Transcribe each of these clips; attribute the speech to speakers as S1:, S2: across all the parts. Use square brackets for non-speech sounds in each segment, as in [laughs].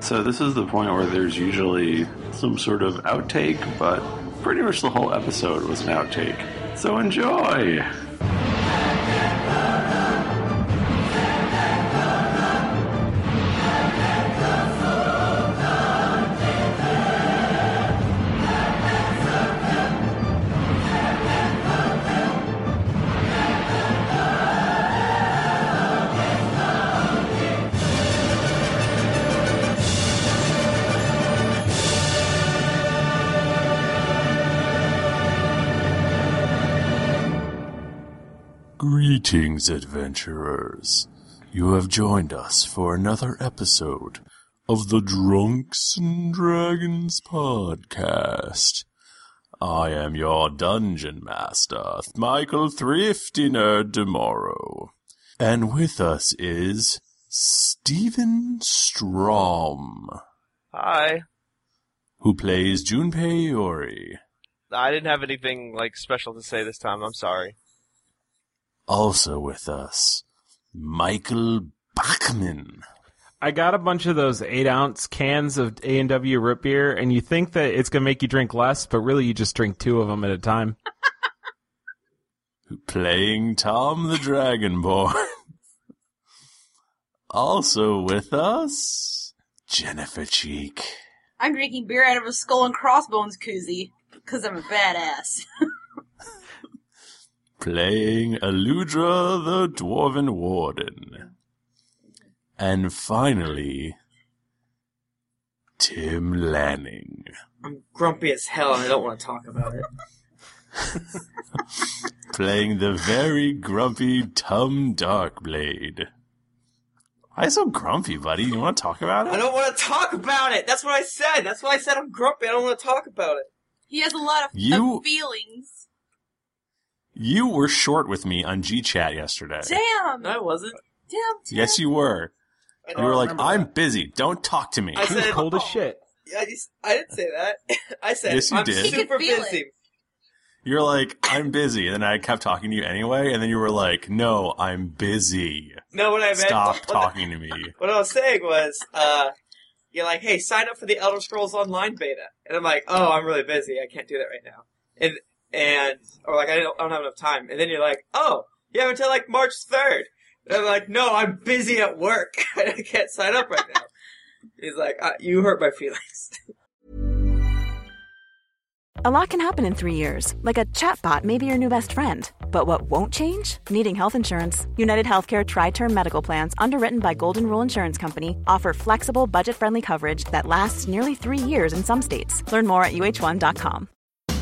S1: So this is the point where there's usually some sort of outtake, but pretty much the whole episode was an outtake. So enjoy!
S2: Greetings, adventurers. You have joined us for another episode of the Drunks and Dragons podcast. I am your dungeon master, Michael Thrifty Nerd Tomorrow. And with us is Stephen Strom,
S3: Hi.
S2: who plays Junpei Iori.
S3: I didn't have anything like special to say this time. I'm sorry.
S2: Also with us, Michael Bachman.
S4: I got a bunch of those eight ounce cans of A and W root beer, and you think that it's gonna make you drink less, but really you just drink two of them at
S5: [laughs]
S4: a time.
S2: playing Tom the Dragonborn. [laughs] also with us, Jennifer Cheek.
S5: I'm drinking beer out of a skull and crossbones koozie because I'm a badass. [laughs]
S2: Playing Eludra the Dwarven Warden. And finally, Tim Lanning.
S6: I'm grumpy as hell and I don't want to talk about it.
S2: Playing the very grumpy Tom Darkblade. Why so grumpy, buddy? You want to talk about it?
S6: I don't want to talk about it. That's what I said. That's why I said I'm grumpy. I don't want to talk about it.
S5: He has a lot of,
S2: You-
S5: of feelings.
S2: You were short with me on GChat yesterday.
S5: Damn!
S6: No, I wasn't.
S5: Damn, Tim.
S2: [laughs] Yes, you were.
S6: I
S2: You
S6: don't
S2: were like,
S6: remember
S2: I'm
S6: that.
S2: busy. Don't talk to me.
S6: I
S4: He was
S6: said-
S4: cold as shit.
S6: I, just, I didn't say that. [laughs] I said
S2: Yes, you
S6: I'm
S2: did. He
S5: could
S6: super
S5: feel
S6: busy.
S5: it.
S2: [laughs] You're like, I'm busy. And then I kept talking to you anyway. And then you were like, no, I'm busy.
S6: No, what I meant. [laughs]
S2: Stop
S6: what the-
S2: talking to me.
S6: what I was saying was, uh, you're like, hey, sign up for the Elder Scrolls Online beta, and I'm like, oh, I'm really busy. I can't do that right now. And and or like, I don't, I don't have enough time. And then you're like, oh, you have until like March 3rd. And I'm like, no, I'm busy at work. [laughs] I can't sign up right now. He's like, uh, you hurt my feelings. [laughs]
S7: A lot can happen in three years, like a chatbot may be your new best friend. But what won't change? Needing health insurance. United Healthcare Tri Term Medical Plans, underwritten by Golden Rule Insurance Company, offer flexible, budget friendly coverage that lasts nearly three years in some states. Learn more at uh1.com.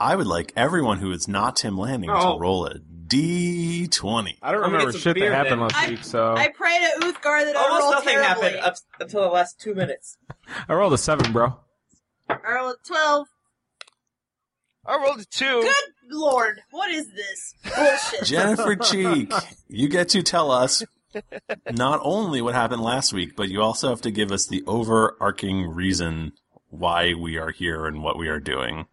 S2: I would like everyone who is not Tim Lanning
S6: Oh.
S2: to roll a D20.
S4: I don't
S6: I'm gonna
S4: remember
S6: get some
S4: shit that
S6: beer
S4: happened
S6: then.
S4: last
S5: I-
S4: week, so
S5: I
S4: I,
S5: pray to Uthgar that I
S6: Almost
S5: roll
S6: nothing
S5: terribly.
S6: happened up until the last two minutes.
S4: rolled a seven, bro.
S5: I rolled a 12.
S3: I rolled a two.
S5: Good lord, what is this? Bullshit. [laughs]
S2: Jennifer Cheek, you get to tell us not only what happened last week, but you also have to give us the overarching reason why we are here and what we are doing.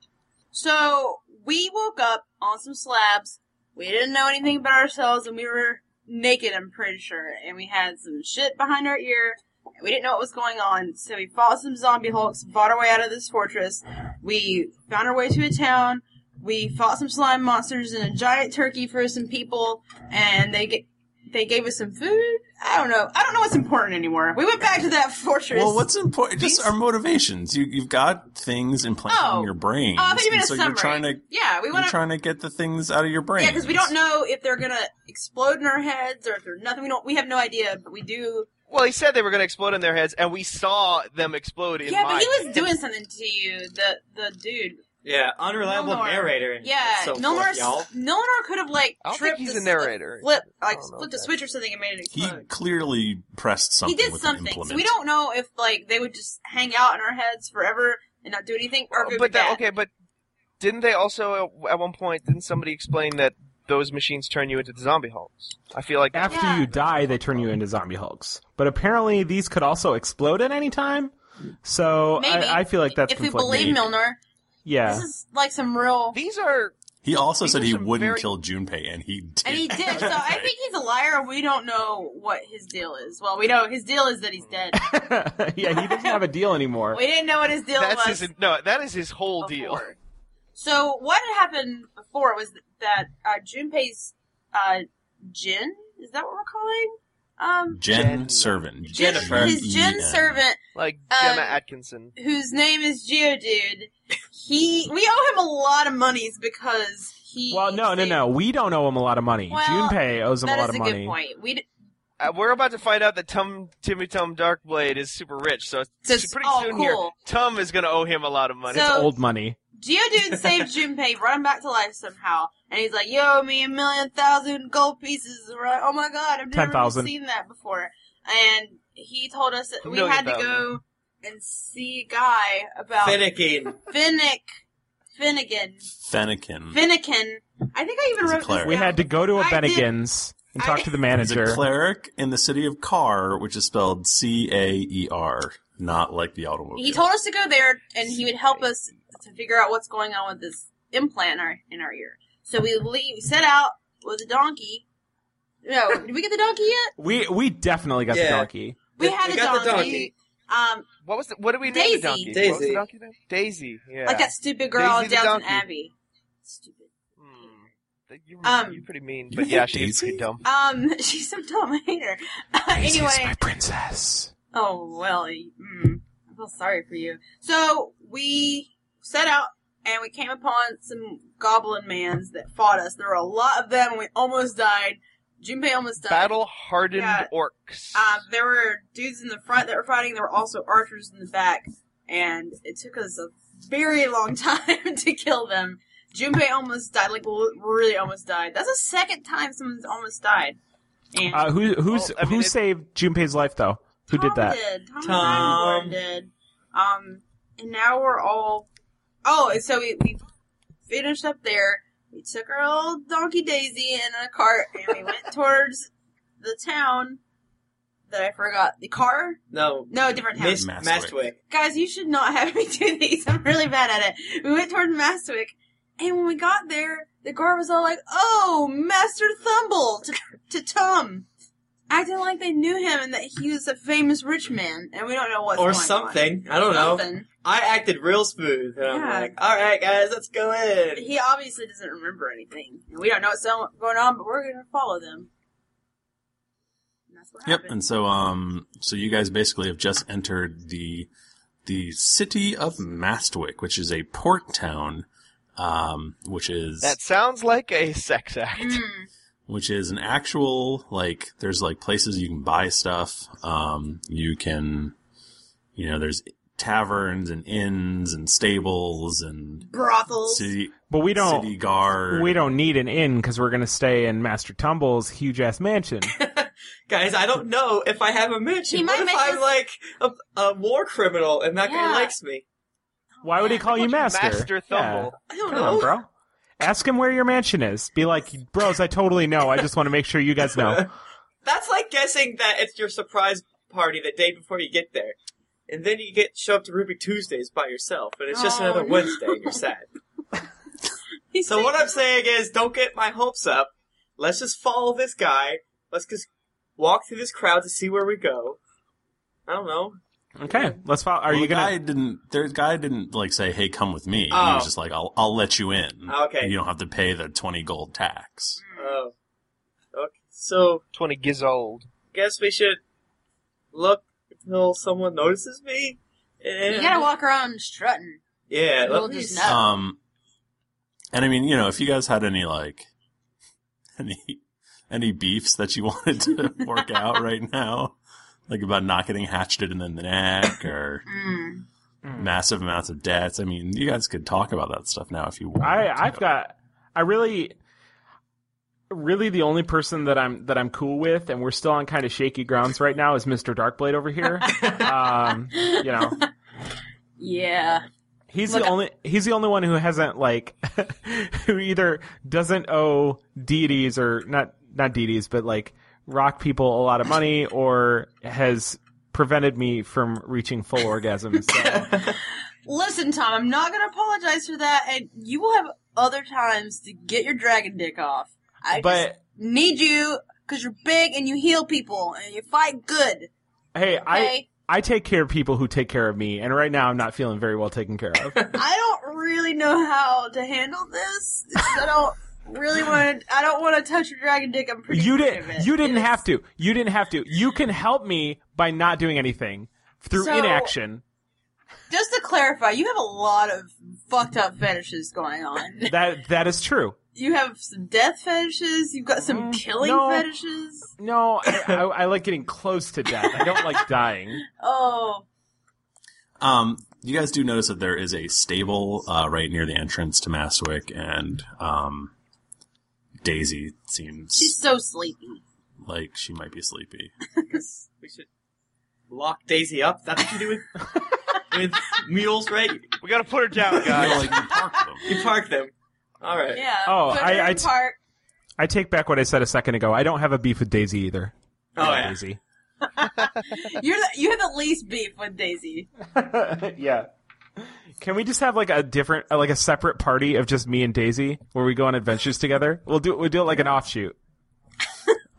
S5: So we woke up on some slabs. We didn't know anything about ourselves, and we were naked. I'm pretty sure, and we had some shit behind our ear. and We didn't know what was going on, so we fought some zombie hulks, fought our way out of this fortress. We found our way to a town. We fought some slime monsters and a giant turkey for some people, and they ga- they gave us some food. I don't know. I don't know what's important anymore. We went back to that fortress.
S2: Well, what's important? Just our motivations. You, you've got things implanted
S5: Oh.
S2: in your brain,
S5: Oh, I thought you meant
S2: and
S5: a
S2: so
S5: summary.
S2: you're trying to
S5: yeah, we
S2: you're
S5: went up-
S2: trying to get the things out of your brain.
S5: Yeah, because we don't know if they're gonna explode in our heads or if they're nothing. We don't. We have no idea, but we do.
S3: Well, he said they were going to explode in their heads, and we saw them explode in
S5: yeah,
S3: my
S5: but he was doing something to you. The the dude.
S6: Yeah, unreliable
S5: Milnor.
S6: narrator. And
S5: Yeah,
S6: so
S5: Milnor.
S6: forth, y'all.
S5: Milnor could have like
S3: I don't
S5: tripped.
S3: think he's
S5: the
S3: a narrator.
S5: Flip, like flipped a switch or something and made it
S2: He
S5: explode.
S2: clearly pressed
S5: He
S2: something.
S5: did
S2: with an
S5: something. So
S2: implement.
S5: we don't know if like they would just hang out in our heads forever and not do anything, or if it would
S3: But
S5: be
S3: that,
S5: bad.
S3: okay, but didn't they also at- at one point didn't somebody explain that those machines turn you into the zombie hulks? I feel
S4: [laughs]
S3: like
S4: After you die, they turn you into zombie hulks. But apparently, these could also explode at any time. So
S5: Maybe.
S4: I, I feel like that's
S5: if we
S4: conflicting.
S5: believe Milnor,
S4: Yeah.
S5: this is like some real.
S3: These are.
S2: He also said he
S5: some
S2: wouldn't
S5: very-
S2: kill Junpei, and he
S4: [laughs]
S2: did.
S5: And he did. So I think he's a liar. We don't know what his deal is. Well, we know his deal is that he's
S4: [laughs]
S5: dead.
S4: yeah, he doesn't have a deal anymore.
S5: We didn't know what his deal
S3: That's
S5: was.
S3: his, no, that is his whole deal.
S5: So what had happened before was that uh, Junpei's uh, Jin is that what we're calling? Um,
S2: Jen, Servant.
S5: Jen- his Jin
S2: Jen
S5: servant,
S3: like
S5: Gemma
S3: Atkinson,
S5: whose name is Geodude. He, we owe him a lot of monies because he.
S4: Well, no, no, no. We don't owe him a lot of money.
S5: Well,
S4: Junpei owes him a
S5: that
S4: lot
S5: is
S4: of
S5: a
S4: money.
S5: good point. We d-
S3: Uh, we're about to find out that Tum Timmy Tum Darkblade is super rich, so it's
S5: Just-
S3: pretty
S5: oh,
S3: soon here,
S5: cool.
S3: Tum is going to owe him a lot of money.
S5: So- It's old
S4: money.
S5: Geodude saved Junpei, brought him back to life somehow, and he's like, "You owe me a million thousand gold pieces." Right? Oh my god, I've never
S4: 10,000.
S5: seen that before. And he told us that we
S6: Million
S5: had to go and see Guy about
S6: Finnegan.
S5: Finnick, Finnegan,
S2: Fennekin.
S5: Finnegan. I think I even
S2: He's a
S5: wrote this.
S2: cleric.
S4: We had to go to a
S5: I did-
S4: Bennigan's and talk to the manager.
S2: He's a cleric in the city of Carr, which is spelled C A E R, not like the automobile.
S5: He told us to go there, and he would help us to figure out what's going on with this implant in our, in our ear. So we leave, we set out with a donkey. No, did we get the donkey yet?
S4: We we definitely got the
S5: Yeah.
S4: donkey.
S5: We had a donkey.
S3: got the donkey.
S5: Um,
S3: what was the, what did we
S5: Daisy.
S3: name the donkey? What was the donkey name? Daisy. Yeah.
S5: Like that stupid girl
S3: Daisy
S5: in
S3: the
S5: Downton
S3: donkey. Hmm.
S5: Abbey. Stupid.
S3: You're,
S5: Um,
S3: you're pretty mean, [laughs]
S2: You
S3: but
S2: hate
S3: yeah,
S5: [laughs]
S3: she's
S2: Daisy?
S3: pretty dumb.
S5: Um, [laughs] she's so dumb. I hate her. [laughs]
S4: Daisy
S5: anyway,
S4: is my princess.
S5: oh well. y- Mm, I feel sorry for you. So we set out and we came upon some goblin mans that fought us. There were a lot of them. We almost died. Junpei almost died.
S3: Battle hardened
S5: Yeah.
S3: orcs.
S5: Um, there were dudes in the front that were fighting. There were also archers in the back, and it took us a very long [laughs] time to kill them. Junpei almost died, like l- really almost died. That's the second time someone's almost died. And
S4: Uh, who who's
S5: Oh, I mean,
S4: who
S5: it-
S4: saved Junpei's life though? Who did that?
S5: Did. Tom,
S4: Tom.
S5: Sanborn did. Um, and now we're all. Oh, and so we, we finished up there. We took our old donkey Daisy in a cart, and we went [laughs] towards the town that I forgot. The car
S6: No.
S5: No, different town.
S6: Miss Mastwick.
S5: Guys, you should not have me do these. I'm really bad at it. We went toward Mastwick, and when we got there, the guard was all like, "Oh, Master Thumble to, to Tom," acting like they knew him and that he was a famous rich man, and we don't know what's
S6: Or
S5: going on.
S6: something. I don't know.
S5: Something.
S6: I acted real smooth. And
S5: Yeah.
S6: I'm like, all right, guys, let's go in.
S5: He obviously doesn't remember anything, and we don't know what's going on, but we're going to follow them. And that's what
S2: Yep,
S5: happened.
S2: and so um, so you guys basically have just entered the the city of Mastwick, which is a port town, um, which is
S3: That sounds like a sex act.
S5: Mm.
S2: which is an actual like there's like places you can buy stuff um you can you know there's taverns and inns and stables and
S5: brothels
S2: city
S4: But we don't-
S2: city guard
S4: We don't need an inn because we're gonna stay in Master Tumble's huge ass mansion.
S6: Guys, I don't know if I have a mansion.
S5: He might
S6: What if
S5: make
S6: I'm
S5: us-
S6: like a, a war criminal and that
S5: Yeah.
S6: guy likes me?
S4: Why would he call you master?
S6: Master Thumble.
S4: Yeah.
S6: I don't
S4: Come on,
S6: know.
S4: bro. Ask him where your mansion is. Be like, bros, I totally know. I just want to make sure you guys know.
S6: That's like guessing that it's your surprise party the day before you get there, and then you get show up to Ruby Tuesdays by yourself, and it's just
S5: Oh,
S6: another
S5: no.
S6: Wednesday, and you're sad. [laughs] so what I'm saying is, don't get my hopes up. Let's just follow this guy. Let's just walk through this crowd to see where we go. I don't know.
S4: Okay, let's follow. Are
S2: Well,
S4: you
S2: the
S4: gonna?
S2: Guy didn't the guy didn't like say, "Hey, come with me." He
S6: Oh.
S2: was just like, "I'll I'll let you in.
S6: Okay.
S2: you don't have to pay the twenty gold tax."
S6: Oh. Okay. So
S3: twenty gizold.
S6: Guess we should look until someone notices me. And
S5: You gotta walk around strutting.
S6: Yeah,
S5: We'll
S6: let me
S5: just
S6: s-
S5: know.
S2: Um, and I mean, you know, if you guys had any like [laughs] any any beefs that you [laughs] wanted to work out right now, like about not getting hatcheted in the neck or
S5: Mm.
S2: massive amounts of debts, I mean, you guys could talk about that stuff now if you want.
S4: I I've got. I really, really, the only person that I'm that I'm cool with, and we're still on kind of shaky grounds right now, is Mister Darkblade over here. um, you know,
S5: Yeah.
S4: He's
S5: Look,
S4: the only he's the only one who hasn't like [laughs] who either doesn't owe deities or not not deities but like rock people a lot of money or has prevented me from reaching full orgasm. So,
S5: Listen, Tom, I'm not gonna apologize for that, and you will have other times to get your dragon dick off. I just
S4: but
S5: need you because you're big and you heal people and you fight
S4: [laughs]
S5: good.
S4: hey, I
S5: Okay.
S4: I take care of people who take care of me, and right now I'm not feeling very well taken care of.
S5: I don't really know how to handle this. I don't really want to. I don't want to touch your dragon dick. I'm pretty.
S4: you
S5: afraid of
S4: didn't
S5: it.
S4: you didn't have to you didn't have to you can help me by not doing anything through
S5: So-
S4: inaction.
S5: Just to clarify, you have a lot of fucked up fetishes going on.
S4: That that is true.
S5: You have some death fetishes. You've got some killing
S4: Mm-hmm. no.
S5: fetishes.
S4: No, I, I, I like getting close to death. I don't
S5: [laughs]
S4: like dying.
S5: Oh,
S2: Um, you guys do notice that there is a stable uh, right near the entrance to Mastwick, and um, Daisy
S5: she's
S2: seems
S5: so sleepy.
S2: like she might be sleepy.
S6: we should lock Daisy up. That's what you do with,
S5: [laughs]
S6: with mules, right?
S3: We gotta put her
S6: [laughs]
S3: down,
S2: You know,
S3: guys.
S2: like you park them.
S6: You park them. All right.
S5: Yeah.
S4: Oh,
S5: put
S4: I-
S5: her in
S4: I t-
S5: park.
S4: I take back what I said a second ago. I don't have a beef with Daisy either.
S6: Oh yeah.
S4: Daisy.
S5: [laughs] You're the, you have the least beef with Daisy.
S6: [laughs]
S4: yeah. Can we just have like a different, uh, like a separate party of just me and Daisy where we go on adventures together? We'll do we will do it like an offshoot.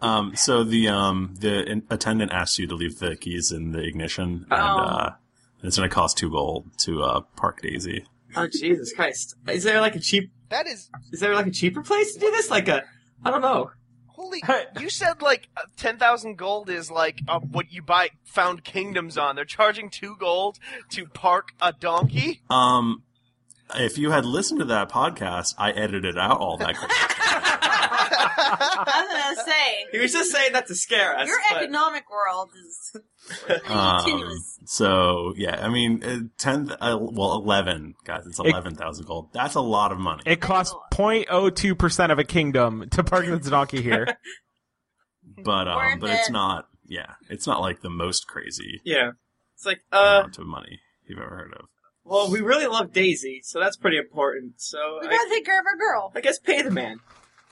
S2: Um, so the um the in- attendant asks you to leave the keys in the ignition, and uh, it's going to cost two gold to uh, park Daisy.
S6: Oh Jesus Christ! Is there like a cheap?
S3: That is
S6: Is there like a cheaper place to do this? Like a? I don't know.
S3: holy. You said like uh, ten thousand gold is like uh, what you buy found kingdoms on. They're charging two gold to park a donkey.
S2: Um, if you had listened to that podcast, I edited out all that. crap.
S5: I was gonna say
S6: He was just saying that to scare us.
S5: your
S6: but-
S5: economic world
S6: [laughs]
S5: is
S2: Um,
S5: continuous.
S2: so yeah, I mean, uh, ten, uh, well, eleven guys, it's eleven thousand gold. That's a lot of money.
S4: It costs 0.02 percent of a kingdom to park this donkey here.
S5: [laughs]
S2: but um,
S5: Worth
S2: but it's
S5: it.
S2: not. Yeah, it's not like the most crazy
S6: Yeah. It's like uh.
S2: amount of money you've ever heard of.
S6: Well, we really love Daisy, so that's pretty important. So
S5: We
S6: I,
S5: gotta take care of our girl.
S6: I guess pay the man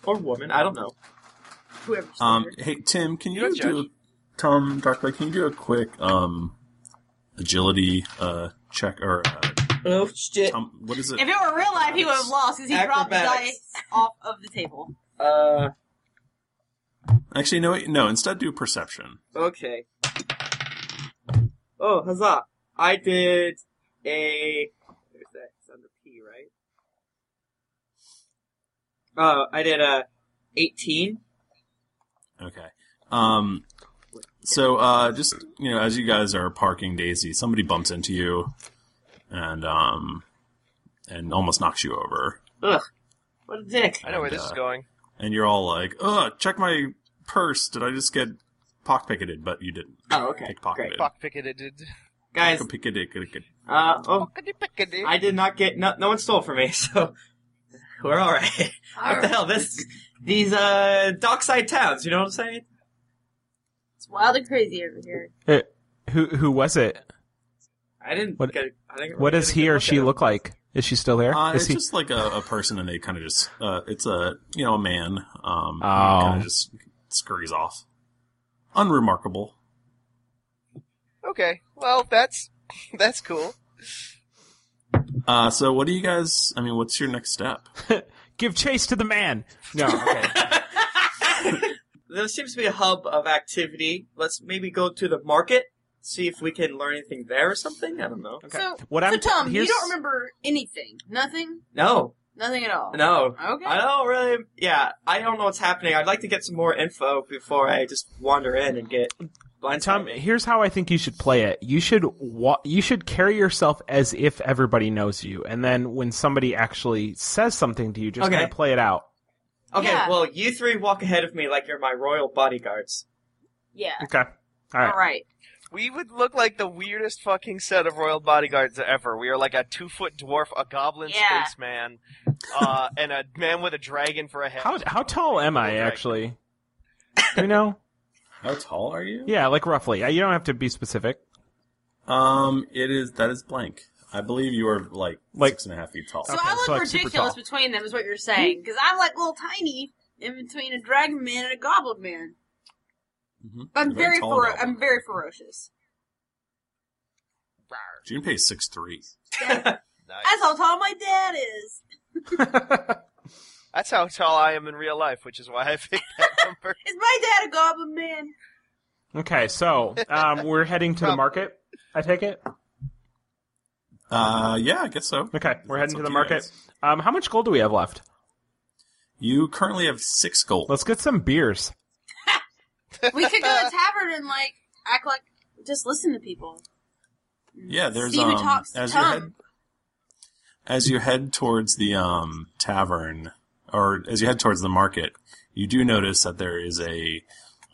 S6: or woman. I don't know.
S5: Whoever's
S2: Um,
S5: there.
S2: hey Tim, can you
S3: Yes,
S2: do Tom Darklight? Can you do a quick um agility uh check or uh,
S6: Oh shit!
S2: um, what is it?
S5: If it were real life, he would have lost because he dropped the
S6: Acrobatics.
S5: dice [laughs] off of the table.
S6: Uh.
S2: Actually, no, wait, no. Instead, do perception.
S6: Okay. Oh, huzzah! I did a. Where's that? It's under P, right? Oh, I did a 18.
S2: Okay. Um, so uh, just you know, as you guys are parking Daisy, somebody bumps into you, and um, and almost knocks you over,
S6: Ugh, what a dick!
S3: I know where this is
S2: Uh,
S3: going.
S2: and you're all like, "Ugh, check my purse. Did I just get pockpicketed?" But you didn't.
S5: Uh,
S6: Oh, okay,
S2: Pickpocketed.
S6: great.
S3: Fuck picketed.
S6: Guys,
S2: Pickpocketed.
S6: uh, oh,
S3: Fuckity picketed.
S6: I did not get no, no one stole from me, [laughs] so we're all right. what the hell? This these uh dockside towns, you know what I'm saying?
S5: It's wild and crazy over here.
S4: Eh, who who was it?
S6: I didn't.
S4: What-
S6: get, I didn't
S4: What does
S6: didn't get
S4: he
S6: a
S4: or
S6: look
S4: she
S6: at it.
S4: look like? Is she still there?
S2: Uh,
S4: Is
S2: it's
S4: he?
S2: just like a, a person, and they kind of just uh, it's a you know a man. Um,
S4: Oh.
S2: kind of just scurries off. unremarkable.
S3: Okay. Well, that's [laughs] that's cool.
S2: Uh, so what do you guys? I mean, what's your next step?
S4: Give chase to
S6: [laughs]
S4: the man. No, okay.
S6: There seems to be a hub of activity. Let's maybe go to the market, see if we can learn anything there or something. I don't know.
S5: So,
S6: What
S5: so
S6: I'm-
S5: Tom, you
S6: here's-
S5: don't remember anything, nothing,
S6: No,
S5: nothing at all.
S6: no.
S5: Okay.
S6: I don't really. Yeah, I don't know what's happening. I'd like to get some more info before I just wander in and get blind.
S4: Tom, here's how I think you should play it. You should wa- you should carry yourself as if everybody knows you, and then when somebody actually says something to you, just
S6: Okay.
S4: kind of play it out.
S6: Okay, well, you three walk ahead of me like you're my royal [laughs] bodyguards.
S5: Yeah.
S4: Okay. All
S5: All right.
S3: We would look like the weirdest fucking set of royal bodyguards ever. We are like a two foot dwarf, a goblin
S5: Yeah.
S3: spaceman, uh, and a man with a dragon for a head.
S4: How how tall am I actually? Do
S6: [laughs]
S4: you know?
S2: How tall are you?
S4: Yeah, like roughly. Uh, You don't have to be specific.
S2: Um, it is that is blank. I believe you are like, six and a half feet tall.
S5: So I look ridiculous between them, is what you're saying, because I'm like little tiny in between a dragon man and a goblin man. But I'm
S2: You're very
S5: very,
S2: tall
S5: fero-
S2: now.
S5: I'm very ferocious.
S2: Junpei is six three.
S5: That's how tall my dad is.
S3: That's how tall I am in real life, which is why I picked that number.
S5: Is my dad a goblin man?
S4: Okay, so um, we're heading to the market. I take it.
S2: Uh, yeah, I guess so.
S4: Okay, we're heading
S2: up
S4: to the
S2: to you
S4: market. Um, how much gold do we have left?
S2: You currently have six gold.
S4: Let's get some beers.
S5: We could go to a tavern and like act like just listen to people.
S2: Yeah, there's
S5: See who
S2: um,
S5: talks
S2: as you
S5: tongue.
S2: head as you head towards the um tavern or as you head towards the market, you do notice that there is a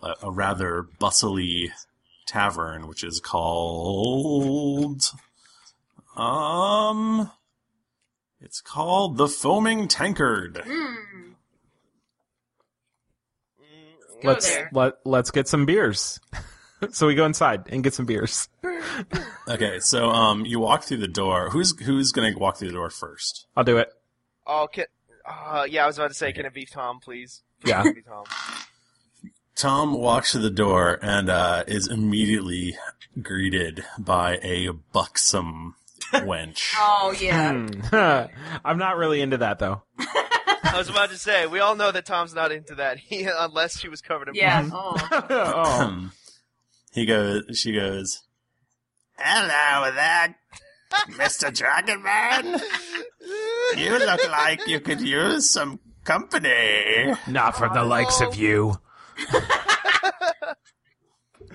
S2: a, a rather bustly tavern which is called um it's called the Foaming Tankard.
S4: let's let let's get some beers. [laughs] so we go inside and get some beers.
S2: Okay, so um you walk through the door. Who's who's going to walk through the door first?
S4: I'll do it.
S3: Oh, can, uh, yeah, I was about to say, can it be Tom, please? Please
S2: Yeah.
S3: can it be Tom.
S2: Tom walks to the door and uh, is immediately greeted by a buxom wench.
S3: [laughs]
S5: Oh [laughs]
S4: Hmm. [laughs] I'm not really into that though.
S3: I was about to say, we all know that Tom's not into that, [laughs] he, unless she was covered in
S5: Yeah.
S3: blood.
S5: Oh.
S2: [laughs] Um, he goes. She goes.
S8: Hello there, Mr. Dragonman. You look like you could use some company.
S4: Not for the likes of you.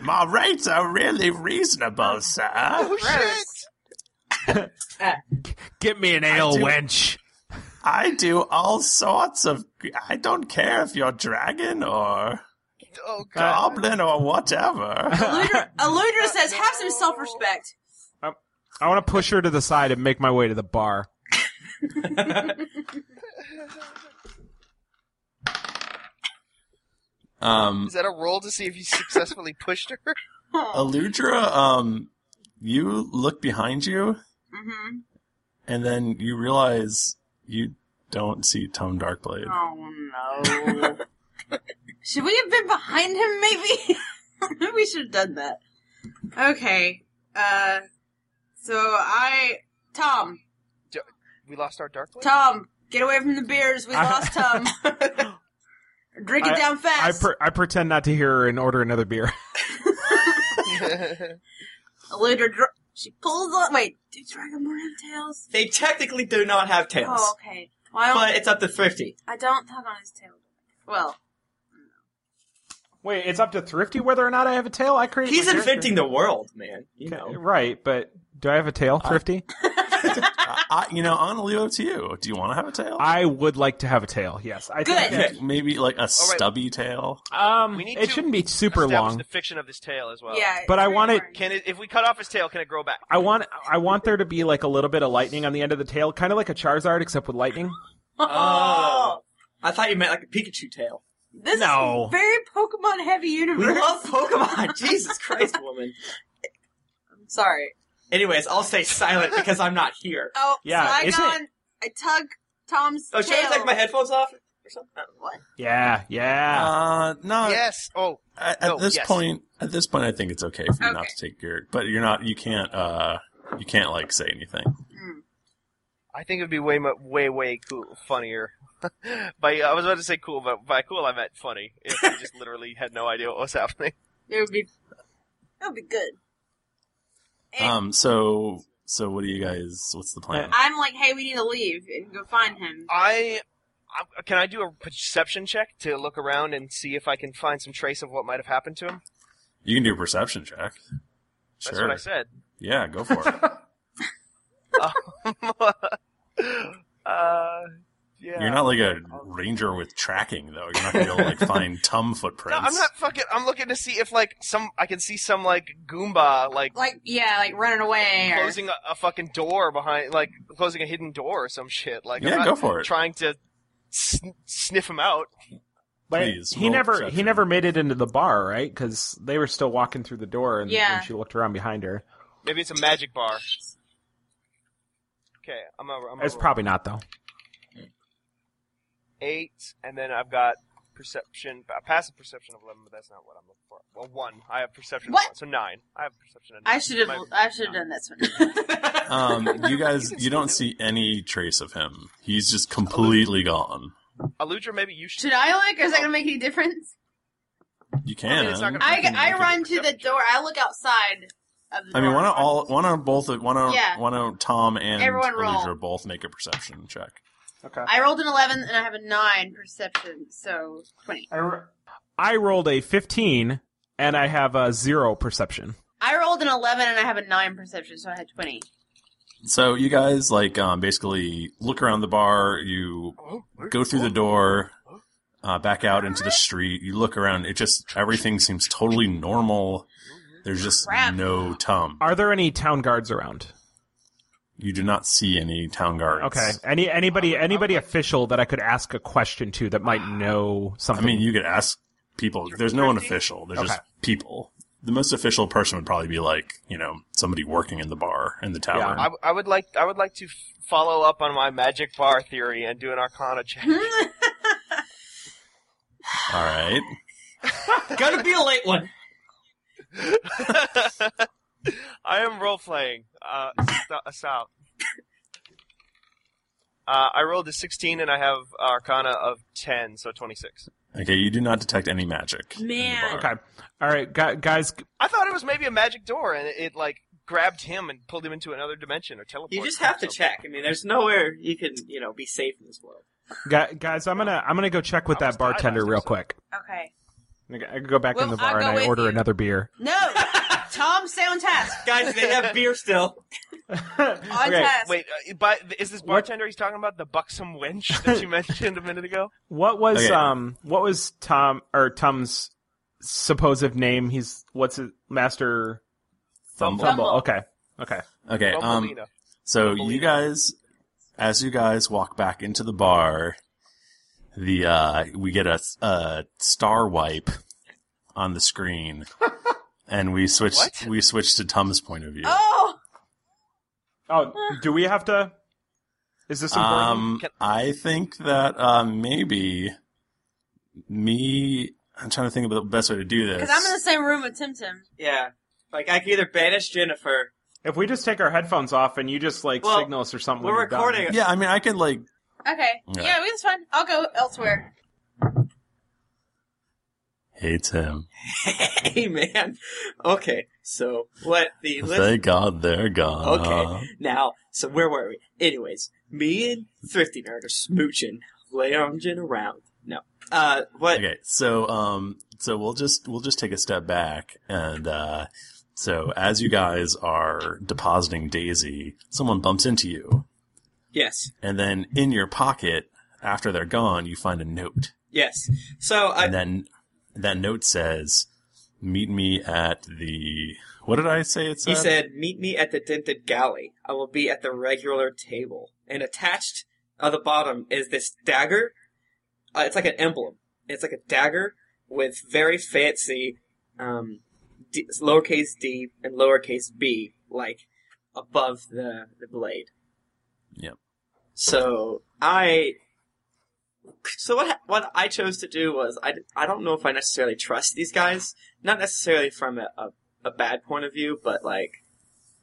S8: My rates are really reasonable, sir.
S4: Oh, Get me an
S8: ale,
S4: wench.
S8: I do all sorts of. I don't care if you're dragon or goblin or whatever.
S5: Aludra says, "Have some self-respect."
S4: I want to push her to the side and make my way to the bar.
S3: [laughs]
S2: Um,
S3: Is that a roll to see if you successfully pushed her?
S2: Aludra, um, you look behind you,
S5: [laughs] Mm-hmm.
S2: and then you realize you don't see Tom Darkblade.
S5: Oh no. [laughs] should we have been behind him maybe? Maybe [laughs] we should have done that. Okay. Uh so I Tom.
S3: We lost our dark blade?
S5: Tom, get away from the beers. We
S4: I-
S5: lost
S4: [laughs]
S5: Tom. Drink it
S4: I-
S5: down fast.
S4: I, per- I pretend not to hear her and order another beer. [laughs]
S5: [laughs] Eludra dr- she pulls on wait, do Dragonborn have tails?
S6: They technically do not have tails,
S5: Oh, okay. Well, I don't,
S6: but it's up to thrifty.
S5: I don't tug on his tail. Well,
S4: Wait, it's up to Thrifty whether or not I have a tail. I created.
S6: He's
S4: my character.
S6: inventing the world, man.
S5: [laughs]
S6: You know.
S4: Right, but do I have a tail, Thrifty?
S2: I, you know, I'll leave it up to you. Do you want to have a tail?
S4: I would like to have a tail. Yes, I think that-
S2: Maybe like a stubby tail.
S4: Um,
S3: we need
S4: it
S3: to
S4: shouldn't be super
S3: establish
S4: long.
S3: the fiction of this tale as well.
S4: Yeah, But I it's want it- very
S3: Can it, if we cut off his tail, can it grow back?
S4: I want I want there to be like a little bit of lightning on the end of the tail, kind of like a Charizard, except with
S2: [laughs]
S4: lightning.
S6: Oh, I thought you meant like a Pikachu tail. [laughs]
S5: this
S4: No.
S5: is very Pokemon heavy universe.
S6: We
S5: [laughs]
S6: love Pokemon. Ah, Jesus Christ, woman.
S5: I'm sorry.
S6: Anyways, I'll stay silent because I'm not here.
S5: Oh,
S6: Yeah,
S5: yeah,
S6: is
S5: Saigon, I tug Tom's
S6: Oh, should I
S5: tail. Uh,
S6: take my headphones off? or something? I don't know. What?
S4: Yeah, yeah.
S2: Uh, no.
S3: Yes. Oh.
S2: At,
S3: no,
S2: at this
S3: yes.
S2: point, at this point, I think it's okay for you not to take your, but you're not, you can't, uh, you can't like say anything.
S4: Hmm.
S3: I think it would be way, mu- way, way cool, funnier. [laughs] by I was about to say cool, but by cool I meant funny. If you
S4: [laughs]
S3: just literally had no idea what was happening.
S5: It would be. It would be good.
S3: Eh.
S2: Um, so, so what do you guys, what's the plan?
S5: I'm like, hey, we need to leave and go find him.
S3: I I- Can I do a perception check to look around and see if I can find some trace of what might have happened to him?
S2: You can do a perception check. Sure.
S3: That's what I said.
S2: Yeah, go for
S3: [laughs]
S2: it.
S3: Um, Uh, yeah.
S2: You're not like a ranger with tracking though. You're not gonna be able to
S3: [laughs]
S2: like find tum
S3: No,
S2: footprints.
S3: I'm not fucking. I'm looking to see if like some I can see some like Goomba like
S5: like yeah like running away or
S3: closing a, a fucking door behind like closing a hidden door or some shit. Like
S2: Yeah,
S3: I'm not
S2: go for it.
S3: Trying to sn- sniff him out.
S4: But
S2: Please,
S4: he
S2: roll
S4: never he
S2: perception.
S4: never made it into the bar, right? Because they were still walking through the door, and,
S3: Yeah.
S4: and she looked around behind her.
S3: Maybe it's a magic bar. Okay, I'm gonna. I'm gonna
S4: It's
S3: roll.
S4: probably not though.
S3: eight, and then I've got perception, a passive perception of eleven, but that's not what I'm looking for. Well, one. I have perception of one, so nine. I have perception of nine.
S5: I should have
S3: My-
S5: I should have done this
S6: [laughs]
S5: one.
S2: [laughs] Um, you
S3: [laughs]
S2: guys, you don't see any trace of him. He's just completely gone.
S3: Aludra, maybe you should.
S5: Should I like? Or is that gonna make any difference?
S2: You can. I,
S5: I, I run to the door. I look outside of the
S2: I mean,
S5: door.
S2: why don't all, why don't both, of- why don't,
S5: Yeah.
S2: why don't Tom and
S5: Everyone roll.
S2: Aludra both make a perception check?
S4: Okay.
S5: I rolled an eleven and I have a nine perception, so twenty.
S4: I, I rolled a fifteen, and I have a zero perception.
S5: rolled an eleven and I have a nine perception, so I had twenty.
S2: So you guys like um, basically look around the bar. You go through the door, uh, back out into the street. You look around. It just everything seems totally normal. There's just no Tom.
S4: Are there any town guards around?
S2: You do not see any town guards.
S4: Okay. Any anybody anybody official that I could ask a question to that might know something?
S2: I mean, you could ask people. There's no one official. There's just
S4: Okay.
S2: people. The most official person would probably be like you know somebody working in the bar in the
S3: Yeah,
S2: tavern.
S3: I, I would like. I would like to f- follow up on my magic bar theory and do an
S6: [laughs]
S3: Arcana check.
S2: All right.
S6: Gonna be a late one.
S3: [laughs] I am role playing. Uh, st- stop. Uh, I rolled a 16 and I have Arcana of 10, so 26.
S2: Okay. You do not detect any magic.
S5: Man.
S4: Okay. All right, gu- guys.
S3: I thought it was maybe a magic door, and it, it like grabbed him and pulled him into another dimension or teleported.
S6: You just have to check. I mean, there's nowhere you can, you know,
S3: [laughs]
S6: be safe in this world.
S4: gu- Guys, I'm gonna I'm gonna go check with that bartender real quick.
S5: Okay.
S4: I could go back in
S5: Well,
S4: the
S5: I'll
S4: bar and
S5: go
S4: I
S5: with
S4: order another beer.
S6: [laughs]
S5: No, Tom, stay on task,
S6: guys. They
S5: [laughs]
S6: have beer still.
S5: on task.
S3: Wait, uh, by, is this bartender he's talking about the buxom wench
S6: [laughs]
S3: that you mentioned a minute ago?
S4: What was
S2: Okay.
S4: um what was Tom or Tom's supposed name? He's what's his master
S2: Thumble.
S4: Okay. Okay.
S2: Okay. Um,
S4: Thumbelina.
S2: so you guys, as you guys walk back into the bar, the uh, we get a, a star wipe on the screen, and we switch
S4: What?
S2: we switch to Tom's point of view.
S5: Oh.
S4: Oh, do we have to? Is this important?
S2: Um, I think that uh, maybe me. I'm trying to think of the best way to do
S5: because
S2: this.
S5: I'm in the same room with Tim Tim.
S6: Yeah. Like I can either banish Jennifer.
S4: if we just take our headphones off and you just like
S6: Well,
S4: signal us or something,
S6: we're
S4: when you're done.
S6: recording.
S2: Yeah, I mean, I could like.
S5: Okay.
S2: Yeah.
S5: Yeah, yeah we just fine. I'll go elsewhere.
S2: Hey Tim,
S6: [laughs] Hey, man. Okay. So what the list?
S2: thank God they're gone.
S6: Okay. Now, so where were we? Anyways, me and Thrifty Nerd are smooching, lounging around. No. Uh, what?
S2: Okay, so um, so we'll just we'll just take a step back, and uh, so as you guys are depositing Daisy, someone bumps into you,
S6: Yes.
S2: and then in your pocket, after they're gone, you find a note,
S6: Yes. So I.
S2: and then that note says, "Meet me at the." What did I say? It said.
S6: He said, "Meet me at the dented galley. I will be at the regular table." And attached at the bottom is this dagger. Uh, it's like an emblem. It's like a dagger with very fancy um, d- lowercase d and lowercase b, like above the the blade.
S2: Yep.
S6: So I so what ha- what I chose to do was I, I don't know if I necessarily trust these guys, not necessarily from a, a, a bad point of view, but like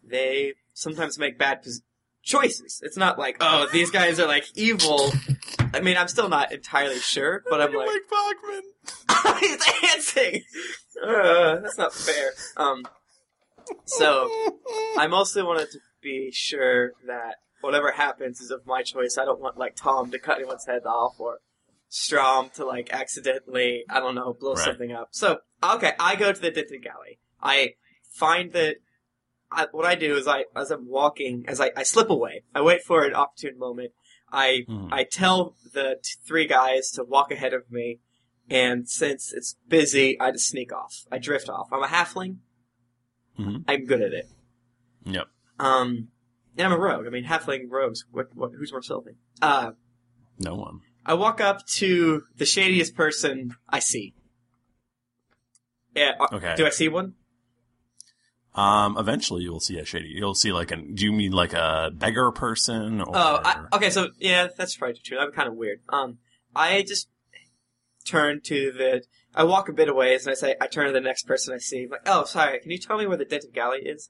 S6: they sometimes make bad pos- choices. It's not like oh these guys are like evil. I mean I'm still not entirely sure, but I'm like Bachman. [laughs] He's dancing. Uh, that's not fair. Um, so I mostly wanted to be sure that whatever happens is of my choice. I don't want like Tom to cut anyone's head off or Strom to like accidentally I don't know blow
S8: Right.
S6: something up. So okay, I go to the Ditton Galley. I find that I, what I do is I as I'm walking as I, I slip away. I wait for an opportune moment. I
S8: Hmm.
S6: I tell the t- three guys to walk ahead of me, and since it's busy, I just sneak off. I drift off. I'm a halfling.
S2: Mhm.
S6: I'm good at it.
S2: Yep.
S6: Um, and I'm a rogue. I mean, halfling rogues. What? what who's more stealthy? Uh,
S2: No one.
S6: I walk up to the shadiest person I see. Yeah. uh,
S2: Okay.
S6: Do I see one?
S2: Um, eventually you will see a shady. You'll see like an. Do you mean like a beggar person? Or,
S6: Oh, I, okay. So yeah, that's probably true. That'd be kind of weird. Um, I just turn to the. I walk a bit away, and I say, I turn to the next person I see. like, oh, sorry. Can you tell me where the dented galley is?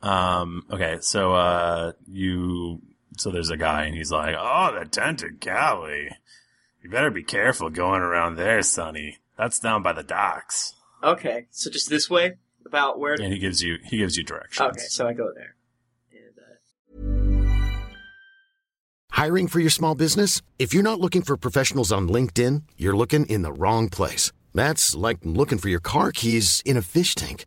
S6: Oh.
S2: Um. Okay. So uh, you. So there's a guy, and he's like, "Oh, the tented galley. You better be careful going around there, Sonny. That's down by the docks."
S6: Okay. So just this way about where.
S2: And he gives you he gives you directions.
S6: Okay. So I go there.
S9: Hiring for your small business? If you're not looking for professionals on LinkedIn, you're looking in the wrong place. That's like looking for your car keys in a fish tank.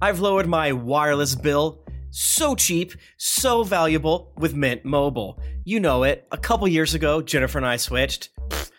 S10: I've lowered my wireless bill. So cheap, so valuable with Mint Mobile. You know it. A couple years ago, Jennifer and I switched. Pfft,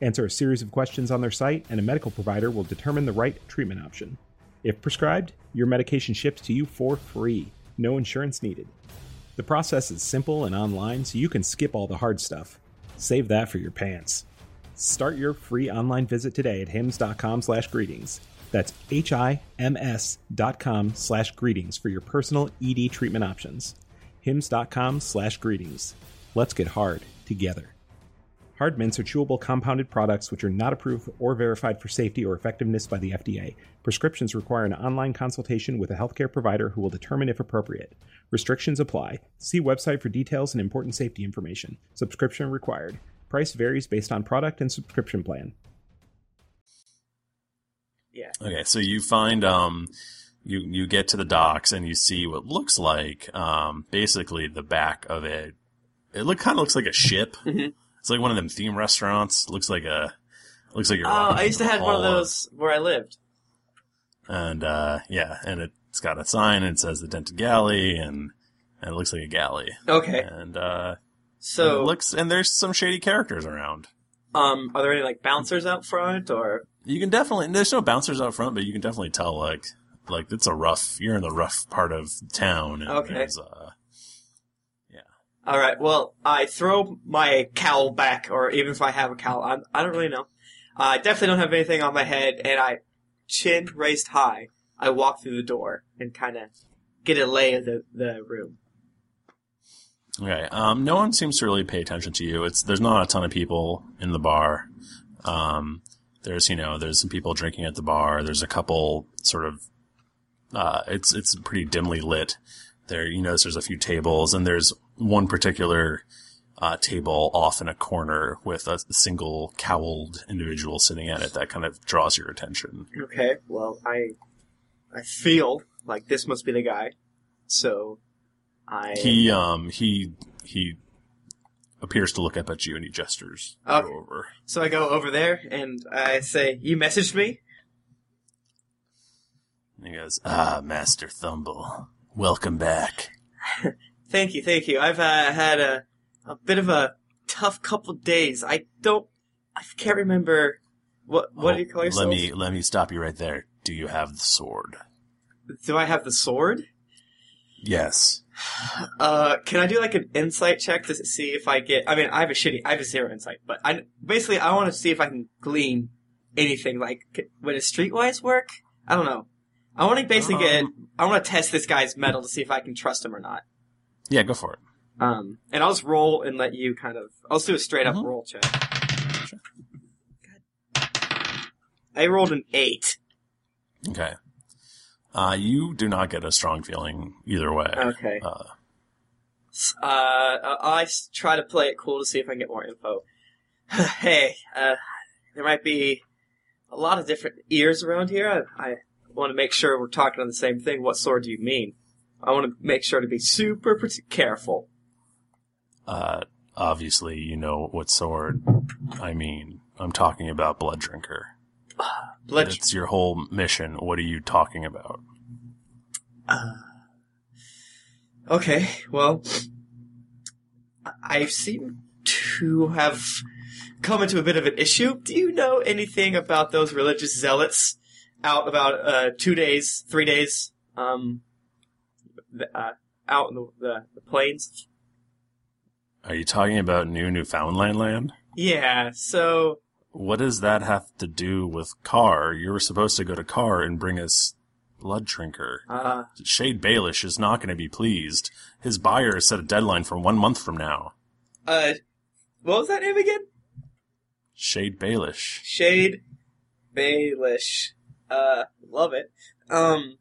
S4: Answer a series of questions on their site, and a medical provider will determine the right treatment option. If prescribed, your medication ships to you for free, no insurance needed. The process is simple and online, so you can skip all the hard stuff. Save that for your pants. Start your free online visit today at hims.com slash greetings. That's H-I-M-S dot com slash greetings for your personal ED treatment options. hims.com slash greetings. Let's get hard together. Hard mints are chewable compounded products which are not approved or verified for safety or effectiveness by the FDA. Prescriptions require an online consultation with a healthcare provider who will determine if appropriate. Restrictions apply. See website for details and important safety information. Subscription required. Price varies based on product and subscription plan.
S6: Yeah.
S2: Okay, so you find um you you get to the docks and you see what looks like um basically the back of it. It look kind of looks like a ship.
S6: Mm-hmm.
S2: It's like one of them theme restaurants. Looks like a looks like a.
S6: Oh, I
S2: [laughs]
S6: used to have one of those where I lived.
S2: And uh yeah, and it's got a sign and it says the Denton Galley and, and it looks like a galley.
S6: Okay.
S2: And uh
S6: So-
S2: and it looks and there's some shady characters around.
S6: Um, are there any like bouncers out front or?
S2: You can definitely there's no bouncers out front, but you can definitely tell like like it's a rough you're in the rough part of town and
S6: Okay.
S2: there's uh
S6: All right. Well, I throw my cowl back, or even if I have a cowl, I'm, I don't really know. I definitely don't have anything on my head, and I, chin raised high, I walk through the door and kind of get a lay of the, the room.
S2: Okay. Um, no one seems to really pay attention to you. It's there's not a ton of people in the bar. Um, there's you know there's some people drinking at the bar. There's a couple sort of. Uh, it's it's pretty dimly lit. There you notice there's a few tables and there's one particular uh, table off in a corner with a single cowled individual sitting at it that kind of draws your attention.
S6: Okay. Well, I, I feel like this must be the guy, so I.
S2: He um he he appears to look up at you and he gestures.
S6: Okay. So I go over there and I say, "You messaged me."
S2: And he goes, Ah, Master Thumble, welcome back.
S6: Thank you, thank you. I've uh, had a a bit of a tough couple days. I don't, I can't remember what what do you call yourself?
S2: Oh, Let me let me stop you right there. Do you have the sword?
S6: Do I have the sword?
S2: Yes.
S6: Uh, can I do like an insight check to see if I get? I mean, I have a shitty, I have a zero insight, but I basically I want to see if I can glean anything. Like, c- would a streetwise work? I don't know. I want to basically get.
S2: Um.
S6: I want to test this guy's metal to see if I can trust him or not.
S2: Yeah, go for it.
S6: Um, and I'll just roll and let you kind of. I'll just do a straight up roll check. I rolled an eight.
S2: Okay. Uh, you do not get a strong feeling either way.
S6: Okay.
S2: Uh,
S6: S- Uh, I I s- try to play it cool to see if I can get more info. [sighs] hey, uh, there might be a lot of different ears around here. I, I want to make sure we're talking on the same thing. What sword do you mean? I want to make sure to be super partic- careful.
S2: uh, obviously, you know what sword I mean. I'm talking about Blood Drinker.
S6: Blood
S2: That's your whole mission. What are you talking about?
S6: Uh, Okay, well, I seem to have come into a bit of an issue. Do you know anything about those religious zealots out about uh, two days, three days, um, th- uh, out in the, the, the plains?
S2: Are you talking about New Newfoundland land?
S6: Yeah, so
S2: What does that have to do with Carr? You were supposed to go to Carr and bring us Blood Drinker.
S6: Uh,
S2: Shade Baelish is not going to be pleased. His buyer has set a deadline for one month from now.
S6: Uh, what was that name again?
S2: Shade Baelish.
S6: Shade Baelish. Uh, love it. Um,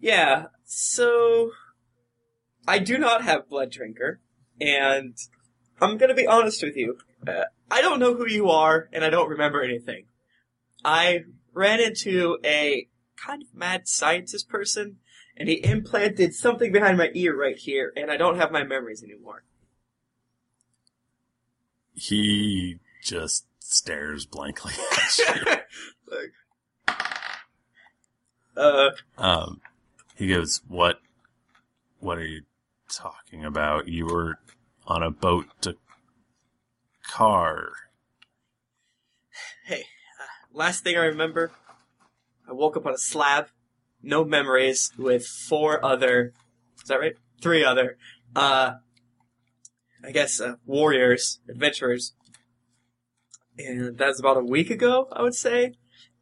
S6: yeah, so I do not have Blood Drinker, and I'm gonna be honest with you. Uh, I don't know who you are, and I don't remember anything. I ran into a kind of mad scientist person, and he implanted something behind my ear right here, and I don't have my memories anymore. [laughs]
S2: He just stares blankly [laughs] at you.
S6: uh,
S2: um, he goes, "What? What are you talking about? You were on a boat to car."
S6: Hey, uh, last thing I remember, I woke up on a slab, no memories, with four other. Is that right? Three other. Uh, I guess uh, warriors, adventurers, and that was about a week ago, I would say.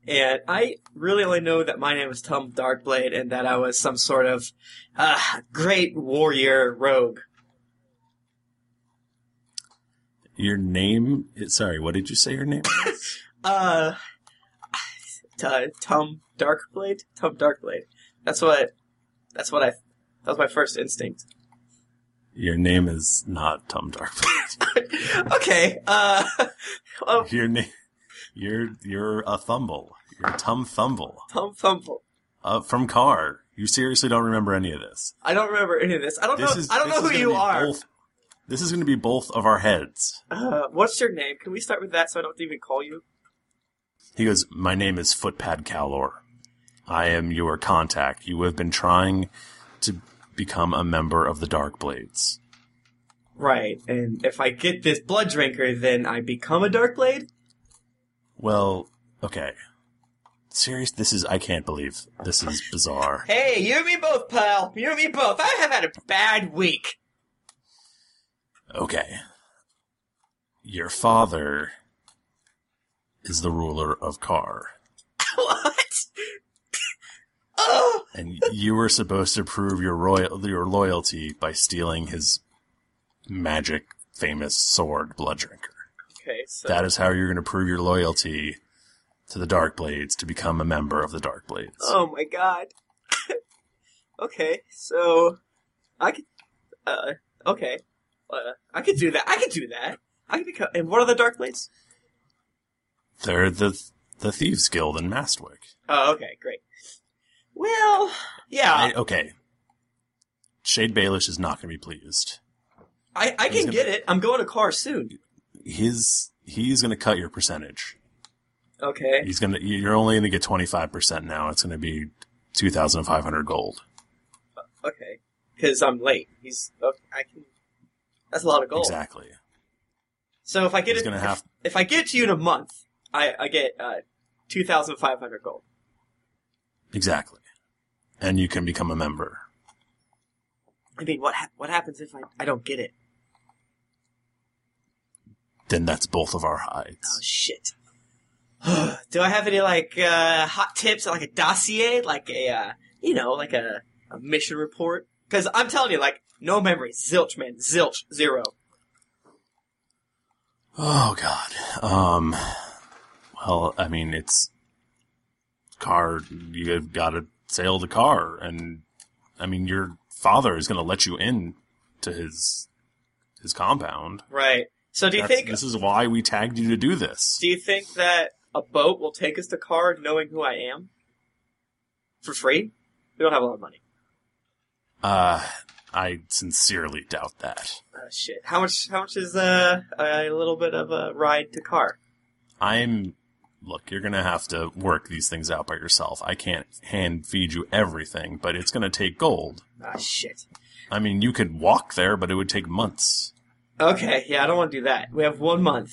S6: And I really only know that my name was Tom Darkblade and that I was some sort of uh, great warrior rogue.
S2: Your name? it- Sorry, what did you say your name was?
S6: Uh, t- Tom Darkblade, Tom Darkblade. That's what. That's what I. That was my first instinct.
S2: your name is not Tom Darkblade.
S6: Okay. Uh, oh,
S2: Your name, you're you're a Thumble. You're Tom Thumble
S6: Tom Thumble.
S2: uh, from Car. You seriously don't remember any of this.
S6: I don't remember any of this. I don't
S2: This
S6: know.
S2: is-
S6: I don't
S2: this
S6: know
S2: is
S6: who
S2: gonna
S6: you
S2: be
S6: are.
S2: both- This is going to be both of our heads.
S6: Uh, what's your name? Can we start with that so I don't even call you?
S2: He goes, My name is Footpad Calor. I am your contact. You have been trying to become a member of the Dark Blades.
S6: Right, and if I get this blood drinker, then I become a dark blade.
S2: Well, okay. Serious? This is, I can't believe. This is bizarre.
S6: Hey, you and me both, pal. You and me both. I have had a bad week.
S2: Okay. Your father is the ruler of
S6: [gasps]
S2: Kar.
S6: [laughs] what?
S2: and you were supposed to prove your royal your loyalty by stealing his magic famous sword blood drinker.
S6: Okay, so
S2: That is how you're going to prove your loyalty to the Dark Blades to become a member of the Dark Blades.
S6: Oh my god. [laughs] okay, so I could. Uh, okay, uh, I could do that. I could do that. I could become. And what are the dark blades?
S2: They're the the Thieves Guild in Mastwick.
S6: Oh, okay, great. Well, yeah,
S2: I- okay. Shade Baelish is not going to be pleased.
S6: I, I can
S2: gonna-
S6: get it. I'm going to car soon.
S2: His he's going to cut your percentage.
S6: Okay.
S2: He's going to you're only going to get 25% now. It's going to be 2500 gold.
S6: Okay, because I'm late. He's. Okay, I can. That's a lot of gold.
S2: Exactly.
S6: So if I get
S2: He's
S6: it,
S2: gonna
S6: if,
S2: have-
S6: if I get to you in a month, I, I get uh, two thousand five hundred gold.
S2: Exactly. And you can become a member.
S6: I mean, what hap what happens if I, I don't get it?
S2: Then that's both of our hides.
S6: Oh shit! Do I have any like uh, hot tips, like a dossier, like a uh, you know, like a, a mission report? Because I'm telling you, like no memory, zilch, man, zilch, zero.
S2: Oh God. Um. Well, I mean, it's car. You've got to sail the car, and I mean, your father is going to let you in to his his compound.
S6: Right. So do you
S2: That's-
S6: think
S2: this is why we tagged you to do this?
S6: do you think that a boat will take us to Card, knowing who I am, for free? We don't have a lot of money.
S2: Uh, I sincerely doubt that.
S6: Uh, shit. How much? How much is uh, a little bit of a ride to car?
S2: I'm. Look, you're going to have to work these things out by yourself. I can't hand feed you everything, but it's going to take gold.
S6: Ah, shit.
S2: I mean, you could walk there, but it would take months.
S6: Okay, yeah, I don't want to do that. We have one month.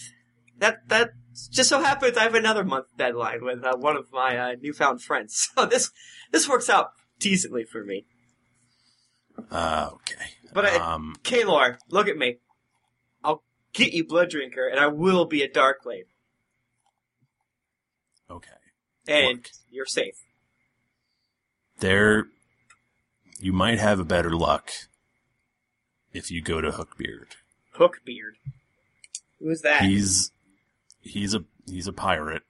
S6: That that just so happens I have another month deadline with uh, one of my uh, newfound friends. [laughs] So this this works out decently for me.
S2: Uh, okay.
S6: But I,
S2: Um,
S6: Kalor, look at me. I'll get you blood drinker, and I will be a dark blade.
S2: Okay.
S6: And you're safe.
S2: There, you might have a better luck if you go to Hookbeard.
S6: Hook beard. Who's that?
S2: He's he's a he's a pirate.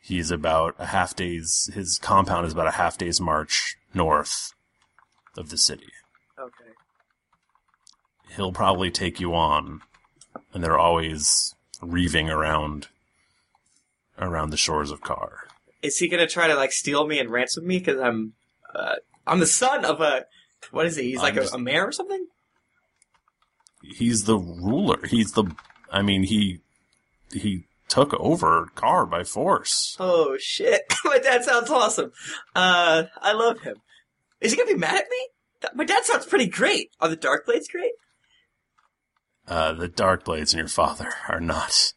S2: He's about a half day's his compound is about a half day's march north of the city.
S6: Okay.
S2: He'll probably take you on, and they're always reaving around around the shores of Car.
S6: Is he gonna try to like steal me and ransom me? Because I'm, uh, I'm the son of a. What is he? He's like
S2: I'm
S6: a,
S2: just-
S6: a mayor or something.
S2: He's the ruler. He's the I mean he he took over Car by force.
S6: Oh shit! [laughs] My dad sounds awesome. Uh, I love him. Is he gonna be mad at me? Th- My dad sounds pretty great. Are the dark blades great?
S2: Uh, the Darkblades and your father [laughs] are not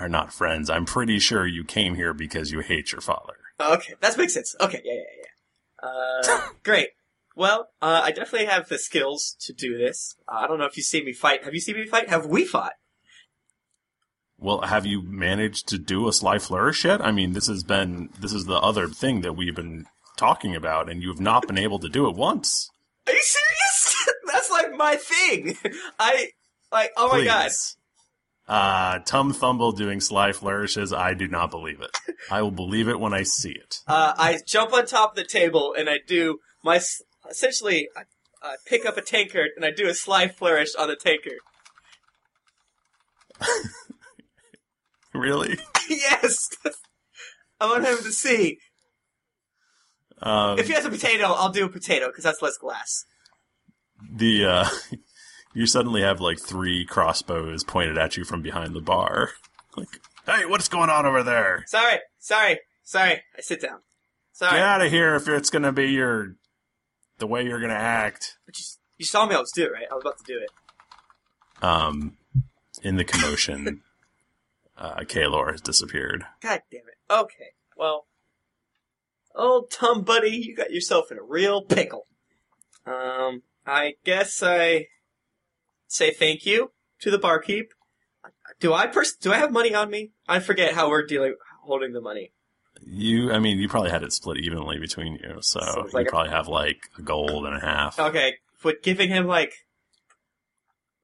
S2: are not friends. I'm pretty sure you came here because you hate your father.
S6: Oh, Okay, that makes sense. Okay, yeah, yeah,
S2: [laughs]
S6: yeah. Uh, great. Well, uh, I definitely have the skills to do this. Uh, I don't know if you've seen me fight. Have you seen me fight? Have we fought?
S2: Well, have you managed to do a sly flourish yet? I mean, this has been this is the other thing that we've been talking about, and you have not been able to do it once.
S6: Are you serious? [laughs] That's like my thing. I like. Oh my god.
S2: Please. Uh, Tum Thumble doing sly flourishes. I do not believe it. I will believe it when I see it.
S6: Uh, I jump on top of the table and I do my s- essentially. I, I pick up a tankard and I do a sly flourish on the tankard. [laughs]
S2: Really?
S6: yes. I want him to see.
S2: Um,
S6: if he has a potato, I'll do a potato because that's less glass.
S2: the uh, [laughs] you suddenly have like three crossbows pointed at you from behind the bar. Hey, what's going on over there?
S6: Sorry, sorry, sorry. I sit down. Sorry.
S2: Get out of here if it's gonna be your the way you're gonna act.
S6: You saw me. I was do it right. I was about to do it.
S2: Um, in the commotion, [laughs] uh, Kalor has disappeared.
S6: God damn it. Okay. Well, old Tom buddy, you got yourself in a real pickle. Um, I guess I say thank you to the barkeep. Do I pers- do I have money on me? I forget how we're dealing holding the money.
S2: You, I mean, you probably had it split evenly between you, so you
S6: like a-
S2: probably have like a gold and a half.
S6: Okay, but giving him like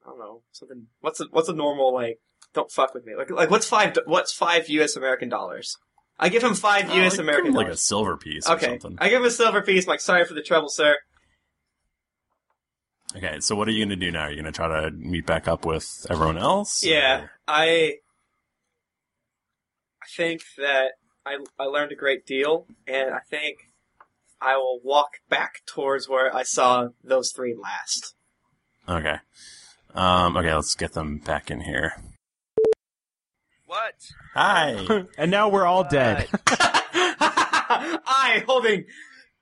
S6: I don't know something. What's a, what's a normal like? Don't fuck with me. Like like what's five do- what's five U.S. American dollars? I give him five
S2: Oh,
S6: U.S.
S2: like,
S6: American
S2: give him, like
S6: dollars.
S2: a silver piece
S6: okay,
S2: or something.
S6: I give him a silver piece. I'm like sorry for the trouble, sir.
S2: Okay, so what are you going to do now? Are you going to try to meet back up with everyone else?
S6: Yeah, I I think that I I learned a great deal, and I think I will walk back towards where I saw those three last.
S2: Okay. Um, okay, let's get them back in here.
S3: What?
S2: Ah. [laughs] Hi.
S4: and now we're all dead.
S6: [laughs] I holding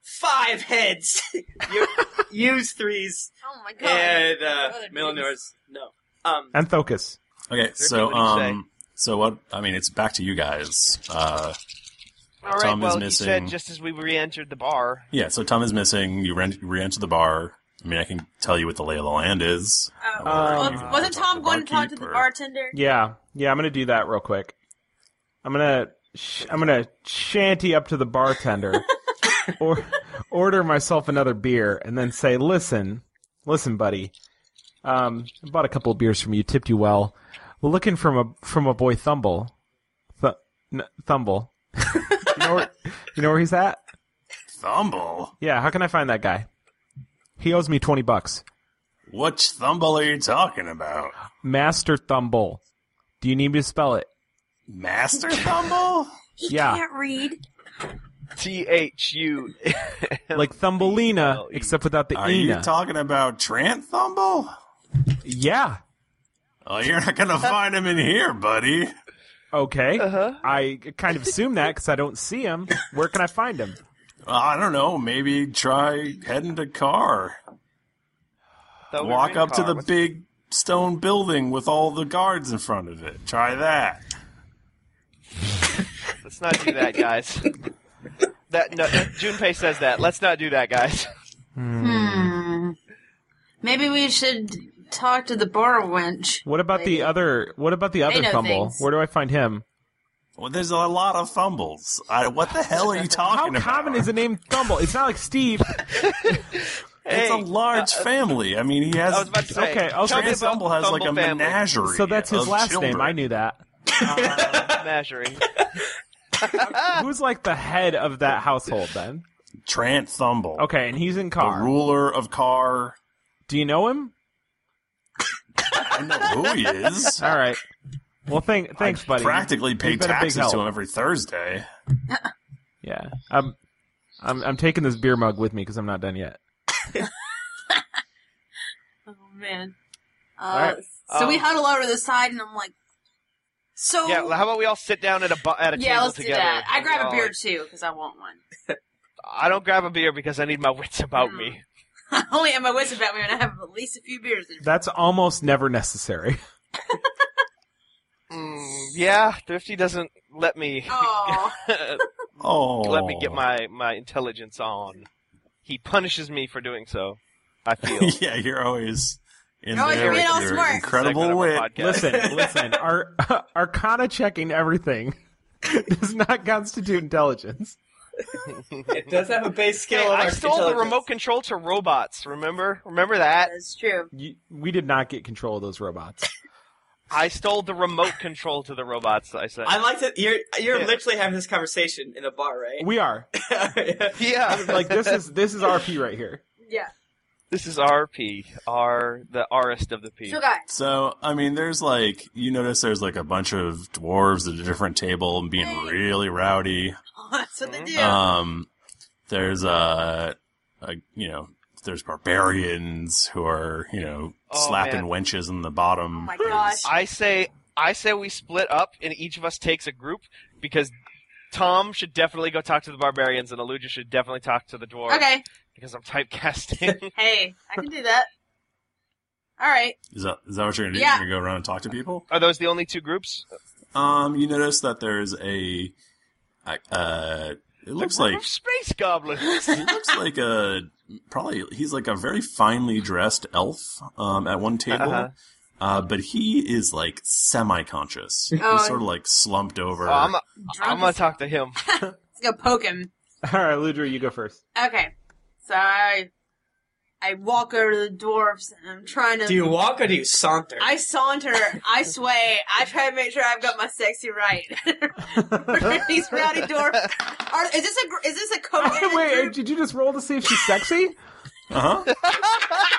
S6: five heads. [laughs] you, use threes.
S5: Oh my
S6: god! And uh, Milliners, no. Um,
S4: and Thokus.
S2: Okay, so um, so what? I mean, it's back to you guys. Uh,
S3: All right.
S2: Tom
S3: well,
S2: is
S3: he
S2: missing.
S3: said just as we re-entered the bar.
S2: Yeah, so Tom is missing. You re- re-enter the bar. I mean, I can tell you what the lay of the land is.
S5: Oh,
S4: Um,
S5: was- wasn't Tom going to talk to the bartender?
S4: Yeah, yeah. I'm gonna do that real quick. I'm gonna sh- I'm gonna shanty up to the bartender, or order myself another beer, and then say, "Listen, listen, buddy. Um, I bought a couple of beers from you. Tipped you well. We're looking from a from a boy Thumble, Th- n- Thumble. you, know where, you know where he's at?
S2: Thumble.
S4: Yeah. How can I find that guy? He owes me twenty bucks.
S2: Which Thumble are you talking about?
S4: Master Thumble. Do you need me to spell it?
S5: [laughs]
S2: Master Thumble?
S5: He
S4: Yeah.
S5: can't read.
S3: T H U.
S4: like Thumbelina, except without the
S2: Are you
S4: Ina.
S2: talking about Trant Thumble?
S4: yeah.
S2: Oh, you're not gonna find him in here, buddy.
S4: Okay.
S5: Uh-huh.
S4: I kind of assume that because I don't see him. Where can I find him?
S2: I don't know. Maybe try heading to Car.
S3: Thought we
S2: Walk
S3: were in
S2: up to
S3: Carr.
S2: the
S3: What's-
S2: big stone building with all the guards in front of it. Try that.
S3: Let's not do that,
S6: [laughs]
S3: guys. that no, Junpei says that. Let's not do that, guys.
S5: Hmm. Maybe we should talk to the bar wench.
S4: What about the uh, other? What about the other
S5: know
S4: Thumble?
S5: things.
S4: Where do I find him?
S2: Well, there's a lot of
S4: [laughs]
S2: fumbles. I, what the hell are you talking
S4: How
S2: about?
S4: common is the name Thumble? It's not like Steve.
S2: [laughs] it's a large family. I mean, he has.
S4: uh, I was about to say, Okay, okay. tell me
S2: Travis
S4: about
S2: Humble has like a
S4: Humble family.
S2: menagerie.
S4: So that's his
S2: of
S4: last
S2: children.
S4: name. I knew that.
S3: menagerie.
S4: Who's like the head of that household then?
S2: Trant Thumble.
S4: Okay, and he's in car.
S2: ruler of car.
S4: Do you know him?
S2: I know who he is.
S4: [laughs] All right. Well, thank, thanks, buddy.
S2: Practically
S4: You've
S2: pay
S4: been a big
S2: taxes to
S4: help.
S2: him every Thursday.
S4: Yeah. I'm, I'm, I'm taking this beer mug with me because I'm not done yet.
S5: Oh man. Uh,
S3: Alright.
S5: So we
S3: Um,
S5: huddle over to the side, and I'm like, so
S3: Yeah, how about we all sit down at a bu- at a
S5: yeah,
S3: table
S5: let's
S3: together?
S5: do that. I
S3: and we
S5: grab a
S3: all-
S5: beer too because I want one.
S3: I don't grab a beer because I need my wits about me.
S5: I [laughs] only have my wits about me when I have at least a few beers. In.
S4: That's almost never necessary. [laughs]
S3: Mm, yeah, Thrifty doesn't let me. [laughs]
S5: Oh.
S2: oh.
S3: Let me get my my intelligence on. He punishes me for doing so. I feel.
S2: [laughs] yeah, you're always in
S5: Always
S2: there
S5: Oh, being
S2: with
S5: all
S2: your
S5: smart.
S2: incredible
S3: Segment
S2: wit.
S3: of our podcast.
S4: Listen, listen. Our [laughs] Arcana checking everything [laughs] does not constitute intelligence.
S3: [laughs]
S6: it does have a base skill.
S3: Hey,
S6: of
S3: I
S6: arc
S3: stole the
S6: intelligence.
S3: remote control to robots. Remember? Remember that?
S5: That's true.
S4: You, we did not get control of those robots.
S3: I stole the remote control to the robots. I said.
S6: I like to. You're you're
S3: Yeah.
S6: literally having this conversation in a bar, right?
S4: We are
S3: [laughs] yeah.
S4: like this is this is RP right here.
S5: Yeah.
S3: This is RP. R the Rist of the P.
S5: So guys,
S2: So, I mean, there's like, you notice there's like a bunch of dwarves at a different table and being really rowdy.
S5: that's what they do.
S2: Um, there's uh a, you know, there's barbarians who are, you know,
S3: Oh,
S2: slapping
S3: man.
S2: wenches in the bottom.
S5: Oh my gosh.
S3: I say I say we split up and each of us takes a group because Tom should definitely go talk to the barbarians and Aluja should definitely talk to the dwarves.
S5: Okay.
S3: Because I'm typecasting. [laughs]
S5: Hey, I can do that. All right.
S2: Is that is that what you're gonna do?
S5: Yeah.
S2: You're gonna go around and talk to people?
S3: Are those the only two groups?
S2: Um, you notice that there's a, a uh, it looks like
S3: Space
S5: [laughs]
S3: goblins.
S2: he looks like a probably he's like a very finely dressed elf um, at one table,
S3: Uh-huh.
S2: uh but he is like semi-conscious.
S5: Oh.
S2: He's sort of like slumped over.
S3: Oh, I'm,
S5: Drunk
S3: I'm gonna
S5: as-
S3: talk to him.
S5: [laughs] Let's go poke him.
S4: [laughs] All right, Ludra, you go first.
S5: Okay. So I, I walk over to the dwarfs and I'm trying to.
S6: Do you walk or do you saunter?
S5: I saunter, I sway, I try to make sure I've got my sexy right. [laughs] These rowdy dwarfs. Are, is this a gr- is this a
S6: [laughs]
S5: coherent
S4: [laughs] Wait,
S5: group?
S4: did you just roll to see if she's sexy? Uh-huh.
S2: Uh huh.
S5: [laughs]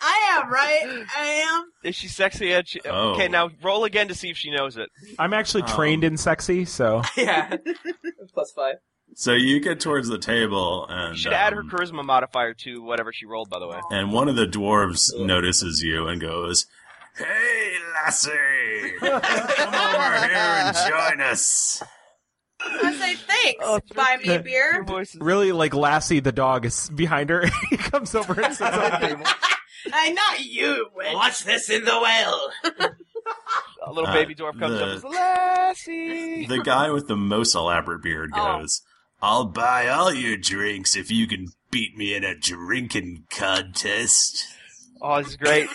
S5: I am right. I am.
S3: Is she sexy? Ed? She-
S2: Oh.
S3: Okay, now roll again to see if she knows it.
S5: [laughs]
S4: I'm actually
S2: Um,
S4: trained in sexy, so
S6: yeah. [laughs] Plus five.
S2: So you get towards the table and
S3: You should add her
S2: um,
S3: charisma modifier to whatever she rolled, by the way.
S2: and one of the dwarves notices you and goes, "Hey, lassie, [laughs]
S5: [laughs]
S2: come over here and join us."
S5: I say thanks.
S4: Oh,
S5: Buy me a beer.
S3: Voices.
S4: really, like Lassie the dog is behind her. [laughs] he comes over
S3: [laughs]
S4: and sits on the table.
S5: [laughs] I not you. Witch.
S6: Watch this in the well.
S3: A little
S2: Uh,
S3: baby dwarf comes
S2: the-
S3: up and says, Lassie!
S2: The guy with the most elaborate beard
S5: Oh.
S2: goes, I'll buy all your drinks if you can beat me in a drinking contest.
S3: Oh, this is great.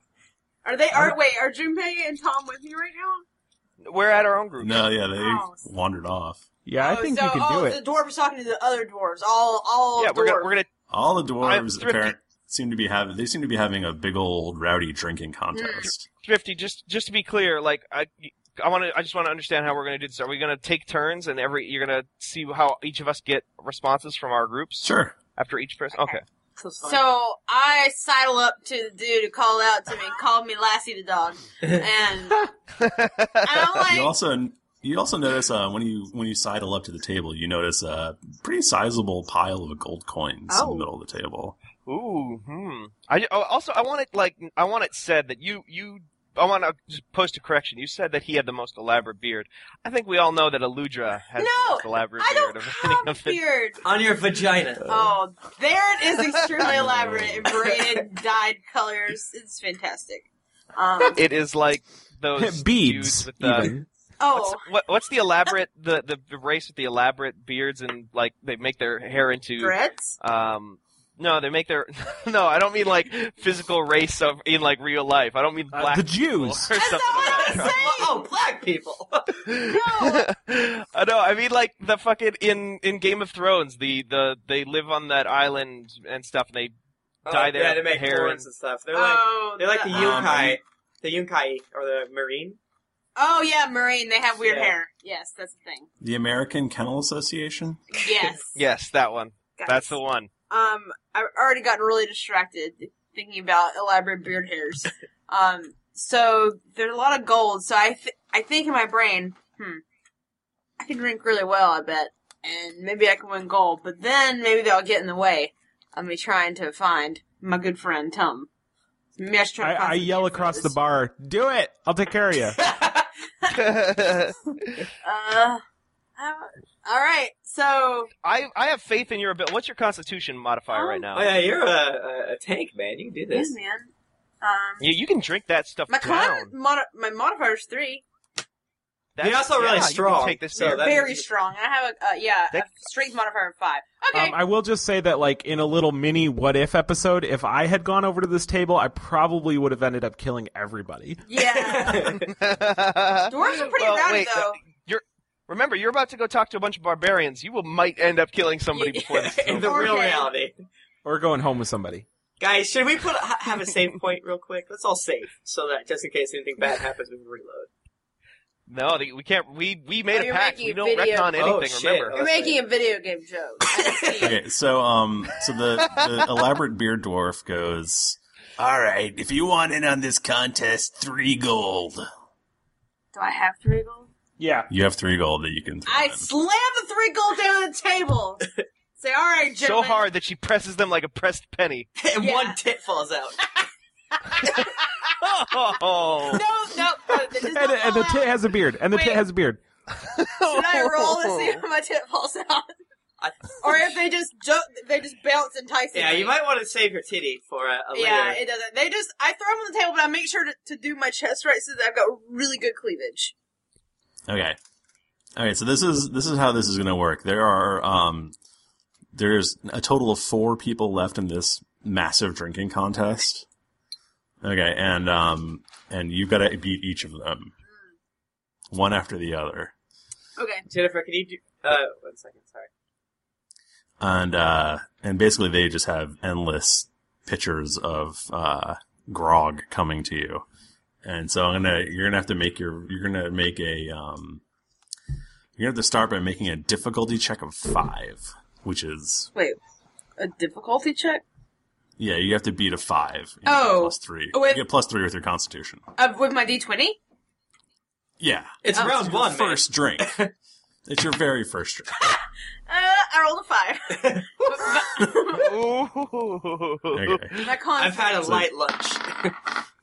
S3: [laughs]
S5: Are they? Are wait? Are Junpei and Tom with me right now?
S3: We're at our own group.
S2: No, yeah, they
S5: Oh.
S2: wandered off.
S4: Yeah, I
S5: Oh,
S4: think
S5: so,
S4: you can
S5: oh,
S4: do
S5: The
S4: it.
S5: dwarf is talking to the other dwarves. All all
S3: yeah, we're
S5: dwarves.
S3: gonna, we're gonna
S2: All the dwarves
S3: thrifty.
S2: apparent seem to be having they seem to be having a big old rowdy drinking contest.
S3: Thrifty, just just to be clear, like I I want to I just want to understand how we're going to do this. Are we going to take turns and every you're going to see how each of us get responses from our groups
S2: Sure.
S3: after each person? Okay.
S5: So I sidle up to the dude who called out to me, called me Lassie the
S4: [laughs]
S5: dog, and, and I'm like,
S2: You also you also notice uh, when you when you sidle up to the table, you notice a pretty sizable pile of gold coins in
S5: Oh.
S2: the middle of the table.
S3: Ooh. Hmm. I oh, also I want it like I want it said that you you I want to just post a correction. You said that he had the most elaborate beard. I think we all know that Aludra has the
S5: No,
S3: most elaborate
S5: I
S3: beard
S5: don't
S3: of any
S5: have
S3: of it.
S5: beard.
S6: On your vagina.
S5: Oh, there it is, extremely elaborate,
S4: [laughs]
S5: braided, dyed colors. It's fantastic. Um,
S3: It is like those dudes
S4: [laughs] Beads.
S3: with the
S4: even.
S5: oh,
S3: What's, what, what's the elaborate the, the the race with the elaborate beards and like they make their hair into
S5: dreads?
S3: um no they make their [laughs] no I don't mean like physical race of in like real life I don't mean
S4: Uh,
S3: black
S4: the
S3: people
S4: Jews.
S3: or
S5: That's not
S3: [laughs] something
S5: what I'm
S3: like
S5: saying.
S6: Oh, black
S3: [laughs]
S6: people.
S5: No,
S3: that. Uh, no I mean like the fucking in in Game of Thrones the the they live on that island and stuff and they dye their
S6: Oh, yeah, they make
S3: hair
S6: horns
S3: and-
S6: and stuff. They're like
S5: Oh,
S6: they're like the,
S5: the-
S6: yunkai,
S5: Um,
S6: the yunkai or the marine.
S5: Oh yeah, Marine. They have weird
S6: Yeah.
S5: hair. Yes, that's the thing.
S2: The American Kennel Association?
S5: Yes.
S3: Yes, that one.
S5: Got
S3: That's the one.
S5: Um, I've already gotten really distracted thinking about elaborate beard
S4: [laughs]
S5: hairs. um, so there's a lot of gold. So I, th- I think in my brain, hmm, I can drink really well, I bet, and maybe I can win gold. But then maybe they'll get in the way of me trying to find my good friend Tom. Maybe I should try
S4: I,
S5: to find
S4: I yell across the bar, "Do it! I'll take care of Um,
S5: [laughs]
S4: you." [laughs]
S5: Uh, I- all right. So
S3: I I have faith in your ability. What's your Constitution modifier right now?
S6: Oh yeah, you're a, a, a tank man. You can do
S5: yes,
S6: this.
S5: man. Um,
S3: You, you can drink that stuff
S5: my con-
S3: down.
S5: mod- my modifier's three.
S3: That's,
S6: You're also really
S3: yeah, you can
S6: strong,
S3: take this
S6: so
S3: beer.
S6: that-
S5: very strong. I have a uh, yeah a
S4: That-
S5: strength modifier of five. Okay,
S4: Um, I will just say that, like in a little mini "What If" episode, if I had gone over to this table, I probably would have ended up killing everybody.
S3: [laughs]
S5: yeah. Dwarves are pretty
S3: Well,
S5: rowdy
S3: wait,
S5: though.
S3: uh, you're remember you're about to go talk to a bunch of barbarians. You will might end up killing somebody before this. Is
S6: [laughs] In the
S3: over.
S6: real reality,
S4: Or going home with somebody.
S6: guys, should we put ha- have a save point real quick? Let's all save so that just in case anything bad happens, we can reload.
S3: No, they, we can't. We we made
S5: Oh,
S3: a
S5: you're
S3: pact.
S5: making
S3: We
S5: a
S3: don't
S5: video.
S3: retcon
S5: Oh,
S3: anything.
S5: shit.
S3: remember,
S5: You're making a video game joke.
S2: okay, so um, so the, the elaborate beard dwarf goes, "All right, if you want in on this contest, three gold.
S5: Do I have three gold?
S4: Yeah,
S2: you have three gold that you can.
S5: I slam the three gold down on the [laughs] table. Say, all right,
S3: so
S5: gentlemen.
S3: hard that she presses them like a pressed penny.
S6: [laughs] And one tit
S5: [laughs]
S3: [laughs]
S6: falls out. [laughs]
S3: oh.
S5: No, no. no, this is
S3: [laughs]
S4: And,
S5: not
S4: and the tit has a beard, and the tit has a beard.
S5: Should I roll to see if my tip falls out, or if they just jump, they just bounce enticingly?
S6: Yeah, you might want to save your titty for a, a later.
S5: Yeah, it doesn't. They just I throw them on the table, but I make sure to, to do my chest right so that I've got really good cleavage.
S2: Okay. Okay, so this is this is how this is going to work. There are um there's a total of 4 people left in this massive drinking contest. Okay, and um and you've got to beat each of them. One after the other.
S5: Okay.
S6: Jennifer, can you do? Uh, one second. Sorry.
S2: And uh and basically they just have endless pitchers of uh grog coming to you. And so I'm going to you're going to have to make your you're going to make a um you're going to have to start by making a difficulty check of 5, which is
S5: Wait, a difficulty check
S2: Yeah, you have to beat a five. You
S5: Oh.
S2: get plus three.
S5: Oh, wait.
S2: You get plus three with your constitution.
S5: uh, with my d twenty.
S2: Yeah,
S5: It's Oh. round
S2: your
S5: one, man.
S2: First
S5: [laughs]
S2: drink. it's your very first drink.
S5: Uh, I rolled a
S6: [laughs]
S5: five.
S2: Okay.
S5: my con.
S6: I've had a
S2: So-
S6: light lunch.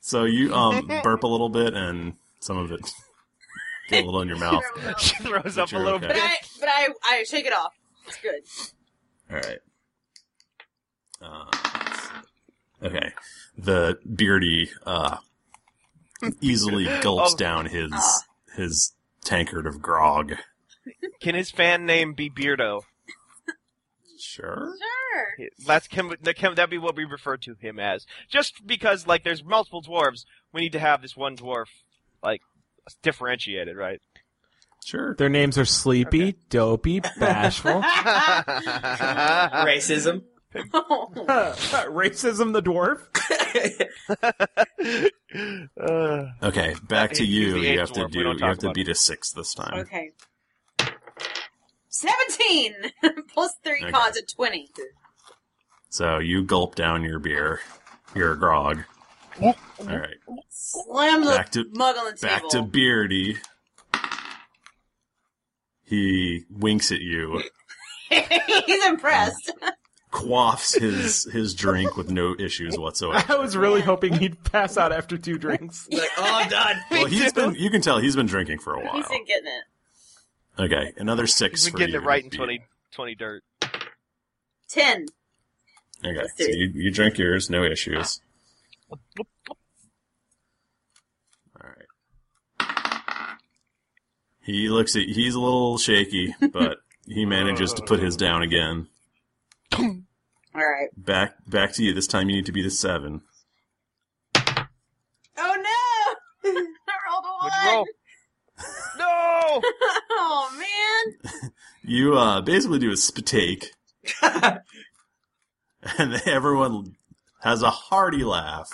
S2: So you um burp a little bit, and some of it [laughs] get a little in your mouth.
S3: Oh.
S5: [laughs]
S3: [laughs] she throws up a
S2: you're
S3: little
S2: okay.
S5: but I but I I shake it off. It's good.
S2: All right. Uh, okay. The beardy uh,
S4: [laughs]
S2: easily gulps
S3: Oh.
S2: down his his tankard of grog.
S3: bit. Can his fan name be Beardo?
S2: Sure.
S5: Sure.
S3: That's can, we- that can that be what we refer to him as? Just because like there's multiple dwarves, we need to have this one dwarf like differentiated, right?
S2: Sure.
S4: Their names are Sleepy, [laughs]
S3: [laughs]
S4: Dopey, Bashful.
S6: Racism.
S4: Racism the dwarf.
S2: Uh, Okay, back to
S4: He's
S2: you.
S4: the
S2: You
S4: eighth
S2: have to
S4: dwarf. We
S2: do.
S4: don't
S2: You
S4: talk
S2: have to
S4: about
S2: beat a six this time.
S5: Okay. Seventeen [laughs] plus three
S2: Okay.
S5: cons at twenty.
S2: So you gulp down your beer, your grog.
S5: All
S2: right.
S5: Slam the
S2: Back to
S5: mug on the table.
S2: back to Beardy. He winks at you,
S5: [laughs] He's impressed.
S2: quaffs his his drink with no issues
S4: [laughs]
S2: whatsoever.
S4: I was really hoping he'd pass out after two drinks.
S6: Like, oh, I'm done.
S2: [laughs] Well, he's been. You can tell he's been drinking for a while.
S5: [laughs] He's been getting it.
S2: Okay, another six
S3: He's
S2: for
S3: been getting
S2: you
S3: it
S2: to
S3: right in
S2: beat.
S3: 20, 20 dirt.
S2: [clears throat]
S5: Ten.
S2: Okay, so you, you drink yours, no issues. All right. He looks at. He's a little shaky, but he manages to put his down again.
S5: All right.
S2: Back back to you. This time you need to be the seven.
S5: Oh no! [laughs] I rolled a one.
S3: No!
S5: [laughs] oh man!
S2: You [laughs] uh, basically do a spitake, and everyone has a hearty laugh.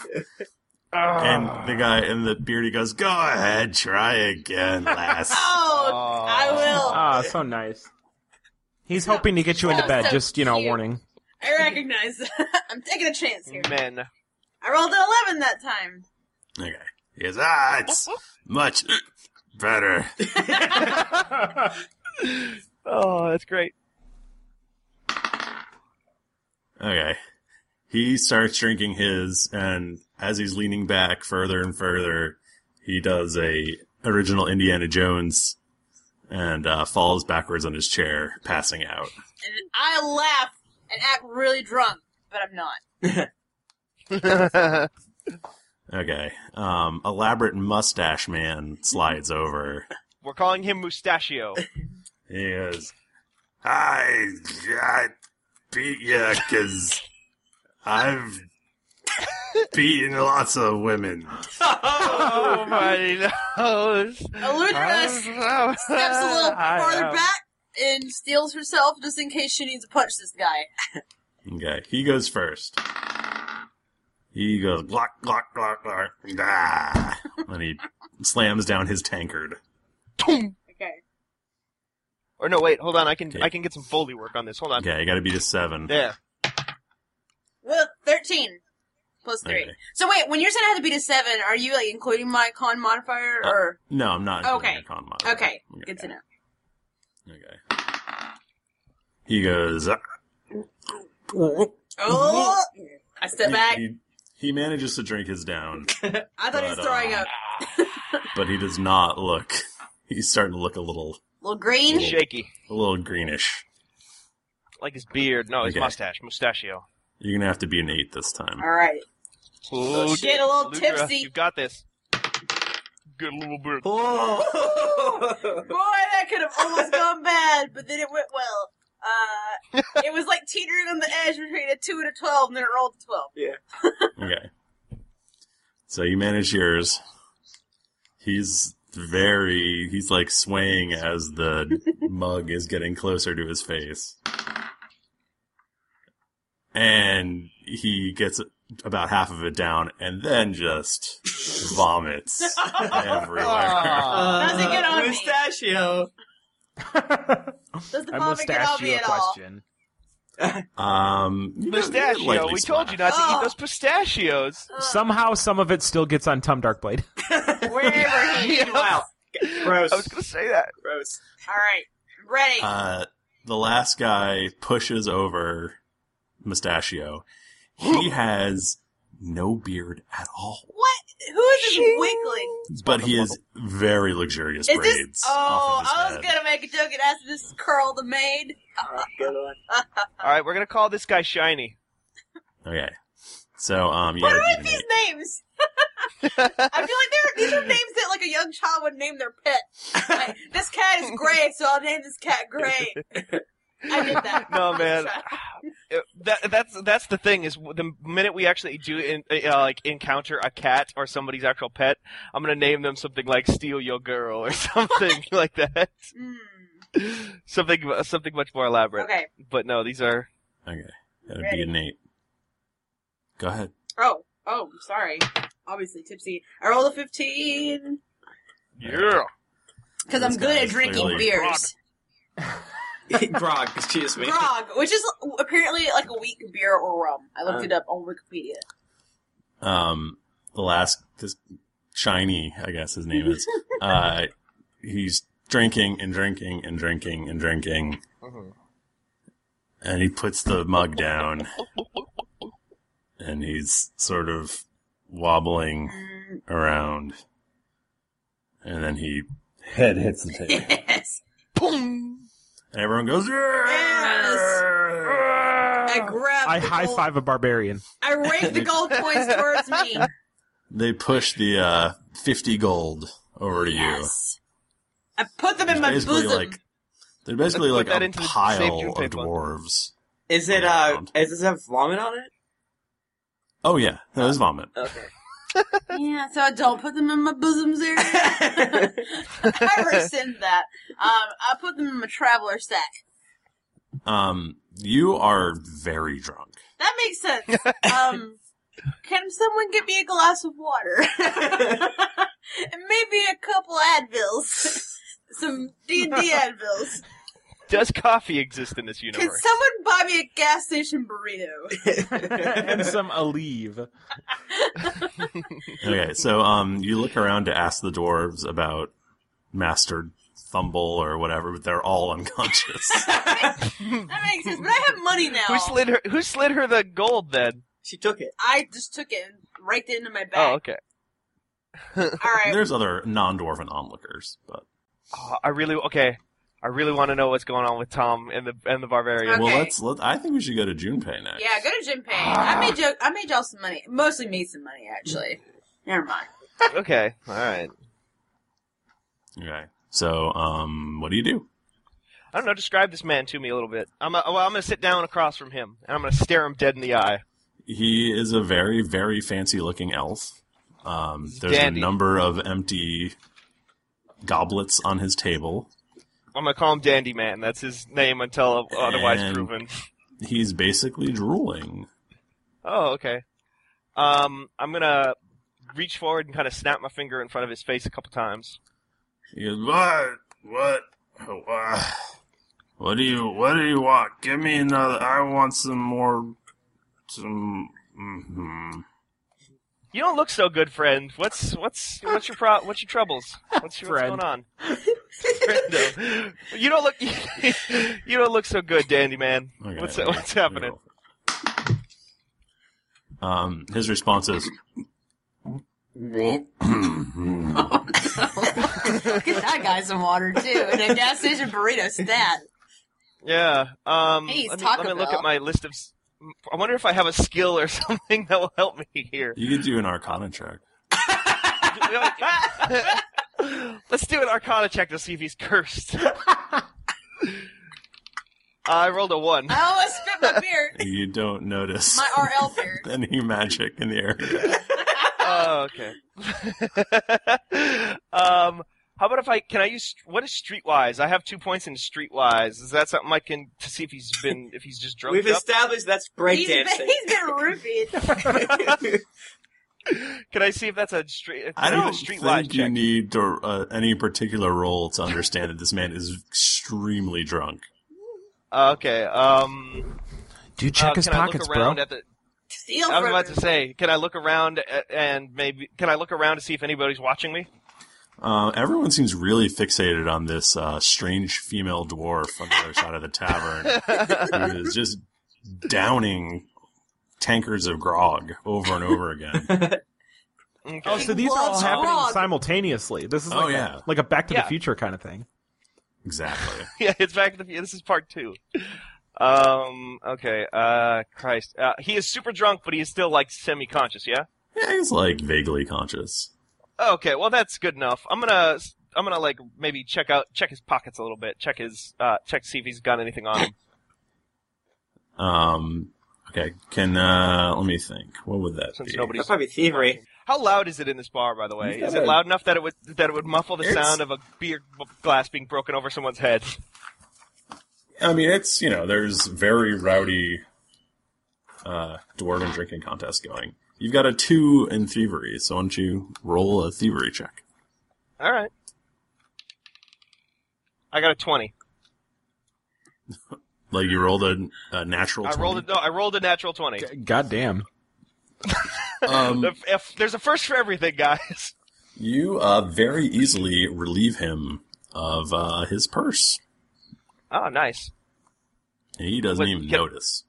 S2: And the guy in the beardy goes, "Go ahead, try again, lass."
S5: Oh, [laughs] I will.
S4: Ah, so nice. He's hoping to get you into
S5: Oh,
S4: bed.
S5: so
S4: Just you know,
S5: cute.
S4: warning.
S5: I recognize. that. [laughs] I'm taking a chance here.
S3: Men.
S5: I rolled an eleven that time.
S2: Okay. He goes, "Ah, it's much better."
S3: Oh, that's great.
S2: Okay. He starts drinking his, and as he's leaning back further and further, he does a original Indiana Jones and uh, falls backwards on his chair, passing out.
S5: And I laugh and act really drunk, but I'm not.
S2: Okay. Um, elaborate mustache man slides over.
S3: We're calling him Mustachio.
S2: He goes,
S8: I, I beat you because I've beaten lots of women.
S3: oh my nose!
S5: Eludra steps a little
S3: I
S5: farther
S3: am.
S5: back and steals herself just in case she needs to punch this guy.
S2: okay, he goes first. He goes, glock, glock, glock, glock, ah, and he slams down his tankard.
S5: Okay.
S3: Or no, wait, hold on. I can I can get some foley work on this.
S5: Uh,
S3: Hold on.
S2: Okay, you gotta beat a seven.
S3: There.
S5: Well, thirteen plus three.
S2: Okay.
S5: So wait, when you're saying I had to beat a seven, are you like including my con modifier or?
S2: Uh, No, I'm not. including
S5: okay.
S2: your con mod.
S5: Okay. Good to know.
S2: He goes. "Ah."
S5: Oh, I step
S2: He-
S5: back.
S2: He, he manages to drink his down, [laughs]
S5: I thought he was
S2: but, uh,
S5: throwing up.
S2: but he does not look. He's starting to look a little,
S5: Little green.
S2: little- a little greenish.
S3: Like his beard. No, his
S2: Okay.
S3: mustache. Mustachio.
S2: You're gonna have to be an eight this time.
S5: All right.
S3: Oh,
S5: Get a little
S3: Ludra,
S5: tipsy.
S3: You got this. Good little bit. [laughs]
S5: Boy, that could have almost gone bad, but then it went well. Uh, it was like teetering on the edge between a two and a twelve, and then it rolled a twelve.
S6: Yeah.
S2: Okay. So you manage yours. He's very. He's like swaying as the mug is getting closer to his face. And he gets about half of it down and then just
S5: [laughs]
S2: vomits everywhere.
S5: Does it get on me?
S6: Mustachio.
S5: Does the
S4: Uh, I
S5: vomit get on me
S4: mustachio
S5: at all?
S4: question.
S2: Um,
S3: Pistachio.
S4: lightly
S3: we told you not to
S5: Oh.
S3: eat those pistachios.
S4: Somehow, some of it still gets on
S5: [laughs]
S4: Tom Darkblade.
S5: Wherever
S3: [laughs]
S5: he is.
S6: Wow.
S3: Gross. I was gonna say that.
S6: Gross.
S5: All right, I'm ready.
S2: Uh, the last guy pushes over Mustachio. He has no beard at all,
S5: what? Who is this winkling?
S2: but he has very luxurious
S5: Is
S2: braids.
S5: this? Oh,
S2: off of his
S5: I was
S2: head.
S5: gonna make a joke and ask if this is Curl the maid. [laughs]
S3: All right, we're gonna call this guy Shiny.
S2: Okay, Oh, so um, you
S5: What
S2: gotta
S5: are
S2: beat
S5: with
S2: an
S5: these
S2: eight.
S5: names? [laughs] I feel like they're, these are names that like a young child would name their pet.
S3: [laughs]
S5: Like, this cat is gray, so I'll name this cat Gray. I did that.
S3: [laughs] No man, It- that, that's that's the thing is the minute we actually do in, uh, like encounter a cat or somebody's actual pet, I'm gonna name them something like Steal Your Girl or [laughs] something like that. [laughs] Something uh, something much more elaborate.
S5: Hmm. Okay.
S3: But no, these are
S2: Okay, gotta
S5: Ready.
S2: beat an eight. Go ahead.
S5: [laughs] Oh, oh, I'm sorry. Obviously tipsy. I rolled a fifteen
S3: yeah.
S5: because I'm
S6: This
S5: good
S6: guy
S5: at
S6: is
S5: drinking
S6: clearly-
S5: beers.
S6: [laughs] Grog, excuse me.
S5: Grog, which is apparently like a weak beer or rum. I looked
S2: Uh.
S5: it up on Wikipedia. [laughs]
S2: um the last this shiny i guess his name
S5: [laughs]
S2: is uh he's drinking and drinking and drinking and drinking
S3: Mm-hmm.
S2: and he puts the mug down and he's sort of wobbling around and then he head hits the
S5: [laughs]
S2: table
S5: Yes.
S3: Boom.
S2: and everyone goes
S5: I grabbed.
S4: I
S5: the
S4: high
S5: gold-
S4: five
S5: [laughs]
S4: a barbarian.
S5: I raked the gold coins towards me.
S2: they push the uh 50 gold over to
S5: I put them
S2: you
S5: in my
S2: It's basically
S5: bosom.
S2: like they're basically
S6: Let's put that
S2: like a
S6: into the save
S2: pile
S6: June
S2: of
S6: paper.
S2: dwarves
S6: Is it uh? Is this have vomit on
S5: [laughs]
S6: it? [laughs]
S2: Oh yeah, that was vomit.
S6: Okay.
S5: [laughs] Yeah, so I don't put them in my bosoms area. [laughs] I rescind that. Um, I put them in my traveler sack.
S2: Um, you are very drunk.
S5: That makes sense. Um, Can someone get me a glass of water? [laughs] and maybe a couple Advils. [laughs] Some [laughs] D&D Advils.
S3: Does coffee exist in this
S5: Can
S3: universe?
S5: someone buy me a gas station burrito?
S4: and some Aleve.
S2: [laughs] Okay, so um, you look around to ask the dwarves about Master Thumble or whatever, but they're
S6: [laughs]
S2: all unconscious.
S5: That makes sense, but I have money now.
S3: Who slid her? Who slid her the gold then?
S6: She took it.
S5: I just took it and raked it into my
S3: Oh,
S5: bag.
S3: okay.
S5: All right.
S2: There's other non-dwarven onlookers, but
S3: Oh, I really okay. I really want to know what's going on with Tom and the and the barbarian.
S5: Okay.
S2: well, let's. Let, I think we should go to Junpei next.
S5: Yeah, go to Jim Payne. I
S3: Ah.
S5: made jo- I made y'all some money. Mostly made some money actually. Never mind.
S3: okay, all right.
S2: Okay, so um, what do you do?
S3: I don't know. Describe this man to me a little bit. I'm uh, well. I'm gonna sit down across from him and I'm gonna stare him dead in the eye.
S2: He is a very, very fancy-looking elf. Um, there's
S3: dandy.
S2: a number of empty goblets on his table.
S3: I'm gonna call him Dandy Man. That's his name until otherwise
S2: And
S3: proven.
S2: He's basically drooling.
S3: Oh, okay. Um, I'm gonna reach forward and kind of snap my finger in front of his face a couple times.
S2: He goes, what? What? What? What do you? What do you want? Give me another. I want some more. Some. Mm-hmm.
S5: [laughs]
S3: You don't look so good, friend. What's what's what's your pro- what's your troubles? What's, your, what's going
S2: Friend.
S3: on? Friendo. You don't look [laughs] you don't look so good, Dandy Man.
S2: Okay,
S3: what's
S2: okay,
S3: what's
S2: [laughs]
S3: happening?
S2: Um, his response is,
S5: Get that guy some water too, and a gas station burrito's that.
S3: Yeah. Um,
S5: Hey, it's
S3: let me,
S5: Taco
S3: let me look
S5: Bell.
S3: at my list of. s- I wonder if I have a skill or [laughs] something that will help me here.
S2: "You could do an Arcana check."
S3: [laughs] Let's do an Arcana check to see if he's cursed. [laughs] I rolled a one.
S5: I almost spit my beer.
S2: You don't notice
S5: My RL beer.
S2: [laughs] any magic in the area.
S3: Oh, okay. [laughs] um, how about if I can I use what is Streetwise? I have two points in Streetwise. Is that something I can to see if he's been if he's just drunk?
S6: We've
S3: up?
S6: established that's
S5: He's been, he's been roofied.
S3: [laughs] Can I see if that's a street? if
S2: I
S3: can do a
S2: don't
S3: streetwise
S2: think you
S3: check?
S2: need to, uh, any particular role to understand that this man is extremely drunk.
S3: Uh, Okay. Um.
S4: Dude,
S2: check
S3: uh,
S2: his
S3: can I
S2: pockets,
S3: look
S2: bro.
S3: around At the,
S5: Steal
S3: I was
S5: from
S3: about
S5: him.
S3: to say, can I look around a- and maybe can I look around to see if anybody's watching me?
S2: Uh, everyone seems really fixated on this uh, strange female dwarf on the other side of the tavern who is just downing tankers of grog over and over again.
S4: Oh, so these are all
S5: Loves
S4: happening
S5: grog.
S4: simultaneously. This is
S2: Oh,
S4: like,
S2: yeah.
S4: a, like a Back to
S3: Yeah.
S4: the Future kind of thing.
S2: Exactly.
S3: [laughs] yeah, it's back to the. This is part two. Um. Okay. Uh. Christ. Uh, he is super drunk, but he is still like semi-conscious. Yeah.
S2: Yeah, he's like vaguely conscious.
S3: Okay. Well, that's good enough. I'm gonna. I'm gonna like maybe check out check his pockets a little bit. Check his. Uh. Check to see if he's got anything on him.
S2: Um, okay, can uh, let me think. What would that
S3: Since
S2: be?
S3: nobody's- That'd
S6: probably thievery.
S3: How loud is it in this bar, by the way?
S2: You've
S3: Is
S2: got
S3: it
S2: a-
S3: loud enough that it would that it would muffle the
S2: It's-
S3: sound of a beer b- glass being broken over someone's head?
S2: I mean, it's you know, there's very rowdy uh, dwarven drinking contest going. You've got a two in thievery, so why don't you roll a thievery check?
S3: All right. I got a twenty.
S2: Like you rolled a, a natural.
S3: I rolled a, no. I rolled a natural twenty.
S4: God damn.
S2: Um,
S3: The- if- there's a first for everything, guys.
S2: you uh, very easily relieve him of uh, his purse.
S3: [laughs] Oh, nice.
S2: He doesn't
S3: What-
S2: even
S3: can-
S2: notice.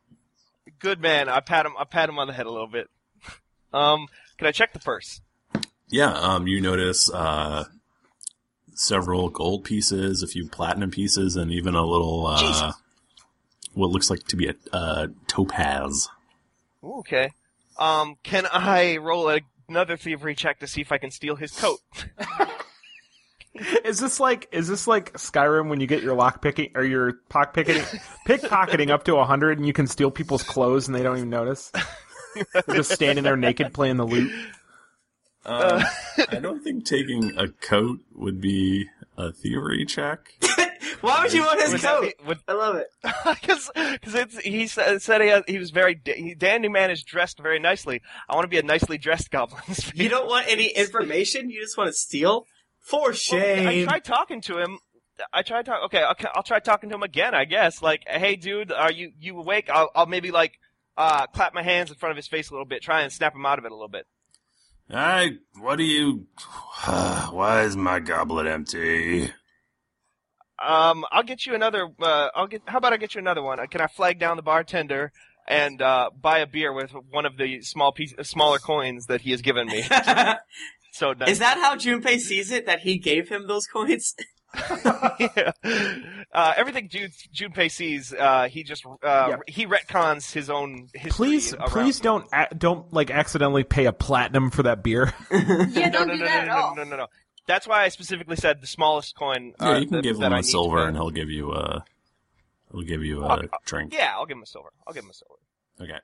S3: Good man. I pat him. I pat him on the head a little bit. Um, can I check the purse?
S2: Yeah, um, you notice uh, several gold pieces, a few platinum pieces, and even a little uh,
S3: Jesus.
S2: what looks like to be a uh, topaz.
S3: Ooh, okay. Um, can I roll a- another thievery check to see if I can steal his coat? [laughs]
S4: Is this like is this like Skyrim when you get your lock picking or your pock picking pickpocketing up to hundred and you can steal people's clothes and they don't even notice? They're just standing there naked playing the loot.
S2: Uh,
S3: [laughs]
S2: I don't think taking a coat would be a thievery check.
S6: Why would you want his
S3: Would that
S6: coat?
S3: be- would- [laughs]
S6: I love it.
S3: Because it's he sa- said he, has, he was very da- he- Dandy Man is dressed very nicely. I want to be a nicely dressed goblin. [laughs]
S6: You don't want any information. You just want to steal. For shame.
S3: I tried talking to him. I tried talk. Okay, I'll, I'll try talking to him again. I guess. Like, hey, dude, are you you awake? I'll, I'll maybe like uh, clap my hands in front of his face a little bit, try and snap him out of it a little bit.
S8: I. What do you. [sighs] why is my goblet empty?
S3: Um, I'll get you another. Uh, I'll get. How about I get you another one? Uh, Can I flag down the bartender and uh, buy a beer with one of the small piece, uh, smaller coins that he has given
S6: [laughs]
S3: me? so nice.
S6: Is that how Junpei sees it? That he gave him
S3: [laughs]
S6: those coins? [laughs]
S3: uh, everything Jun- Junpei sees? Uh, he just uh, he retcons his own history.
S4: Please,
S3: around-
S4: please don't a- don't like accidentally pay a platinum for that [laughs] beer.
S3: Yeah, [laughs] no, no, no, no, no, no, no, no, no. That's why I specifically said the smallest coin.
S2: Yeah,
S3: uh,
S2: you can
S3: that-
S2: give
S3: that
S2: him
S3: I
S2: a
S3: need.
S2: silver, and he'll give you a he'll give you a drink.
S3: Yeah, I'll give him a silver. I'll give him a silver.
S2: Okay.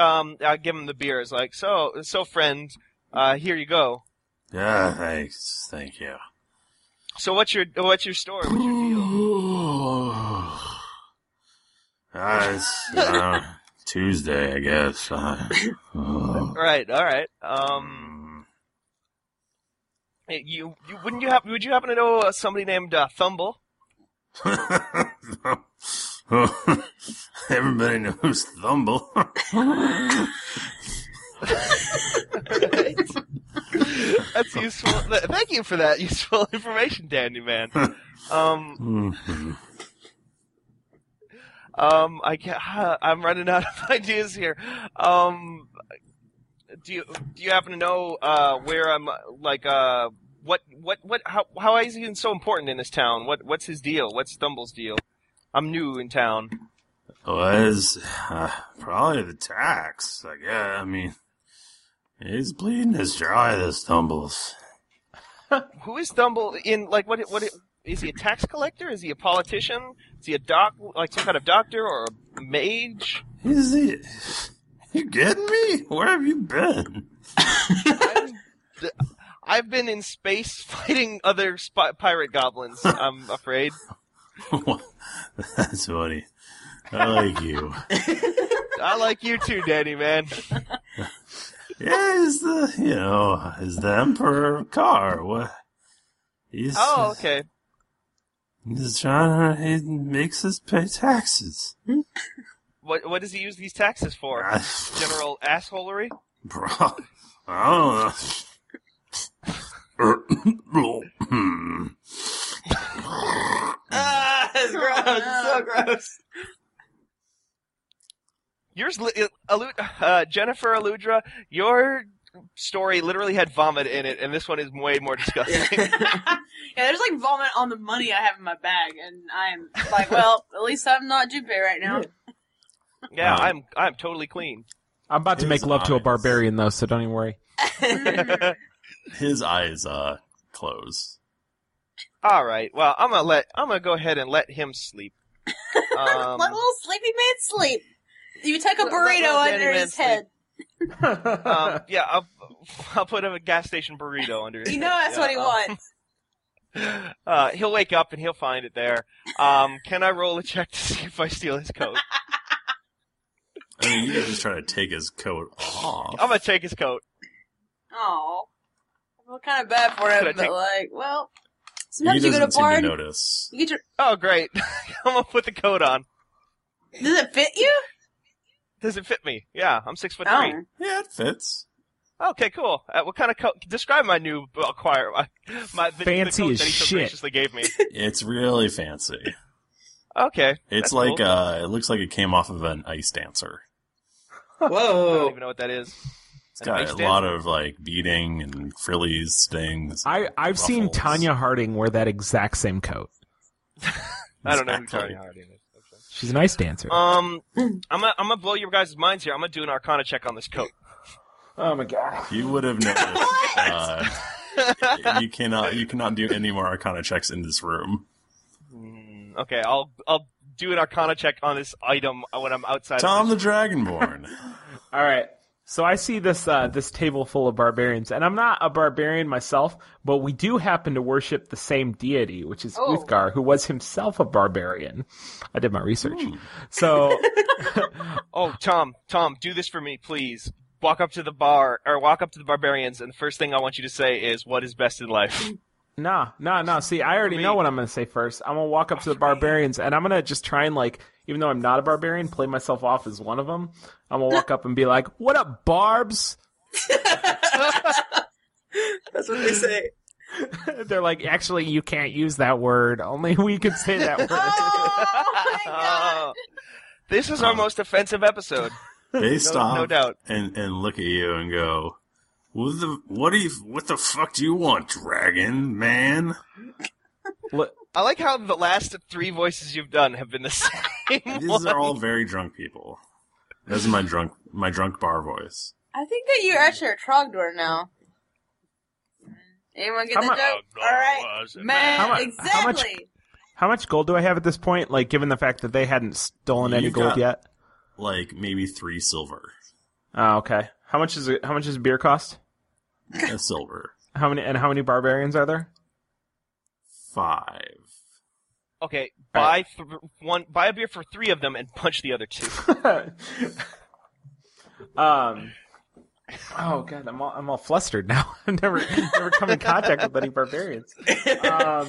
S3: Um, I give him the beer. It's like so, so friend. Uh, here you go.
S8: Yeah, [laughs] thanks. Thank you.
S3: So what's your what's your story? What's your
S8: deal? Uh, it's uh, Tuesday, I guess. Uh,
S3: all right, all right. Um, you, you wouldn't you happen would you happen to know uh, somebody named uh, Thumble?
S8: everybody knows Thumble. [laughs]
S3: That's useful. Th- Thank you for that useful [laughs] information, Dandy
S8: [laughs]
S3: Man. Um, Um, I can't, I'm running out of [laughs] ideas here. Um, do you do you happen to know uh, where I'm? uh, Like, uh, what what what? How how is he so important in this town? What what's his deal? What's Thumble's deal? I'm new in town.
S8: was uh, probably the tax. I guess. I mean, he's bleeding his dry. This Thumbles.
S3: Who is Thumble in? Like, what what is he a tax collector? Is he a politician? Is he a doc like some kind of doctor or a mage?
S8: Is it? You kidding me? Where have you been? [laughs]
S3: I've been in space [laughs] fighting other spy- pirate goblins. I'm afraid.
S8: That's funny. I like you.
S3: I like you too, Danny man.
S8: Yeah, is the you know is the emperor car? What? He's,
S3: Oh, okay.
S8: He's trying to. He makes us pay taxes.
S3: What what does he use these taxes for? General assholery.
S8: Bro, [laughs] I don't know. Hmm.
S6: [laughs] ah, it's gross. So gross.
S3: Yours, li- uh, Alu- uh, Jennifer Aludra. Your story literally had vomit in it, and this one is way more disgusting.
S6: [laughs]
S5: Yeah, there's like vomit on the money I have in my bag, and I'm like, well, at least I'm not Jupe right now.
S3: yeah, I'm I'm totally clean.
S4: I'm about to make love to a barbarian though, so don't even worry.
S2: [laughs] His eyes uh close.
S3: All right. Well, I'm gonna let I'm gonna go ahead and let him sleep.
S5: [laughs]
S3: Um,
S5: Let little sleepy man sleep. You take a
S3: Let- let
S5: burrito
S3: little Danny
S5: under
S3: man
S5: his head.
S3: um, yeah, I'll, I'll put a gas station burrito under. his
S5: You know
S3: head.
S5: that's
S3: Yeah,
S5: what he
S3: I'll-
S5: wants.
S3: Uh, he'll wake up and he'll find it there. Um, can I roll a check to [laughs] see if I steal his
S2: [laughs]
S3: coat?
S2: I mean, you could just try to take his coat off.
S3: I'm gonna take his coat.
S5: Aw. I feel kind of bad for him,
S3: Could I
S5: but
S3: take-
S5: like, well,
S2: He
S5: sometimes you go to
S2: doesn't seem
S5: bar
S2: to
S5: and
S2: notice.
S5: you get your.
S3: Oh, great! [laughs] I'm gonna put the coat on.
S5: Does it fit you?
S3: Does it fit me? Yeah, I'm six foot
S5: Oh.
S3: three.
S2: Yeah, it fits.
S3: Okay, cool. Uh, what kind of coat? Describe my new b- acquire. My, my the,
S2: Fancy
S3: the coat
S2: as
S3: that he so
S2: shit.
S3: graciously gave me.
S2: It's really fancy.
S3: Okay,
S2: [laughs] It's
S3: that's
S2: like
S3: cool.
S2: uh, it looks like it came off of an ice dancer.
S3: [laughs]
S6: Whoa!
S3: I don't even know what that is.
S2: It's got a lot of like beading and frillies, stings.
S4: I I've seen Tanya Harding wear that exact same coat.
S3: I don't know who
S2: Exactly.
S3: Tony Harding is.
S4: She's an ice dancer. [laughs]
S3: Um, I'm gonna, I'm gonna blow your guys' minds here. I'm gonna do an Arcana check on this coat.
S4: Oh my god!
S2: You would have noticed. uh, you cannot you cannot do any more Arcana checks in this room.
S3: [laughs] Mm, Okay, I'll I'll do an Arcana check on this item when I'm outside.
S2: Tom the Dragonborn.
S4: All right. So I see this uh, this table full of barbarians, and I'm not a barbarian myself, but we do happen to worship the same deity, which is
S5: Oh.
S4: Uthgar, who was himself a barbarian. I did my research. So
S3: Oh, Tom, Tom, do this for me, please. Walk up to the bar, or walk up to the barbarians, and the first thing I want you to say is, "What is best in life?"
S4: No, no, no. See, I already know what I'm going to say first. I'm going to walk up to the barbarians and I'm going to just try and, like, even though I'm not a barbarian, play myself off as one of them. I'm going to walk up and be like, What up, Barbs? [laughs]
S6: That's what they say.
S3: [laughs]
S4: They're like, Actually, you can't use that word. Only we can say that word.
S3: Oh. This is our most offensive
S2: [laughs]
S3: episode.
S2: They
S3: no,
S2: stop
S3: no doubt.
S2: and and look at you and go, "What the what do you what the fuck do you want, dragon man?"
S3: I like how the last three voices you've done have been the [laughs] same.
S2: These are
S3: [laughs]
S2: all very drunk people. This is my drunk my drunk bar voice.
S5: I think that you're actually a Trogdor now. Anyone get
S4: How
S5: the
S4: mu- Oh,
S5: joke? All right, man.
S4: How mu-
S5: exactly.
S4: how much- How much gold do I have at this point? Like, given the fact that they hadn't stolen any
S2: You've
S4: gold
S2: got-
S4: yet?
S2: Like maybe three silver,
S4: Oh, okay. How much is it? How much does beer cost?
S2: a silver,
S4: How many and how many barbarians are there?
S2: five.
S3: Okay, buy th- one, buy a beer for three of them, and punch the other
S2: [laughs]
S3: two.
S4: Um. Oh god, I'm all, I'm all flustered now. [laughs] I've never never come in contact with
S2: [laughs]
S4: any barbarians. Um,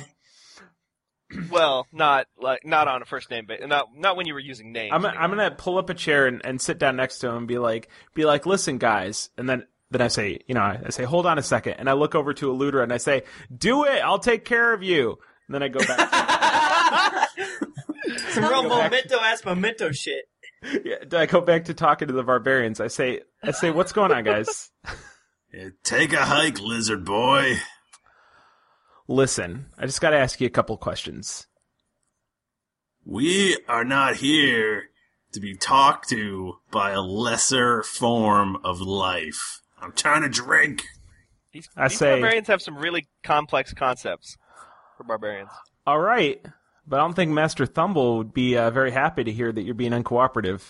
S3: [laughs] well, not like not on a first name, but not not when you were using names.
S4: I'm I'm gonna pull up a chair and, and sit down next to him and be like be like, listen, guys, and then then I say, you know, I, I say, hold on a second, and I look over to Eluder and I say, do it, I'll take care of you. And then I go back. [laughs]
S6: Some real memento ass
S3: [laughs]
S6: memento shit.
S4: yeah, I go back to talking to the barbarians. I say, I say, what's going on, guys?
S2: Take a hike, lizard boy.
S4: Listen, I just got to ask you a couple questions.
S2: We are not here to be talked to by a lesser form of life. I'm trying to drink.
S3: These,
S4: I
S3: these
S4: say-
S3: barbarians have some really complex concepts for barbarians.
S4: All right, but I don't think Master Thumble would be uh, very happy to hear that you're being uncooperative.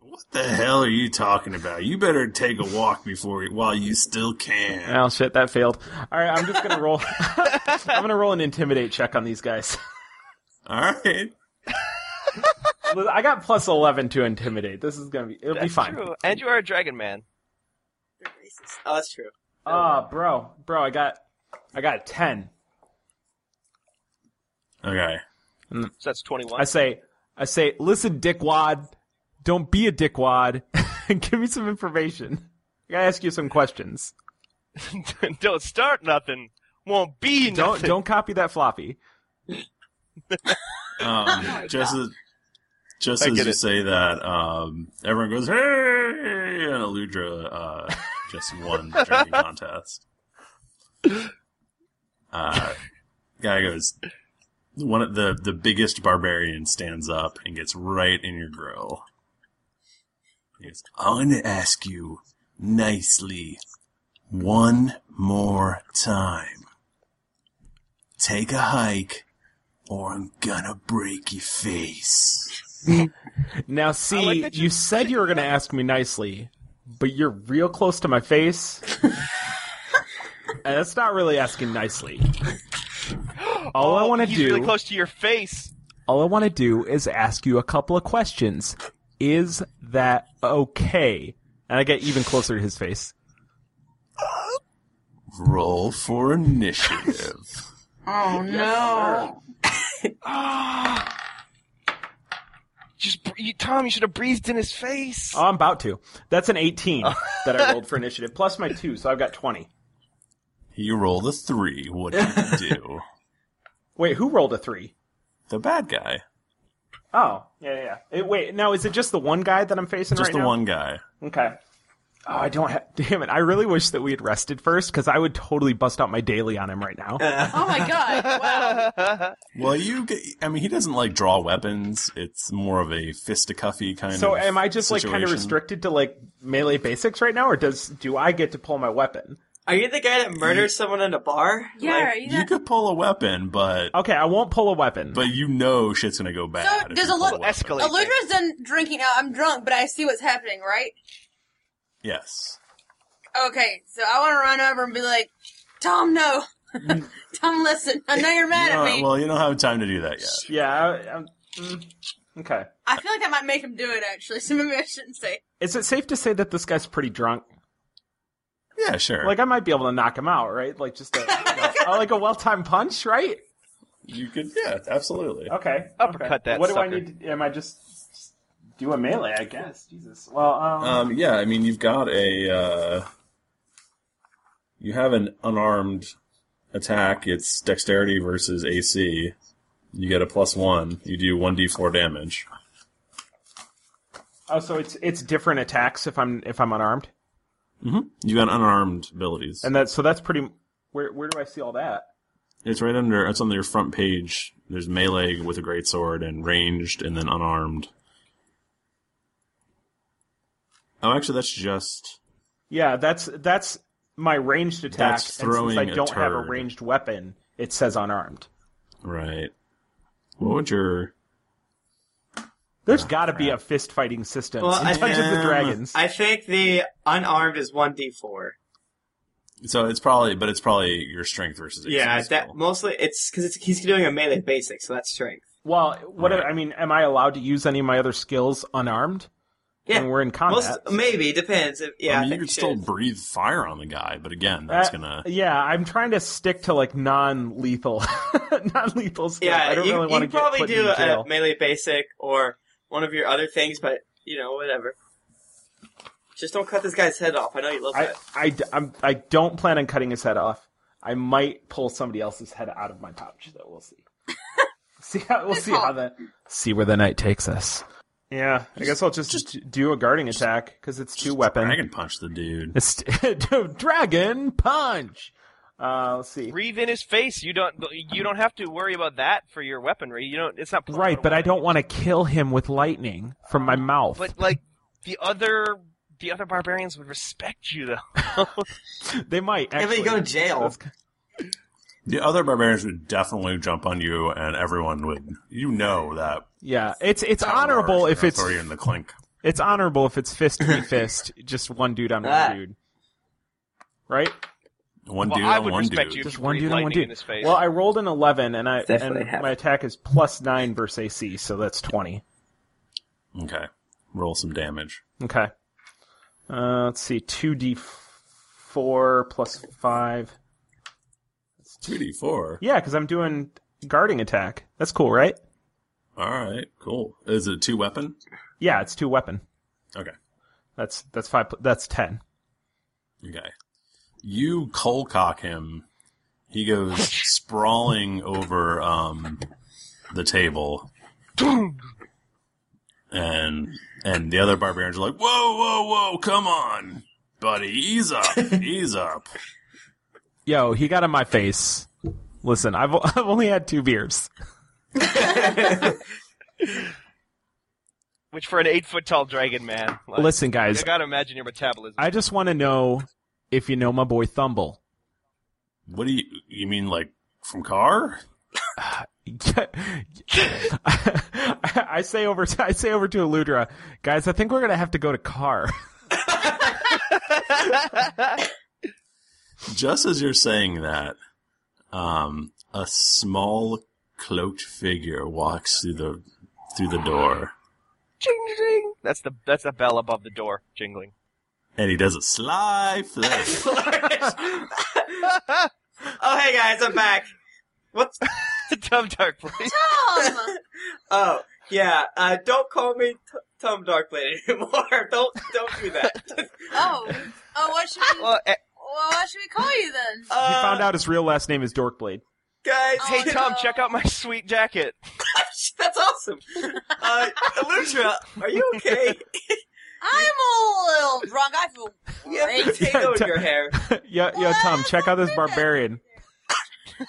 S2: What the hell are you talking about? You better take a walk before you, while you still can.
S4: Oh shit, that failed. All right, I'm just gonna roll. [laughs] I'm gonna roll an intimidate check on these guys.
S2: All right.
S4: I got plus eleven to intimidate. This is gonna be. It'll be
S3: That's
S4: fine.
S3: true. And you are a dragon man.
S6: Oh, that's true.
S4: Ah, bro, bro, I got, I got a ten.
S2: Okay.
S4: So
S3: that's twenty-one.
S4: Mm. I say, I say, listen, dickwad, don't be a dickwad, [laughs] and give me some information. I gotta ask you some questions.
S3: [laughs] don't start nothing. Won't be
S4: Don't
S3: nothing.
S4: don't copy that floppy. [laughs]
S2: Um, just as, just
S4: I
S2: as
S4: get
S2: you
S4: it.
S2: say that, um, everyone goes, hey! And Aludra uh, just won the
S4: [laughs]
S2: drinking contest. Uh, guy goes, one of the, the biggest barbarian stands up and gets right in your grill. He goes, I'm going to ask you nicely one more time. Take a hike or I'm gonna break your face.
S4: Now, see, you... said you were going to ask me nicely, but you're real close to my face. and that's not really asking nicely. All I want to
S3: Oh, He's
S4: do,
S3: really close to your face.
S4: all I want to do, is ask you a couple of questions. Is that okay? And I get even closer to his face.
S2: Roll for initiative.
S5: Oh no!
S3: Just br- you, Tom, you should have breathed in his face. Oh.
S4: Oh, I'm about to. That's an 18 that I rolled for initiative, plus my two, so I've got 20.
S2: [laughs] you roll a three. What do [laughs] you do?
S4: Wait, who rolled a three?
S2: The bad guy.
S4: Oh, yeah, yeah, yeah. Eh, wait, now is it just the one guy that I'm facing
S2: Just
S4: right
S2: the
S4: now?
S2: one guy.
S4: [gasps] Okay. Oh, I don't have. [laughs] Damn it! I really wish that we had rested first because I would totally bust out my daily on him
S2: [laughs]
S4: right now.
S5: Oh my god! Wow.
S2: Well, you get. I mean, he doesn't like draw weapons. It's more of a fisticuffy kind
S4: so
S2: of.
S4: am I just like kind of
S2: situation.
S4: restricted to like melee basics right now, or does do I get to pull my weapon?
S6: Are you the guy that murdered someone in a bar?
S5: Yeah, are you
S2: You could pull a weapon, but
S4: okay, I won't pull a weapon.
S2: But you know shit's gonna go bad.
S5: So [laughs]
S2: if
S5: there's
S2: you
S5: a
S2: pull
S5: little
S2: weapon.
S5: Eludra's done drinking now. I'm drunk, but I see what's happening, right?
S2: Yes.
S5: Okay, so I want to run over and be like, Tom, no. [laughs] Tom, listen. I know you're mad
S2: You
S5: at
S2: don't-
S5: me.
S2: well, you don't have time to do that yet.
S4: Yeah. I, I'm, mm, okay.
S5: I feel like that might make him do it, actually, [laughs] so maybe I shouldn't say.
S4: Is it safe to say that this guy's pretty drunk?
S2: Yeah, sure.
S4: Like I might be able to knock him out, right? Like just a, you know, uh, like a well-timed punch, right?
S2: You could, yeah, absolutely.
S4: Okay.
S3: Uppercut
S4: okay.
S3: that
S4: What
S3: sucker.
S4: do I need? To, am I just, just do a melee? I guess. Jesus. Well, um,
S2: Um, yeah, I mean, you've got a uh, you have an unarmed attack. It's dexterity versus AC. You get a plus one. You do one d4 damage.
S4: oh, so it's it's different attacks if I'm if I'm unarmed,
S2: Mm-hmm. You got unarmed abilities.
S4: and that's so that's pretty. Where where do I see all that?
S2: It's right under. It's on your front page. There's melee with a great sword and ranged, and then unarmed. Oh, actually, that's just
S4: Yeah, that's that's my ranged attack.
S2: That's
S4: and
S2: throwing
S4: since
S2: a
S4: I don't have a
S2: turd. Ah,
S4: ranged weapon, it says unarmed.
S2: right. What would your
S4: There's got to be a fist fighting system [laughs]
S6: Well, I
S4: in Dungeons
S6: think-
S4: and Dragons.
S6: I think the unarmed is one d four.
S2: so it's probably, but it's probably your strength versus. AC.
S6: Yeah, that mostly it's because it's, he's doing a melee basic, so that's
S4: [laughs]
S6: strength.
S4: Well, what I mean, am I allowed to use any of my other skills unarmed?
S6: Yeah,
S4: when we're in combat.
S6: Most maybe depends. If, yeah,
S2: I mean,
S6: I
S2: you
S6: think
S2: could
S6: it
S2: still
S6: should.
S2: breathe fire on the guy, but again, that's
S4: Uh,
S2: gonna.
S4: Yeah, I'm trying to stick to like non-lethal, [laughs] non-lethal stuff.
S6: Yeah,
S4: I don't
S6: you,
S4: really
S6: you
S4: want to
S6: could
S4: get
S6: probably
S4: put
S6: do
S4: in
S6: a
S4: jail.
S6: melee basic or one of your other things, but you know, whatever. Just don't cut this guy's head off. I know you love
S4: I,
S6: that.
S4: I, d- I'm, I don't plan on cutting his head off. I might pull somebody else's head out of my pouch, though. We'll see. [laughs] see how we'll see how that. See where the night takes us. Yeah, I guess I'll just, do a guarding attack because it's two weapon.
S2: Dragon punch the dude.
S4: It's [laughs] dragon punch. [laughs] Uh, let's see.
S3: Breathe in his face. You don't. You don't have to worry about that for your weaponry. You don't. It's not.
S4: Right, but I don't want to kill him with lightning from
S6: Oh,
S4: my mouth.
S3: But like the other, the other barbarians would respect you though.
S4: [laughs] they might.
S3: Yeah, but you go to jail.
S2: The other barbarians would definitely jump on you, and everyone would. You know that.
S4: Yeah, it's it's honorable if it's
S2: in the clink.
S4: it's honorable if it's fist to fist, [laughs] just one dude on
S2: Ah.
S4: one dude, right?
S2: One Well, dude I on would one respect dude. you if
S4: just
S2: you
S4: one
S2: breathe
S4: dude on one
S2: lightning
S4: dude.
S2: in his face.
S4: Well, I rolled an eleven, and I
S2: Definitely
S4: and
S2: happened.
S4: my attack is plus nine versus AC, so that's twenty.
S2: Okay, roll some damage.
S4: Okay, uh, let's see, two d four plus five.
S2: Two d four.
S4: Yeah, because I'm doing guarding attack. That's cool, right?
S2: All right, cool. Is it two weapon?
S4: Yeah, it's two weapon.
S2: Okay.
S4: That's that's five. pl- That's ten.
S2: Okay. You cold cock him. He goes [laughs] sprawling over um, the table, and and the other barbarians are like, "Whoa, whoa, whoa! Come on, buddy, ease up, ease up."
S4: Yo, he got in my face. Listen, I've [laughs] I've only had two beers.
S3: Which for an eight foot tall dragon man. like,
S4: Listen, guys.
S3: you gotta imagine your
S6: [laughs]
S3: metabolism.
S4: I just want to know if you know my boy Thumble.
S2: What do you you mean, like from car?
S4: [laughs] I, I say over to I say over to Eludra, guys. I think we're gonna have to go to [laughs] Car.
S2: Just as you're saying that, um, a small cloaked figure walks through the through the door,
S3: Ching ching. That's the that's the bell above the door jingling.
S2: and he does a sly flip.
S6: [laughs] oh, hey guys, I'm back.
S4: [laughs]
S6: What's
S3: Tom Darkblade?
S5: Tom.
S6: oh yeah, uh, don't call me t- Tom Darkblade anymore. [laughs] don't don't do that.
S5: Oh, oh, what should we?
S4: eh
S3: well,
S5: what should we call you then?
S4: he
S6: Uh,
S4: found out his real last name is Dorkblade. [laughs]
S6: Guys,
S3: hey Tom, check out my sweet jacket.
S6: [laughs] That's awesome. Uh, Eludra, are you okay?
S5: I'm a little drunk. I feel
S6: You have [laughs] potato in your hair.
S4: yo, yo, Tom, check out this barbarian.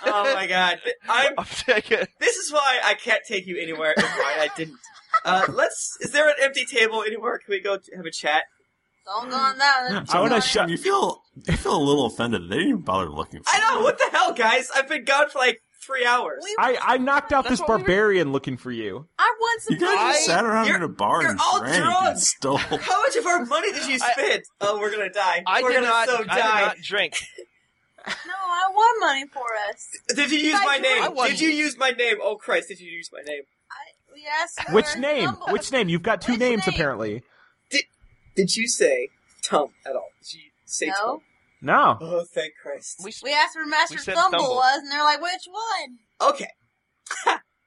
S6: Oh my god, I'm. This is why I can't take you anywhere. And why I didn't. Uh, let's. Is there an empty table anywhere? Can we go have a chat?
S5: Don't go on that. one.
S2: I want to shut. You feel you feel a little offended. They didn't even bother looking. For
S6: I know. What the hell, guys? I've been gone for like three hours.
S4: I, I knocked out
S6: That's
S4: this
S6: what we were-
S4: barbarian looking for you.
S5: I want some.
S6: You guys just sat around
S4: in a bar
S6: you're and all drank and drunk. [laughs]
S4: stole.
S6: How much of our money did you spend? oh, we're gonna die.
S3: I
S6: we're
S3: did
S6: gonna
S3: not.
S6: so
S3: I
S6: die.
S3: did not drink.
S5: No, I want money for us.
S6: [laughs] Did you use
S5: I
S6: my
S5: drink.
S6: name? Did you use my name? Oh Christ! Did you use my name?
S5: Yes. sir.
S4: Which name?
S5: Humble.
S4: Which name? You've got two names apparently.
S6: Did you say Tom at all? Did you say
S5: No.
S6: Tom?
S4: No.
S6: Oh, thank Christ.
S3: We,
S5: We asked where Master
S6: We said
S5: Thumble,
S6: Thumble.
S5: was, and they're like, which one?
S6: Okay.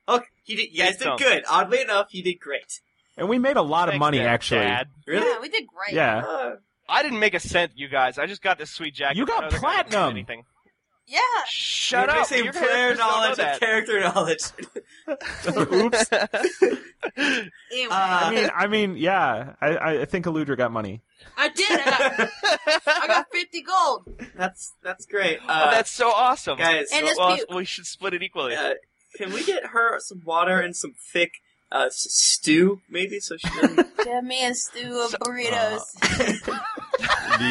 S6: okay, you, did, you guys
S4: Big Tom.
S6: did good. Oddly enough, you did great. [laughs]
S4: And we made a lot of money actually.
S6: Really?
S5: Yeah, we did great.
S4: Yeah.
S3: Uh, I didn't make a cent, you guys. I just got this sweet jacket. You got platinum. Anything.
S5: Yeah.
S3: Shut
S6: You're
S3: up.
S6: mixing [laughs]
S3: Your
S6: player
S3: characters don't know
S6: knowledge and
S3: that. [laughs]
S6: character knowledge.
S4: [laughs] Oops.
S6: Uh,
S5: Anyway.
S4: I
S5: Uh,
S4: mean, I mean, yeah. I, I think Eludra got money.
S5: I did. I got, I got 50 gold.
S6: That's that's great. Uh,
S3: oh, that's so awesome,
S6: guys. And it's
S3: well,
S6: puke.
S3: we should split it equally.
S6: Uh, can we get her some water and some thick uh, s- stew, maybe, so she doesn't
S5: Get me a stew of burritos. [laughs]
S2: The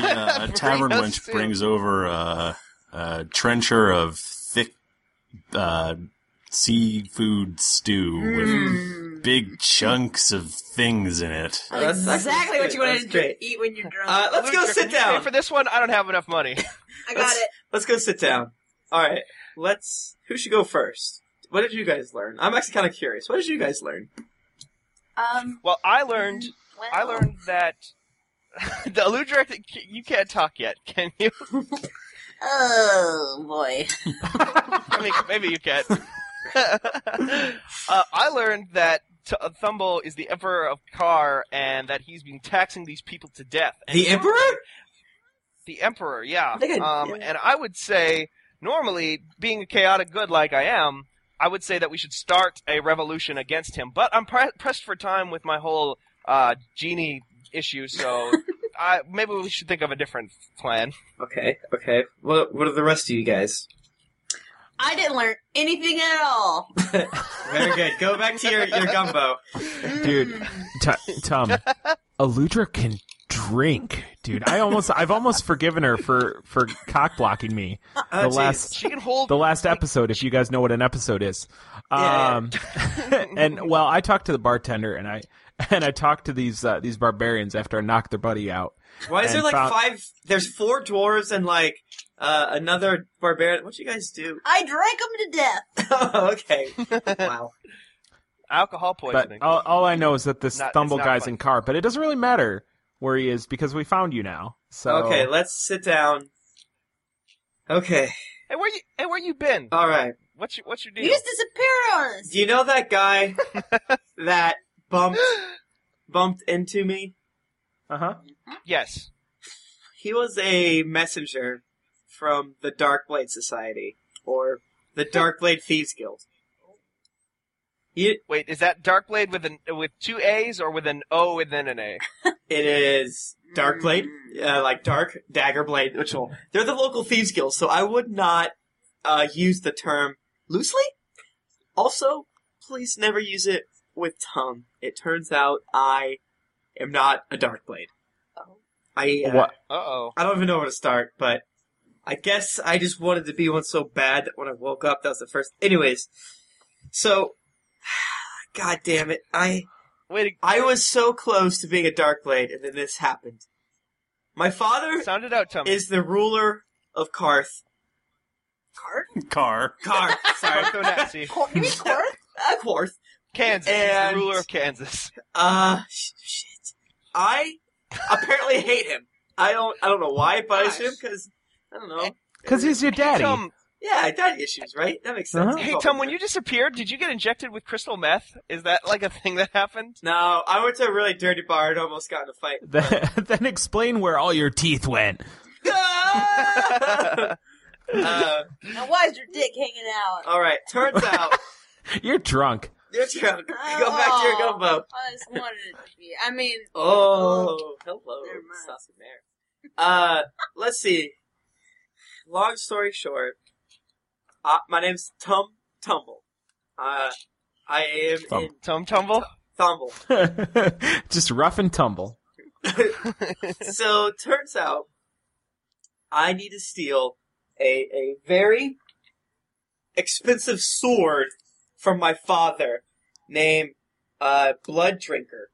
S2: uh, tavern
S5: Burritos
S2: wench
S5: too.
S2: brings over a, a trencher of thick uh, seafood stew
S5: Mm.
S2: with big chunks of things in it.
S5: That's exactly what you want to
S6: That's great.
S5: eat when you're drunk.
S6: Uh, let's go
S3: Luke,
S6: sit
S3: can you
S6: down.
S3: pay For [laughs] this one, I don't have enough money.
S5: I got it.
S6: [laughs] Let's go sit down. All right. Let's. Who should go first? What did you guys learn? I'm actually kind of curious. What did you guys learn?
S5: Um. mm,
S3: Well, I learned. I
S5: well.
S3: learned that. [laughs] the Eludra, you can't talk yet, can
S5: [laughs]
S3: you?
S5: Oh boy.
S3: I mean, [laughs] maybe you can. [laughs] uh, I learned that T- uh, Thumble is the Emperor of Kar, and that he's been taxing these people to death. And
S6: The Emperor?
S3: The Emperor, yeah.
S6: I think I-
S3: um,
S6: yeah.
S3: And I would say, normally, being a chaotic good like I am, I would say that we should start a revolution against him. But I'm pre- pressed for time with my whole uh, genie
S5: [laughs]
S3: issue, so I, maybe we should think of a different plan.
S6: Okay. Okay. What What are the rest of you guys?
S5: I didn't learn anything at all.
S6: Very good. Go back to your, your gumbo.
S4: dude. T- [laughs] Tom, Eludra can drink, dude. I almost, I've almost forgiven her for for cock blocking me
S3: Oh,
S4: the
S3: jeez.
S4: last
S3: She can hold-
S4: the last episode. If you guys know what an episode is,
S3: yeah.
S4: um, [laughs] and well, I talked to the bartender and I and I talked to these uh, these barbarians after I knocked their buddy out.
S6: Why is
S4: and
S6: there like
S4: found-
S6: five? There's four dwarves and like uh, another barbarian. What you guys do?
S5: I drank them to death.
S6: okay. Wow.
S3: Alcohol poisoning.
S4: But oh, all, all I know is that this
S3: Not- it's
S4: Thumble
S3: not
S4: guy's
S3: fun.
S4: in car, but it doesn't really matter where he is because we found you now. So
S6: Okay. Let's sit down. Okay.
S3: Hey, where you? Hey, where you been?
S6: All right.
S3: What's your What's your deal?
S5: You just disappeared on us.
S6: [laughs] Do you know
S3: [laughs]
S6: that guy that bumped bumped into me?
S4: Uh huh.
S3: Yes.
S6: He was a messenger from the Dark Blade Society or the Dark Blade Thieves Guild.
S3: Wait, is that Darkblade with an with two A's or with an O and then an A?
S6: [laughs] It is Dark Blade, uh, like Dark Dagger Blade, which will, they're the local thieves guild, so I would not uh, use the term loosely. Also, please never use it with tongue. It turns out I am not a Dark Blade. I uh,
S4: What?
S3: Uh-oh.
S6: I don't even know where to start, but I guess I just wanted to be one so bad that when I woke up, that was the first. Anyways, so [sighs] God damn it, I
S3: wait.
S6: I was so close to being a dark blade, and then this happened. My father
S3: sound it out, Tommy.
S6: is the ruler of Karth.
S2: Car.
S6: Karth, sorry,
S5: Cor- you mean Corth?
S6: [laughs] uh, Karth,
S3: Kansas. He's
S6: And-
S3: the ruler of Kansas.
S6: Uh, sh- shit. I apparently hate him. I don't. I don't know why, but I assume because I don't know.
S4: because he's your daddy.
S3: Tom,
S6: Yeah, daddy issues, right? That makes sense.
S3: hey Tom, when you disappeared, did you get injected with crystal meth? Is that like a thing that happened?
S6: No, I went to a really dirty bar and almost got in a fight.
S4: [laughs] then, then explain where all your teeth went.
S6: Uh,
S5: Now why is your dick hanging out?
S6: all right,
S4: [laughs]
S6: turns out
S4: You're drunk.
S6: you're drunk. [laughs] Go back to your
S5: Oh,
S6: gumbo.
S5: I just wanted it to be. I mean,
S6: Oh, hello,
S5: Never mind.
S6: saucy mare. Uh, let's see. Long story short, uh, my name's Tum Tumble. Uh, I am
S4: Thumb.
S6: in
S3: Tom Tumble? [laughs]
S6: Thumble.
S4: Just rough and tumble.
S6: so turns out I need to steal a a very expensive sword from my father named uh,
S3: [laughs]
S6: Blood Drinker.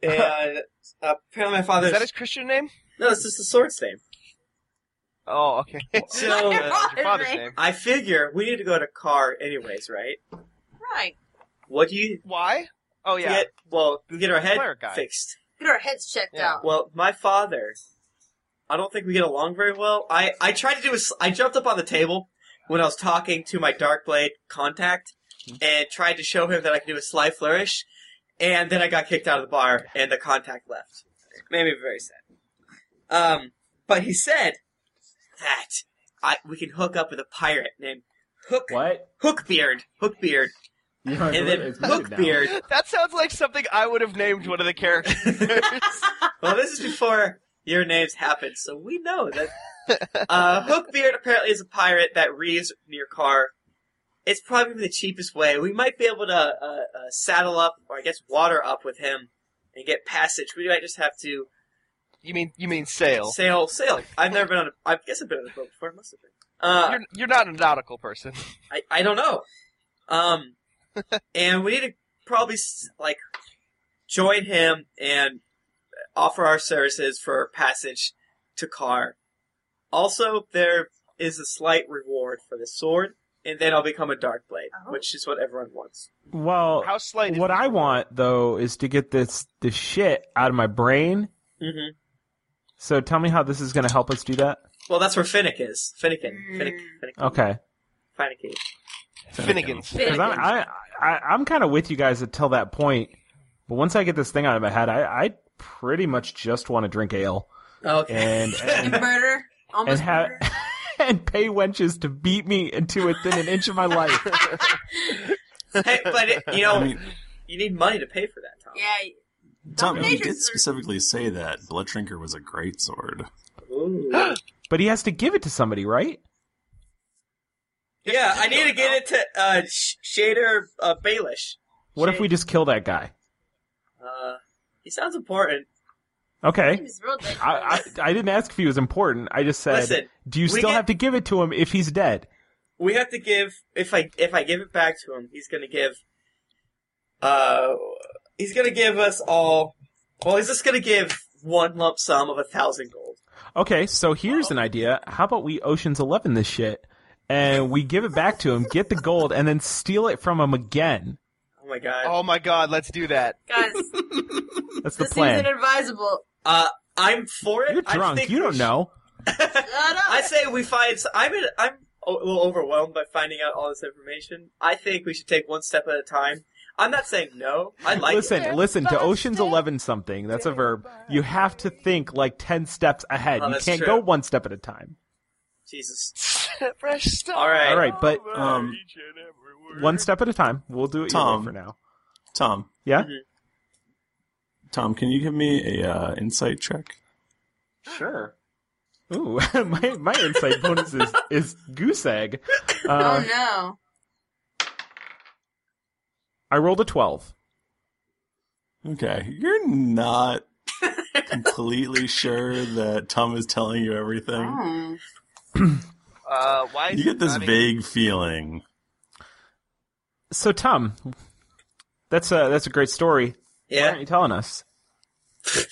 S6: And uh, apparently my father's.
S3: Is that his Christian name?
S6: No, it's just the sword's name.
S3: Oh, [laughs] okay.
S6: So
S3: Your father's father's name. name.
S6: I figure we need to go to Car anyways, right?
S5: Right.
S6: What do you?
S3: Why? Oh yeah.
S6: Get, well, get our head
S3: Cleric guy.
S6: fixed.
S5: Get our heads checked out.
S6: Well, my father, I don't think we get along very well. I, I tried to do a s I jumped up on the table when I was talking to my Darkblade contact and tried to show him that I could do a sly flourish, and then I got kicked out of the bar and the contact left. It made me very sad. Um, but he said that I, we can hook up with a pirate named Hook
S4: what
S6: Hookbeard Hookbeard.
S3: Yeah,
S6: and then
S3: it's muted now.
S6: Hookbeard.
S3: That sounds like something I would have named one of the characters.
S6: well, this is before your names happened, so we know that. Uh, Hookbeard apparently is a pirate that reaves near Car. It's probably the cheapest way. We might be able to uh, uh, saddle up, or I guess water up with him, and get passage. We might just have to
S3: You mean you mean sail?
S6: sail, sail. I've never been on. a... I guess I've been on a boat before. I must have been. Uh,
S3: you're, you're not a nautical person.
S6: I, I don't know.
S3: [laughs]
S6: Um, and we need to probably s- like join him and offer our services for passage to Car. Also, there is a slight reward for the sword, and then I'll become a Darkblade, which is what everyone wants.
S4: Well,
S6: How slight is
S4: what
S6: it?
S4: I want though is to get this this shit out of my brain.
S6: Mm-hmm.
S4: So tell me how this is going to help us do that.
S6: Well, that's where Finnick is. Finnegan. Finnick. Finnick.
S4: Okay.
S6: Finnick.
S3: Finnegan's.
S4: Because I'm, I, I, I'm kind of with you guys until that point. But once I get this thing out of my head, I, I pretty much just want to drink ale.
S5: [laughs]
S6: Okay.
S4: And, and,
S5: And murder.
S4: and,
S5: Almost
S4: ha-
S5: murder.
S4: [laughs] and pay wenches to beat me into within an inch of my life.
S6: [laughs] Hey, but it,
S4: [laughs]
S6: you know, you need money to pay for that, Tom.
S5: Yeah.
S2: Tom, you
S5: Dominatrix
S2: did
S5: are-
S2: specifically say that Blood Drinker was a great sword.
S4: but he has to give it to somebody, right?
S6: Yeah, I need to get it to uh, Sh- Shader uh, Baelish.
S4: What if we just kill that guy?
S6: Uh, he sounds important.
S4: Okay.
S5: real
S4: I, I, I didn't ask if he was important. I just said,
S6: Listen,
S4: do you
S6: we
S4: still
S6: get-
S4: have to give it to him if he's dead?
S6: We have to give if I if I give it back to him, he's gonna give. Uh, he's gonna give us all. Well, he's just gonna give one lump sum of a thousand gold.
S4: Okay, so here's an idea. How about we Ocean's Eleven this shit, and we give it back to him, get the gold, and then steal it from him again.
S6: Oh my god.
S3: Oh my god, let's do that.
S5: Guys,
S4: That's the
S5: this
S4: plan.
S5: is inadvisable.
S6: Uh, I'm for it.
S4: You're
S6: I
S4: drunk.
S6: think
S4: You
S6: we
S4: don't
S6: should-
S4: know.
S6: I say we find. s- I'm in, I'm a little overwhelmed by finding out all this information. I think we should take one step at a time. I'm not saying no. I like.
S4: listen,
S6: it.
S4: listen to Ocean's Eleven something. That's a verb. You have to think like ten steps ahead.
S6: Oh,
S4: you
S6: that's
S4: can't
S6: true.
S4: go one step at a time.
S6: Jesus.
S3: Fresh stuff.
S6: All right.
S4: All right, but um, one step at a time. We'll do it your way
S2: Tom.
S4: for now.
S2: Tom,
S4: Yeah.
S2: Tom, can you give me a uh, insight check?
S4: Sure. Ooh, [laughs] my my insight bonus is is goose egg. Uh,
S5: [laughs] oh no.
S4: I rolled a twelve.
S2: Okay, you're
S6: [laughs]
S2: not completely sure that Tom is telling you
S6: Ah.
S2: everything.
S3: Uh, why? is
S2: You get
S3: it
S2: this
S3: not
S2: vague feeling.
S4: So Tom, that's a that's a great story.
S6: Yeah.
S4: Why aren't you telling us?
S3: I'm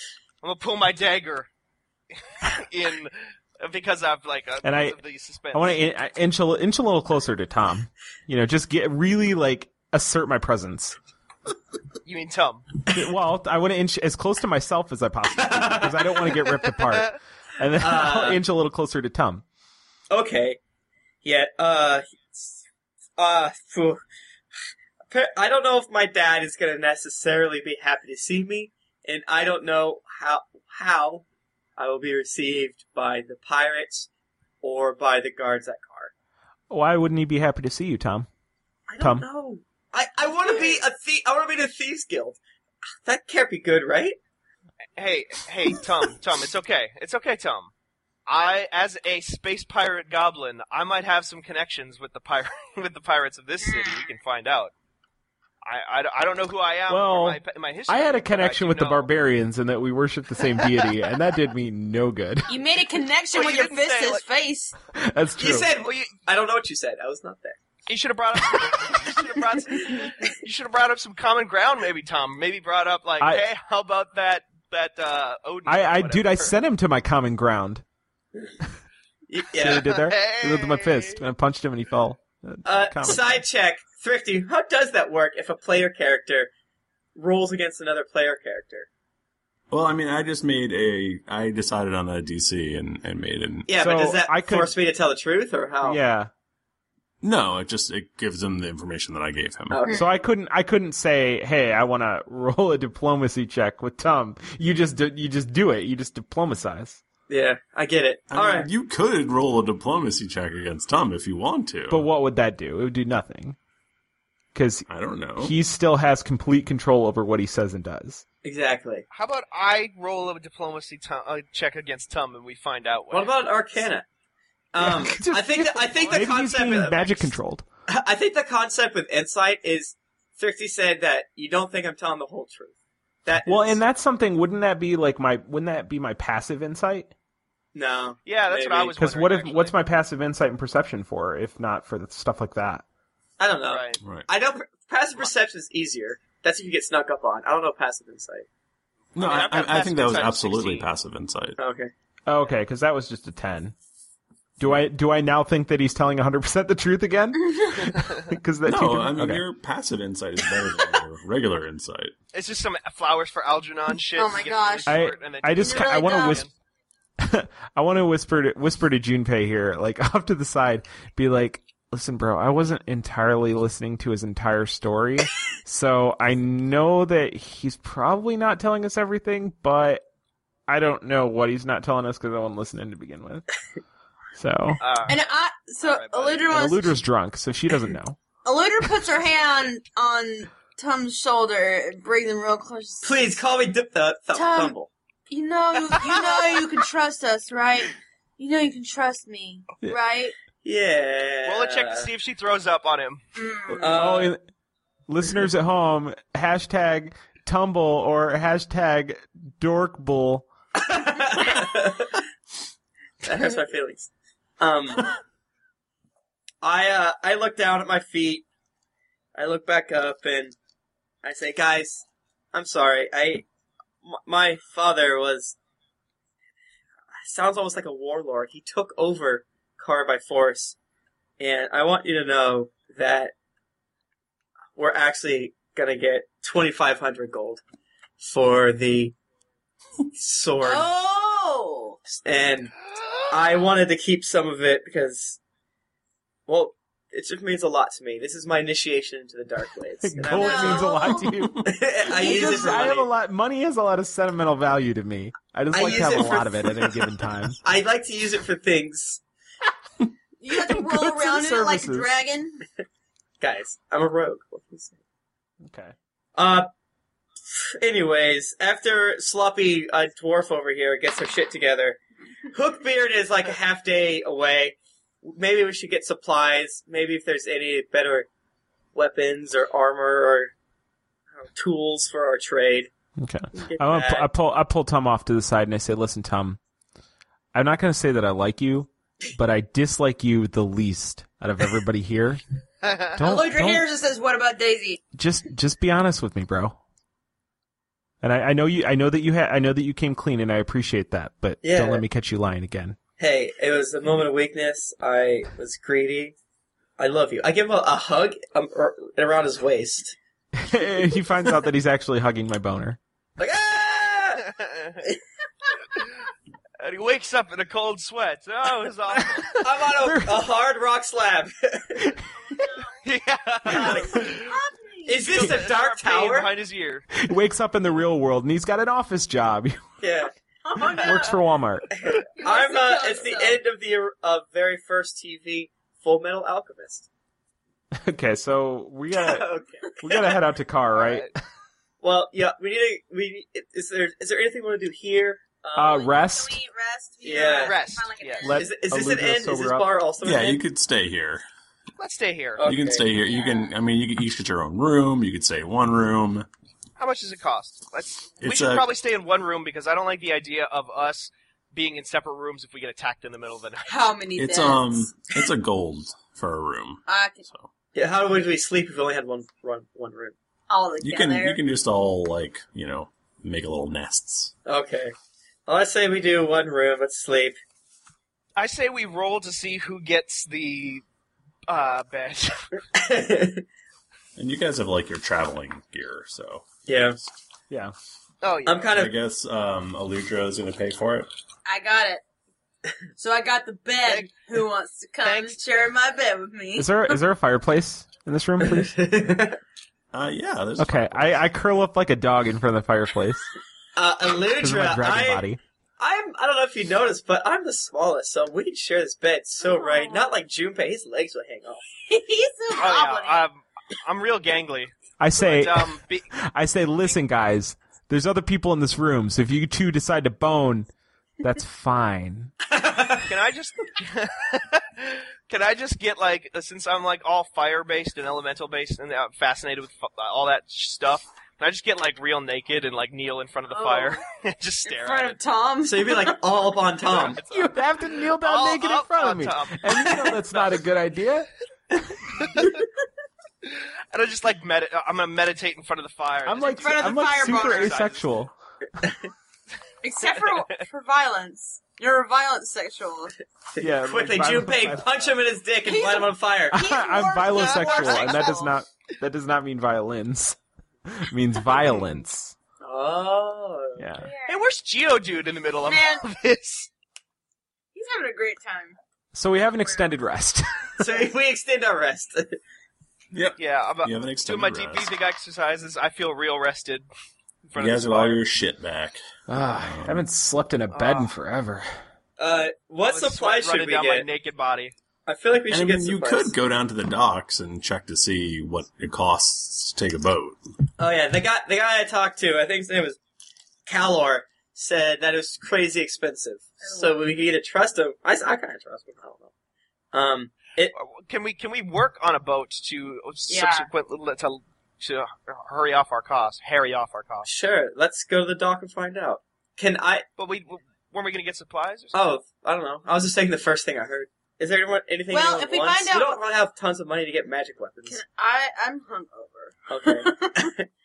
S3: gonna pull my dagger [laughs] in because I've like uh,
S4: And I
S3: because of the suspense.
S4: I want to in, I- inch a, li- inch a little closer to Tom. You know, just get really like assert my presence.
S3: You mean Tom?
S4: Well, I want to inch as close to myself as I possibly can because I don't want to get ripped apart. And then
S3: Uh,
S4: I'll inch a little closer to Tom.
S6: Okay. Yeah. Uh. Uh. phew. Appar- I don't know if my dad is going to necessarily be happy to see me, and I don't know how how I will be received by the pirates or by the guards at car.
S4: Why wouldn't he be happy to see you, Tom? Tom,
S6: No. I, I want to be a thief. I want to be in a thieves guild. That can't be good, right?
S3: Hey, hey, Tom, Tom, it's okay, it's okay, Tom. I, as a space pirate [laughs] goblin, I might have some connections with the pirate with the pirates of this city. We can find out. I, I, I don't know who I am.
S4: Well,
S3: or my, my history.
S4: I had a
S3: but
S4: connection
S3: do
S4: with the
S3: know-
S4: barbarians and that we worship the
S3: [laughs]
S4: same deity, and that did me no good. [laughs]
S5: You made a connection
S6: Well,
S5: with
S6: you
S5: your fist to his face.
S4: That's true.
S6: You said, well, you, I don't know what you said. I was not there.
S3: You should have brought up. you should have brought. Some, you should have brought up some common ground, maybe Tom. Maybe brought up like,
S4: I-
S3: hey, how about that that uh, Odin?
S4: I, I dude, I sent him to my common ground.
S6: Yeah.
S4: See what I
S3: [laughs]
S4: did there? With my fist, and I punched him, and he fell.
S6: Uh,
S4: Common.
S6: side check, thrifty. How does that work if a player character rolls against another player character?
S2: Well, I mean, I just made a. I decided on a DC and, and made an.
S6: Yeah, but does that force me to tell the truth or how?
S4: Yeah.
S2: No, it just it gives him the information that I gave him.
S4: So I couldn't, I couldn't say, "Hey, I want to [laughs] roll a diplomacy check with Tom." You just, do, you just do it. You just diplomacize.
S6: Yeah, I get it.
S2: All right, you could roll a diplomacy check against Tom if you want to.
S4: But what would that do? It would do nothing. Because
S2: I don't know.
S4: He still has complete control over what he says and does.
S6: Exactly.
S3: How about I roll a diplomacy to- uh, check against Tom and we find out what.
S6: What about Arcana? Um, I think the, I think the
S4: Maybe he's
S6: concept
S4: being
S6: of-
S4: magic controlled.
S6: [laughs] I think the concept with insight is thrifty said that you don't think I'm telling the whole truth. That
S4: Well, and that's something. Wouldn't that be like my? Wouldn't that be my passive insight?
S6: no.
S3: Yeah, that's what I was.
S4: Because what if? What's my passive insight and perception for? If not for the stuff like that.
S6: I don't know.
S2: Right.
S6: I know per- passive perception is easier. That's if you get snuck up on. I don't know passive insight.
S2: No,
S6: I mean,
S2: I,
S6: I've got
S2: I, I think that
S6: passive
S2: was
S6: insight of
S2: absolutely passive insight.
S6: Okay.
S4: Oh, Okay, because that was just a ten. Do I do I now think that he's telling 100 percent the truth again? [laughs] Because that
S2: no,
S4: teacher-
S2: I mean
S4: okay.
S2: your passive insight is better
S6: [laughs]
S2: than your regular insight.
S3: It's just some flowers for Algernon shit.
S5: Oh my
S3: You get
S5: gosh.
S3: really
S4: I,
S3: short and then-
S4: I just
S3: You're
S4: I
S3: really
S4: want to
S3: dumb.
S4: whisper. [laughs] I want to whisper to, whisper to Junpei here, like [laughs] off to the side, be like, "Listen, bro, I wasn't entirely listening to his
S3: [laughs]
S4: entire story, so I know that he's probably not telling us everything, but I don't know what he's not telling us because I wasn't listening to
S3: [laughs]
S4: begin with." So,
S3: Uh,
S6: Uh,
S5: And I, so Eluder
S4: and
S5: wants,
S4: Eluder's drunk, so she doesn't know.
S5: Eluder puts her hand on Tom's shoulder and brings him real close.
S6: Please call me uh, Dip the Thumb.
S5: Tom.
S6: Thumble.
S5: You know, you, you know you can trust us, right? You know you can trust me, right?
S6: Yeah.
S3: Roll a check to see if she throws up on him.
S5: Mm.
S4: oh, and listeners at home, hashtag tumble or hashtag dorkbull.
S6: That hurts my feelings. Um, I uh, I look down at my feet. I look back up and I say, "Guys, I'm sorry. I m- my father was sounds almost like a warlord. He took over Car by force, and I want you to know that we're actually gonna get 2,500 gold for the sword." [laughs]
S5: Oh,
S6: and I wanted to keep some of it because, well, it just means a lot to me. This is my initiation into the dark
S4: [laughs]
S6: blades. and I
S4: Gold
S6: wanted-
S4: means a lot to you.
S6: [laughs] I
S4: You
S6: use it
S4: just-
S6: for
S4: I have
S6: money.
S4: a lot. Money has a lot of sentimental value to me. I just
S6: I
S4: like to
S6: use
S4: have
S6: it
S4: a
S6: for-
S4: lot of it at
S6: [laughs]
S4: any given time.
S6: I like to use it for things,
S5: you have to roll
S6: Goods and
S5: around in it like a
S6: services.
S5: dragon.
S6: guys. I'm a rogue. What can you say?
S4: Okay.
S6: Uh, anyways, after sloppy uh, dwarf over here gets her shit together, Hookbeard is like a half day away. Maybe we should get supplies. Maybe if there's any better weapons or armor or uh, tools for our trade.
S4: Okay.
S6: Get
S4: I, wanna pu-
S6: that.
S4: I pull I pull Tom off to the side and I say, "Listen, Tom, I'm not going to say that I like you, but I dislike you the least out of everybody here. Don't-
S5: Eluder
S4: don't-
S5: hears and says, "What about Daisy?"
S4: Just just be honest with me, bro." And I, I know you. I know that you had. I know that you came clean, and I appreciate that. But
S6: Yeah.
S4: don't let me catch you lying again. [laughs]
S6: Hey, it was a moment of weakness. I was greedy. I love you. I give him a, a hug um, ar- around his waist.
S4: he finds out that he's actually hugging my boner.
S6: "Ah!"
S3: [laughs] and he wakes up in a cold sweat. Oh, it's awful.
S6: [laughs] I'm on a, a hard
S3: [laughs]
S6: rock slab. Is this the dark
S3: Pain
S6: tower?
S3: behind his ear.
S4: He wakes up in the real world, and he's got an office job. [laughs]
S6: Yeah.
S4: Oh, Works for [laughs] Walmart.
S6: I'm. Uh, it's the end of the uh, very first TV Full Metal Alchemist.
S4: Okay, so we gotta
S6: [laughs] okay.
S4: we gotta head out to car, right?
S6: Well, yeah. We need to. We is there is there anything we want to do here? Um,
S4: Uh, rest.
S6: Yeah. Rest.
S4: Let
S6: Is, is this an
S4: Eludra
S6: end? Is
S4: sober
S6: this
S4: up.
S6: bar also?
S2: yeah,
S6: an
S2: you
S6: end?
S2: could stay here.
S3: Let's stay here.
S2: You can stay here. You can. I mean, you can, you should get your own room. You could stay in one room.
S3: How much does it cost? Let's. we
S2: It's
S3: should
S2: a-
S3: probably stay in one room because I don't like the idea of us being in separate rooms if we get attacked in the middle of the night.
S5: How many?
S2: It's um, it's a gold for a room.
S5: I can,
S6: Yeah, how would we sleep if we only had one one, one room?
S5: all together.
S2: You can you can just all like you know make a little nests.
S6: Okay. Well, let's say we do one room. Let's sleep.
S3: I say we roll to see who gets the uh,
S6: [laughs]
S3: bed.
S2: And you guys have like your traveling gear, so
S6: yeah,
S4: yeah.
S3: Oh, yeah.
S6: I'm kind of.
S2: I guess um, Aludra is going to pay for it.
S5: I got it. So I got the bed. Who wants to come and share my bed with me?
S4: Is there is there a fireplace in this room,
S6: [laughs]
S4: please?
S2: uh, yeah. There's
S4: okay, I, I curl up like a dog in front of the fireplace
S6: Uh,
S4: 'cause of
S6: Aludra,
S4: my dragon
S6: I,
S4: body.
S6: I'm. I don't know if you noticed, but I'm the smallest, so we can share this bed. So right, not like Junpei. His legs would hang off.
S5: [laughs] He's
S3: oh, yeah. um, I'm real gangly.
S4: I say,
S3: But,
S4: [laughs]
S3: um, be- [laughs]
S4: I say, listen, guys, there's other people in this room, so if you two decide to bone,
S3: [laughs]
S4: that's fine.
S3: Can I just [laughs] can I just get like uh, since I'm like all fire based and elemental based and uh, fascinated with fu- all that stuff? Can I just get like real naked and like kneel in front of the
S5: Oh. [laughs]
S3: fire [laughs] and just stare
S5: in front
S3: at
S5: of Tom.
S6: So you'd be like all
S3: [laughs]
S6: up on Tom.
S4: You have to kneel down naked in front of me, and you know that's not a
S3: [laughs]
S4: good idea.
S3: it? And I just like med- I'm gonna meditate in front of the fire.
S4: I'm like,
S5: In front of the
S4: I'm like
S5: fire
S4: super
S5: boner.
S4: asexual.
S5: [laughs] Except for for violence. You're a violent sexual.
S4: [laughs] Yeah,
S6: Quickly,
S4: like,
S6: Junpei, punch him in his dick and light him on fire.
S4: [laughs] I'm vilosexual, and that does not that does not mean violins. [laughs] It means violence.
S6: Oh.
S4: Yeah.
S3: Hey, where's Geodude in the middle of
S5: Man.
S3: all [laughs] this?
S5: He's having a great time.
S4: So we have an extended rest. [laughs]
S6: So we extend
S3: [laughs]
S6: our rest.
S2: Yep.
S3: Yeah, I'm uh,
S2: You have an
S3: doing
S2: extended
S3: my deep
S2: rest.
S3: breathing exercises. I feel real rested. In front
S2: You
S3: of
S2: guys
S3: the
S2: have all your shit back.
S4: Ah, I haven't slept in a bed
S3: Ah.
S4: in forever.
S6: Uh, [laughs] what
S3: I was
S6: supply
S3: sweat
S6: should
S3: running
S6: we
S3: down my
S6: get?
S3: naked body.
S6: I feel like we
S2: And
S6: should
S2: I
S6: get
S2: mean, you
S6: supplies.
S2: could go down to the docks and check to see what it costs to take a boat.
S6: Oh yeah, the guy the guy I talked to, I think his name was Calor, said that it was crazy expensive.
S5: Oh,
S6: So we could either trust him. I, kind of trust him. I don't know. Um, it,
S3: uh, can we can we work on a boat to
S6: Yeah.
S3: subsequently to to hurry off our costs, harry off our costs?
S6: Sure, let's go to the dock and find out. Can I?
S3: But we weren't we going to get supplies? Or something?
S6: Oh, I don't know. I was just saying the first thing I heard. Is there anyone, anything
S5: Well,
S6: anyone
S5: if we
S6: wants?
S5: find out-
S6: we don't really have tons of money to get magic weapons.
S5: I I'm hungover.
S6: Okay.
S5: [laughs]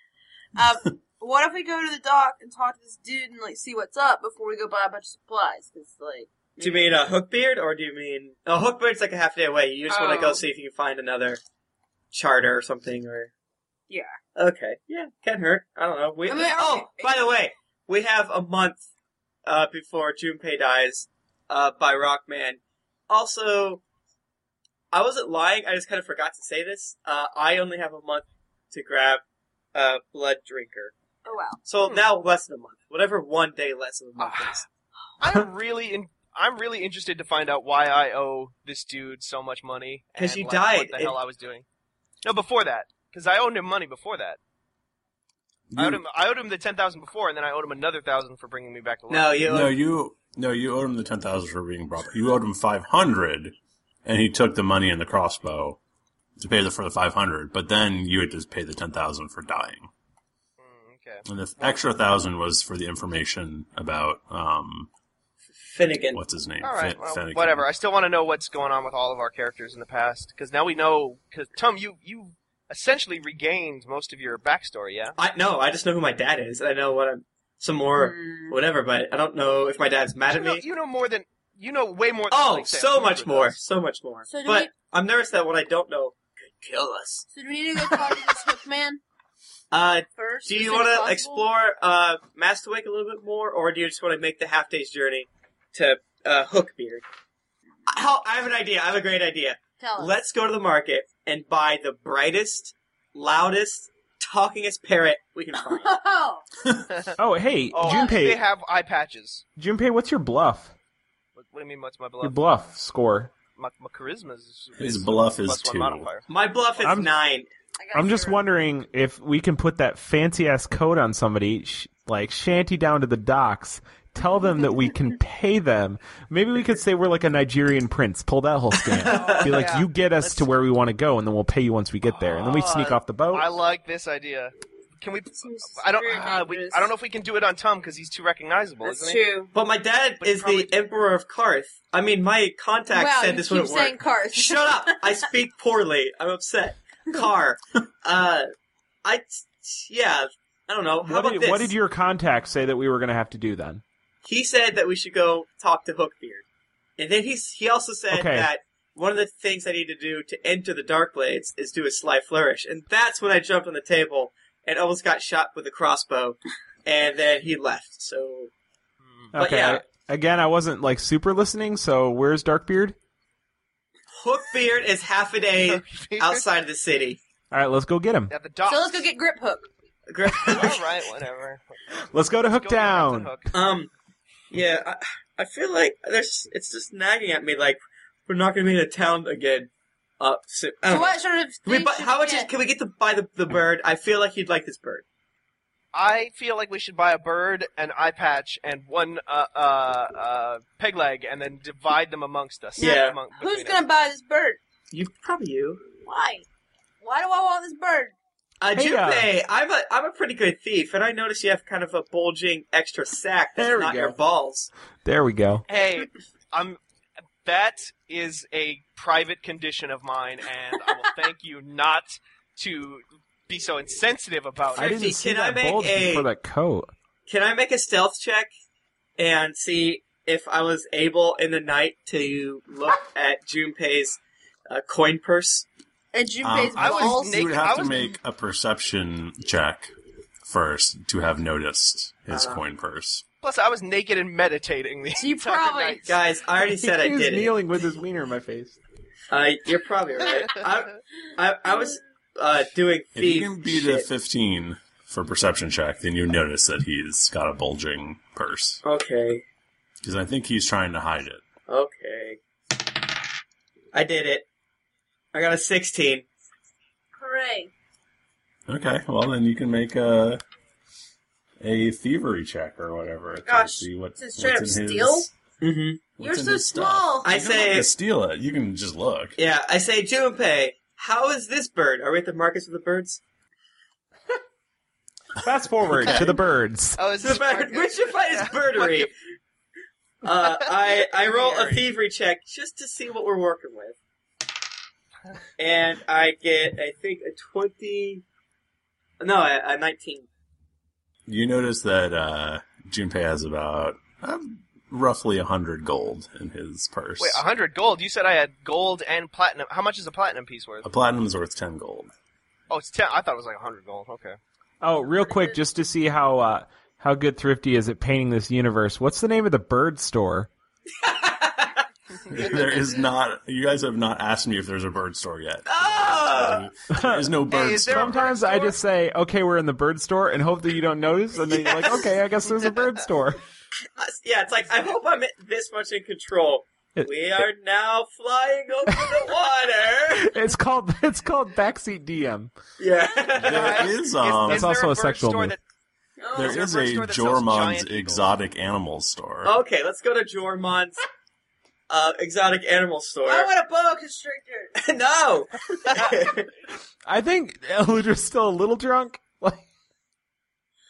S5: Um,
S6: [laughs]
S5: what if we go to the dock and talk to this dude and like see what's up before we go buy a bunch of supplies? Because like
S6: do you mean a hookbeard, or do you mean a hookbeard's like a half day away? You just want to
S5: Oh.
S6: go see if you can find another charter or something, or
S5: yeah,
S6: okay, yeah, can't hurt. I don't know. We,
S5: I mean, are
S6: oh, by the way, we have a month uh, before Junpei dies uh, by Rockman. Also, I wasn't lying. I just kind of forgot to say this. Uh, I only have a month to grab uh, Blood Drinker.
S5: Oh wow.
S6: So now less than a month. Whatever one day less than a month is.
S3: [sighs] I'm really in, I'm really interested to find out why I owe this dude so much money.
S6: 'Cause
S3: and,
S6: you
S3: like,
S6: died.
S3: What the
S6: It-
S3: hell I was doing? No, before that, because I owed him money before that. I owed him. I owed him the ten thousand before, and then I owed him another thousand for bringing me back to life.
S2: no, you, no, you owed him the ten thousand for being brought. back. You owed him five hundred, and he took the money and the crossbow to pay the, for the five hundred. But then you had to pay the ten thousand for dying. And the extra thousand was for the information about um,
S6: Finnegan.
S2: What's his name?
S3: All right,
S2: Fin-
S3: well,
S2: Finnegan.
S3: whatever. I still want to know what's going on with all of our characters in the past because now we know. Because Tom, you you essentially regained most of your backstory, yeah.
S6: I no, I just know who my dad is. I know what I'm some more
S5: Hmm.
S6: whatever, but I don't know if my dad's mad
S3: you
S6: at
S3: know,
S6: me.
S3: you know more than you know way more. Than
S6: Oh,
S3: like, say,
S6: so
S3: Aludra
S6: [laughs] much
S3: does.
S6: more, so much more.
S5: So do
S6: but
S5: we-
S6: I'm nervous that what I don't know could kill us.
S5: So do we need to go talk to this hook man?
S6: [laughs] Uh,
S5: First,
S6: do
S5: is
S6: you
S5: it
S6: want
S5: possible?
S6: to explore uh, Masterwake a little bit more, or do you just want to make the half day's journey to uh, Hookbeard? How, I have an idea. I have a great idea.
S5: Tell us.
S6: Let's go to the market and buy the brightest, loudest, talkingest parrot we can find.
S5: Oh,
S4: Oh, hey,
S3: Oh, they
S4: Junpei.
S3: have eye patches.
S4: Junpei, what's your bluff?
S3: What, what do you mean? What's my
S4: Your
S3: bluff?
S4: bluff score.
S3: My, my charisma is
S2: His bluff is
S3: plus
S2: two.
S3: one modifier.
S6: My bluff is nine.
S4: I'm just wondering if we can put that fancy ass coat on somebody, sh- like shanty down to the docks, Tell them that we can pay them. Maybe we could say we're like a Nigerian prince. Pull that whole
S6: [laughs] Oh,
S4: scam. Be like, you get us to where we want to go, and then we'll pay you once we get there. And then we
S6: Oh,
S4: sneak off the boat.
S3: I like this idea. Can we? I don't. Uh, we, I don't know if we can do it on Tom because he's too recognizable.
S5: That's
S3: isn't he?
S5: true.
S6: But my dad is the emperor of Karth. I mean, my contact
S5: Wow,
S6: said
S5: you
S6: this
S5: keep
S6: wouldn't
S5: saying
S6: work.
S5: Karth.
S6: Shut
S5: [laughs]
S6: up! I speak poorly. I'm upset. Car. Uh, I. Yeah. I don't know. How
S4: What
S6: about
S4: did,
S6: this?
S4: what did your contact say that we were going to have to do then?
S6: He said that we should go talk to Hookbeard, and then he he also said
S4: Okay.
S6: that one of the things I need to do to enter the Dark Blades is do a sly flourish, and that's when I jumped on the table and almost got shot with a crossbow, and then he left. So,
S3: Hmm.
S6: but
S4: Okay.
S6: yeah,
S4: Again, I wasn't like super listening. So where's Darkbeard?
S6: Hookbeard is half
S3: [laughs]
S6: a day outside of the city.
S4: All right, let's go get him.
S3: At the docks.
S5: So let's go get Grip Hook.
S6: Grip.
S3: [laughs] All right, whatever.
S4: Let's go to Hookdown.
S6: Um, yeah, I, I feel like there's it's just nagging at me like we're not going to be in a town again. Uh, so, I
S5: So
S6: don't know.
S5: what sort of
S6: Can we
S5: thing
S6: bu-
S5: should
S6: how
S5: we
S6: much is,
S5: get?
S6: can we get to buy the, the bird? I feel like you'd like this bird.
S3: I feel like we should buy a bird, an eye patch, and one uh, uh, uh, peg leg, and then divide them amongst us.
S6: Yeah.
S3: Among-
S5: Who's gonna buy this bird?
S6: You probably you.
S5: Why? Why do I want this bird?
S6: Uh,
S5: Hey,
S6: Junpei,
S5: uh,
S6: I'm a I'm a pretty good thief, and I notice you have kind of a bulging extra sack that's
S4: There we
S6: not
S4: go.
S6: your balls.
S4: There we go.
S3: hey, I'm. That is a private condition of mine, and I will thank you not to be so insensitive about it.
S4: I didn't see
S6: Oh, can I
S4: that
S6: make
S4: bulge
S6: a-
S4: before that coat.
S6: Can I make a stealth check and see if I was able in the night to look at Junpei's uh, coin purse?
S5: And
S2: Um, I was, you would have to make a perception check first to have noticed his
S5: Uh,
S3: Uh-huh.
S2: coin purse.
S3: Plus, I was naked and meditating. The you
S5: probably-
S6: Guys, I already said I
S4: [laughs] He was
S6: did it.
S4: kneeling with his wiener in my face.
S6: Uh, you're probably right. I, I, I was uh, doing
S2: If you
S6: thief.
S2: can beat a 15 for perception check, then you notice that he's got a bulging purse.
S6: Okay.
S2: Because I think he's trying to hide it.
S6: Okay. I did it. I got a 16.
S5: Hooray!
S2: Okay, well then you can make a a thievery check or whatever to
S5: Gosh,
S2: see what,
S5: to
S2: what's
S5: try
S2: in
S5: to
S2: his.
S5: steal?
S6: Mm-hmm.
S5: You're so small.
S6: I
S2: You don't have
S6: say,
S2: to steal it. You can just look.
S6: yeah, I say, Junpei, how is this bird? Are we at the markets of the birds?
S4: [laughs] Fast forward
S6: Okay.
S4: to the birds.
S3: Oh, is
S6: this bird? Which you find is birdery? uh, I I roll a thievery check just to see what we're working with, and I get I think a twenty, no a, a nineteen.
S2: You notice that uh, Junpei has about um, roughly hundred gold in his purse.
S3: Wait, hundred gold? You said I had gold and platinum. How much is a platinum piece worth?
S2: a platinum is worth ten gold.
S3: Oh, it's ten. I thought it was like hundred gold. Okay.
S4: Oh, real quick, just to see how uh, how good Thrifty is at painting this universe. What's the name of the bird store?
S2: there is not. You guys have not asked me if there's a bird store yet.
S6: Oh!
S2: There is no bird store.
S4: Sometimes I just say, "Okay, we're in the bird store," and hope that you don't notice, and then you're like, "Okay, I guess there's a bird [laughs] store."
S6: Uh, yeah, it's like I hope I'm this much in control. We are now flying over the water.
S4: It's called [laughs] it's called backseat DM.
S6: Yeah,
S2: There is, um,
S4: That's also a, sexual move.
S2: there is a Jormon's exotic animals store.
S6: [laughs] Okay, let's go to Jormon's uh, exotic animal store.
S5: I
S6: [laughs]
S5: want a boa constrictor. [laughs]
S6: no.
S4: I think Eludra's still a little drunk. Like,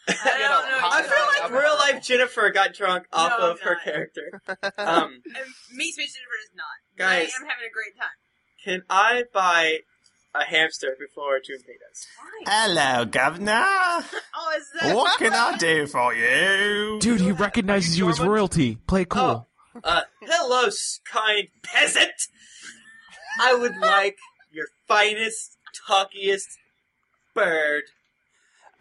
S6: I feel like real life Jennifer got drunk off
S5: No,
S6: of her character. Um,
S5: And me, Space Jennifer is not.
S6: Guys.
S5: I am having a great time.
S6: can I buy a hamster before Junpei does?
S8: Hello, [laughs] Governor.
S5: Oh, is that
S8: Uh, What can I do for you?
S4: dude, he recognizes you as royalty. Play it cool.
S6: [laughs] Uh, hello, s- kind peasant. I would like your finest, talkiest bird.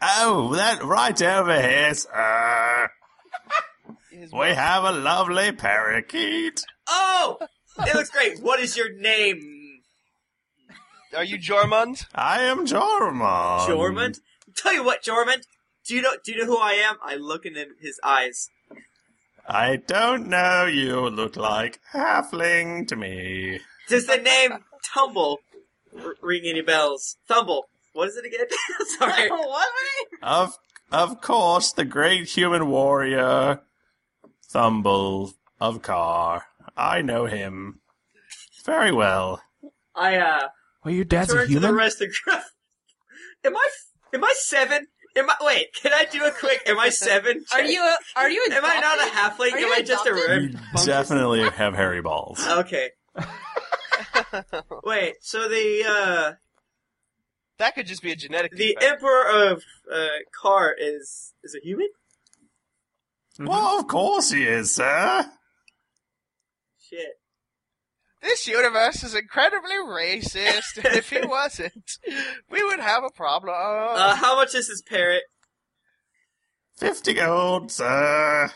S8: Oh, that right over here, sir. We have a lovely parakeet.
S6: Oh, it looks great. What is your name?
S3: Are you Jormund?
S8: I am Jormund.
S6: Jormund. Tell you what, Jormund. Do you know? Do you know who I am? I look in his eyes.
S8: I don't know. You look like halfling to me.
S6: Does the name Tumble r- ring any bells? Tumble. What is it again? [laughs] Sorry.
S5: [laughs] what?
S8: Of of course, the great human warrior
S2: Thumble of Car. I know him very well.
S6: I uh.
S4: Well, your dad's
S6: turn to
S4: a
S6: the
S4: human.
S6: rest of Gruff. Am I? Am I seven? Am I? Wait, can I do a quick?
S5: [laughs]
S6: Am I seven?
S5: Are you a- are you
S6: Am I not a halfling?
S5: Are
S6: Am
S5: you
S6: I just a
S2: You
S6: rib?
S2: definitely have
S3: [laughs]
S2: hairy balls.
S6: Okay. Wait. So the uh,
S3: that could just be a genetic.
S6: the
S3: defect.
S6: emperor of uh, Car is is a human.
S8: Well, of course he is, sir.
S6: Shit.
S11: This universe is incredibly racist, and if
S6: [laughs]
S11: he wasn't, we would have a problem.
S3: Oh.
S6: Uh, how much is his parrot?
S8: Fifty gold, sir.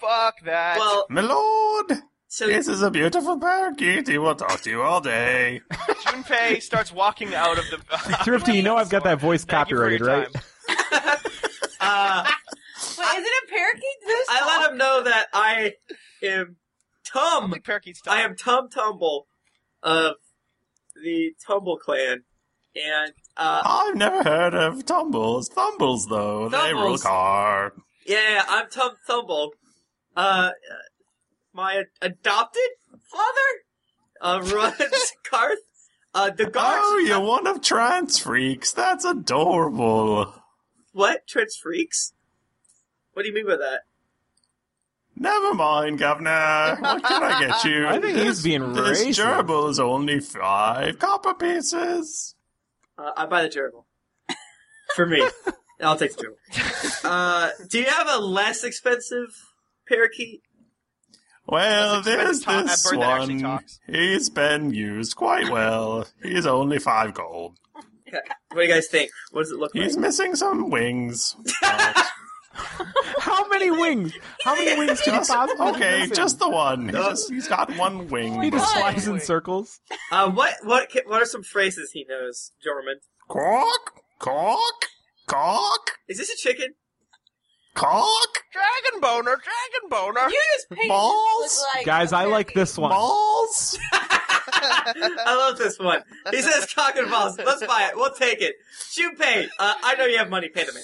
S11: Fuck that.
S6: Well,
S8: My lord.
S6: So
S8: this is a beautiful parakeet. He will talk to you all day.
S3: Junpei starts walking out of the. [laughs]
S4: Thrifty, you know I've got that voice copyrighted, right?
S6: Uh,
S5: Wait, is it a parakeet? This
S6: I let him know that I am Tum. I am Tum Tumble of the Tumble clan, and uh,
S8: I've never heard of Tumbles. Thumbles, though. They rule
S6: Thumbles.
S8: car.
S6: yeah, I'm Tum Tumble. Uh, my adopted father uh, [laughs] runs Karth. Uh, the Garth.
S8: Oh, you're one of trans freaks. That's adorable.
S6: What trans freaks? What do you mean by that?
S8: Never mind, Governor. What can I get you?
S6: [laughs] I think he's being
S8: this
S6: racist.
S8: gerbil is only five copper pieces.
S6: Uh, I buy the gerbil. For me. I'll take the gerbil. Uh, do you have a less expensive parakeet?
S8: Well,
S6: That's expensive
S8: there's
S6: ta- a
S8: this
S6: bird that actually
S8: one.
S6: talks.
S8: He's been used quite well. He's only five gold.
S6: What do you guys think? What does it look
S8: He's
S6: like?
S8: missing some wings.
S4: [laughs] How many wings? How many wings can he
S8: Just-
S4: possibly be
S8: okay,
S4: missing?
S8: just the one. He just, he's got one wing.
S4: He just
S8: but-
S4: flies in circles.
S6: Uh, what what ca- what are some phrases he knows, Jorman?
S8: Cork, cork, cork.
S6: Is this a chicken?
S8: Cork.
S11: Dragon boner, dragon boner.
S5: You just painted
S8: balls,
S4: Guys, I like this
S3: [laughs]
S4: one.
S8: balls.
S6: [laughs] I love this one. He says cock and balls. Let's buy it. We'll take it. Shoot pay. Uh, I know you have money. Pay the man.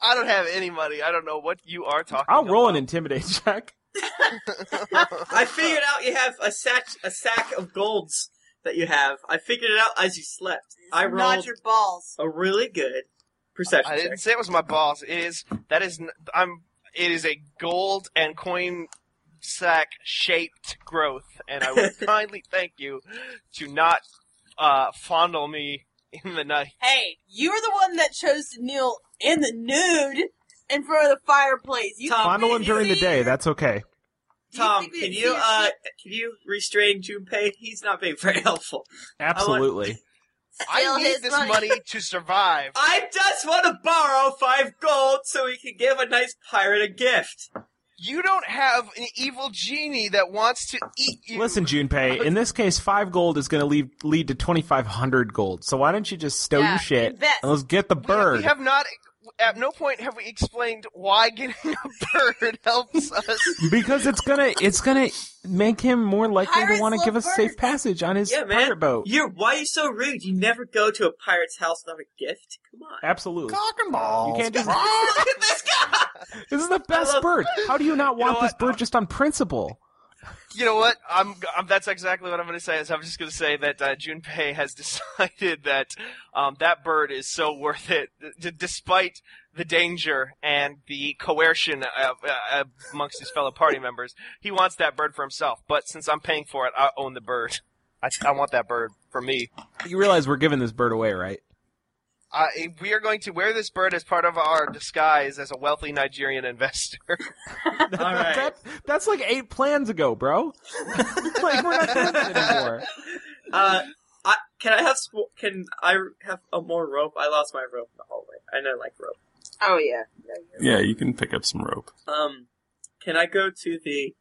S3: I don't have any money. I don't know what you are talking.
S4: I'll roll an intimidate check.
S6: I figured out you have a sack a sack of golds that you have. I figured it out as you slept. I
S5: not
S6: rolled
S5: your balls.
S6: a really good perception
S3: I
S6: check.
S3: didn't say it was my balls. It is that is n- I'm. It is a gold and coin sack shaped growth, and I
S6: [laughs]
S3: would kindly thank you to not uh, fondle me in the night.
S5: Hey, you were the one that chose to kneel in the nude in front of the fireplace. You
S4: Fondle him during the day. That's okay.
S6: Tom, can you uh can you restrain Junpei? He's not being very helpful.
S4: Absolutely.
S11: I need this money. to survive.
S6: I just want to borrow five gold so we can give a nice pirate a gift.
S11: You don't have an evil genie that wants to eat you.
S4: Listen,
S3: [laughs]
S4: Junpei. In this case, five gold is going to lead lead to twenty five hundred gold. So why don't you just stow
S3: Yeah,
S4: your shit
S3: invest.
S4: and let's get the bird?
S3: We have not. At no point have we explained why getting [laughs] a bird helps us.
S4: because it's gonna it's gonna make him more likely to
S6: Pirates
S4: want to
S6: love
S4: give us safe passage on his
S6: yeah, man.
S4: pirate boat.
S6: You're why are you so rude? You never go to a pirate's house without a gift. Come on.
S4: Absolutely.
S8: and balls.
S4: You can't
S6: [laughs]
S4: do
S6: Look at this guy.
S4: This is the best bird. How do you not want this bird just on principle?
S3: You know what? I'm, I'm. That's exactly what I'm going to say. Is I'm just going to say that uh, Junpei has [laughs] decided that um, that bird is so worth it, d- despite the danger and the coercion uh, uh, amongst his fellow party members. He wants that bird for himself. But since I'm paying for it, I own the bird. I, I want that bird for me.
S4: You realize we're giving this bird away, right?
S3: Uh, we are going to wear this bird as part of our disguise as a wealthy Nigerian investor. [laughs]
S6: All right.
S4: That's like eight plans ago,
S6: [laughs]
S4: bro. like we're not doing that anymore.
S6: Uh, I, can I have sw- can I have a more rope? I lost my rope in the hallway. I know I like rope.
S5: Oh yeah.
S2: Yeah, you can pick up some rope.
S6: Um, can I go to the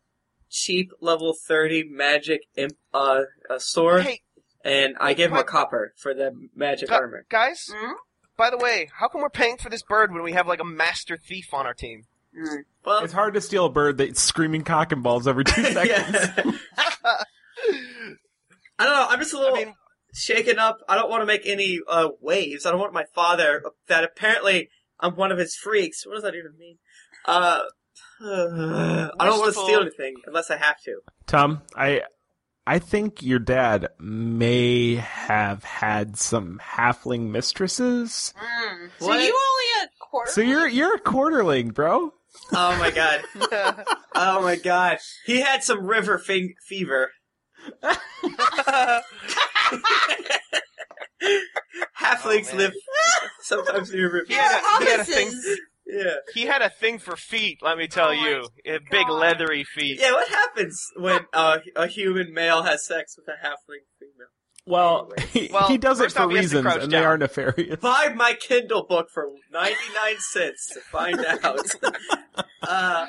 S6: cheap level thirty magic imp, uh, uh store?
S11: Hey.
S6: and I give him a copper for the magic
S3: Gu-
S6: armor.
S11: Guys?
S3: By the way, how come we're paying for this bird when we have like a master thief on our team?
S4: it's hard to steal a bird that's screaming cock and balls
S6: [laughs]
S4: every two seconds.
S6: I don't know. I'm just a little shaken up. I don't want to make any uh, waves. I don't want my father that apparently I'm one of his freaks. What does that even mean? Uh, [sighs] I don't want to steal anything unless I have to.
S4: Tom, I I think your dad may have had some halfling mistresses.
S5: Mm. So
S6: What?
S5: you only a quarter.
S4: So you're you're a quarterling, bro.
S6: Oh
S5: [laughs]
S6: my god. oh my god. He had some river fe- fever. [laughs]
S5: Oh,
S6: Halflings live sometimes in river fever.
S3: he had a thing.
S6: Yeah.
S3: He had a thing for feet. Let me tell you, Eh, big leathery feet.
S6: Yeah, what happens when uh, a human male has sex with a halfling female?
S4: Well, he, he does it
S6: first off,
S4: for
S6: he has to
S4: reasons,
S6: crouch
S4: and
S6: down.
S4: they are nefarious.
S6: Buy my Kindle book for 99 cents to find out. [laughs] uh,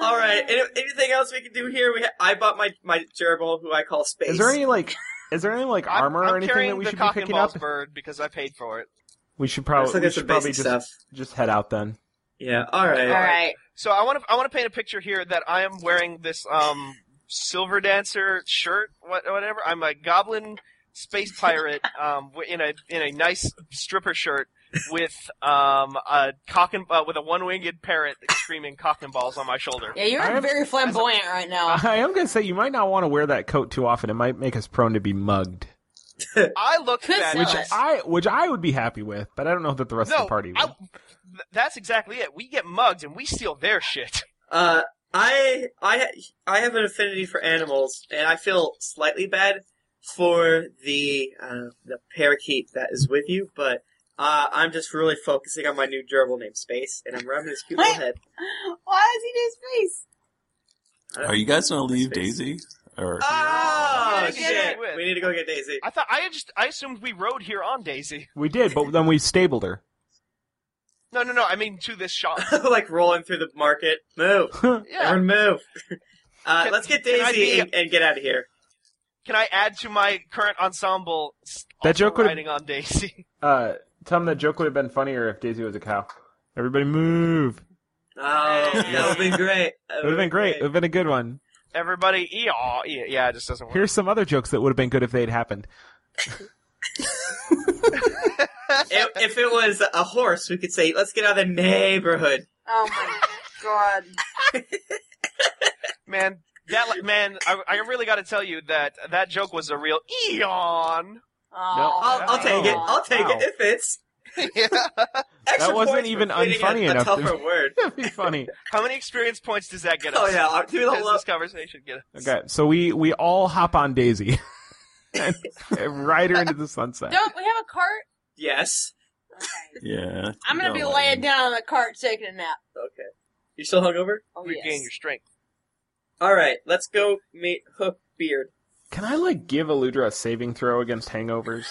S6: all right. Any- anything else we can do here? We ha- I bought my, my gerbil, who I call Space.
S4: Is there any like, is there any like armor or anything that we should be picking up?
S3: bird because I paid for it.
S4: We should
S6: Let's
S4: probably
S6: look
S4: we
S6: at some
S4: should probably
S6: basic
S4: just just head out then.
S6: Yeah. All right.
S3: So I want to I want to paint a picture here that I am wearing this um silver dancer shirt, what whatever. I'm a goblin space pirate um w- in a in a nice stripper shirt with um a cock and uh, with a one winged parrot screaming cock and balls on my shoulder.
S5: Yeah, you're very flamboyant right
S6: [laughs]
S5: now.
S4: I am gonna say you might not want to wear that coat too often. It might make us prone to be mugged,
S3: I look bad.
S4: which I which I would be happy with, but I don't know that the rest of
S3: No,
S4: the party would.
S3: I- th- that's exactly it. We get mugged and we steal their shit. [laughs]
S6: Uh, I I I have an affinity for animals, and I feel slightly bad for the uh, the parakeet that is with you, but uh, I'm just really focusing on my new gerbil named Space, and I'm rubbing his cute little head.
S5: Why does he do space?
S2: Are you guys gonna leave Daisy? Or
S3: Ah,
S6: Oh
S3: We need to get
S6: shit!
S3: with.
S6: We need to go get Daisy.
S3: I thought I had just I assumed we rode here on Daisy.
S4: We did, but then we stabled her.
S3: No, no, no. I mean to this shop.
S6: [laughs] like rolling through the market. Move,
S3: [laughs]
S6: everyone, move. Uh, let's get
S3: can I
S6: Daisy
S3: be-
S6: and, and get out of here.
S3: Can I add to my current ensemble s-
S4: That
S3: also
S4: joke would've-
S3: riding on Daisy?
S4: Uh, Tom, that joke would have been funnier if Daisy was a cow. Everybody move.
S6: [laughs] Oh, that would have been great.
S4: It would have been great. It would have been a good one.
S3: Everybody, E eeyaw, yeah, yeah, it just doesn't work.
S4: Here's some other jokes that would have been good if they'd happened.
S6: if, if it was a horse, we could say, "Let's get out of the neighborhood."
S5: Oh my god.
S3: [laughs] man, that li- man, I, I really got to tell you that that joke was a real eon.
S6: I'll, I'll take it. I'll take it if
S3: [laughs]
S6: it's.
S3: Extra
S4: that wasn't
S3: points for
S4: even
S3: completing
S4: unfunny
S3: a- a
S4: enough. to
S3: tougher
S4: be-
S6: word.
S4: [laughs] That'd be funny.
S3: How many experience points does that get us?
S6: Oh, yeah, I'll do the
S3: Does
S6: whole-
S3: this conversation get us?
S4: Okay, so we we all hop on Daisy [laughs] and ride her into the sunset.
S5: Don't we have a cart?
S6: Yes.
S2: Yeah.
S5: I'm gonna be laying down on the cart taking a nap.
S6: Okay. You still hungover?
S5: Oh,
S6: Regain
S5: yes.
S6: your
S3: strength.
S6: All right, let's go meet Hook Beard.
S4: Can I like give Aludra a saving throw
S5: [laughs]
S4: against hangovers?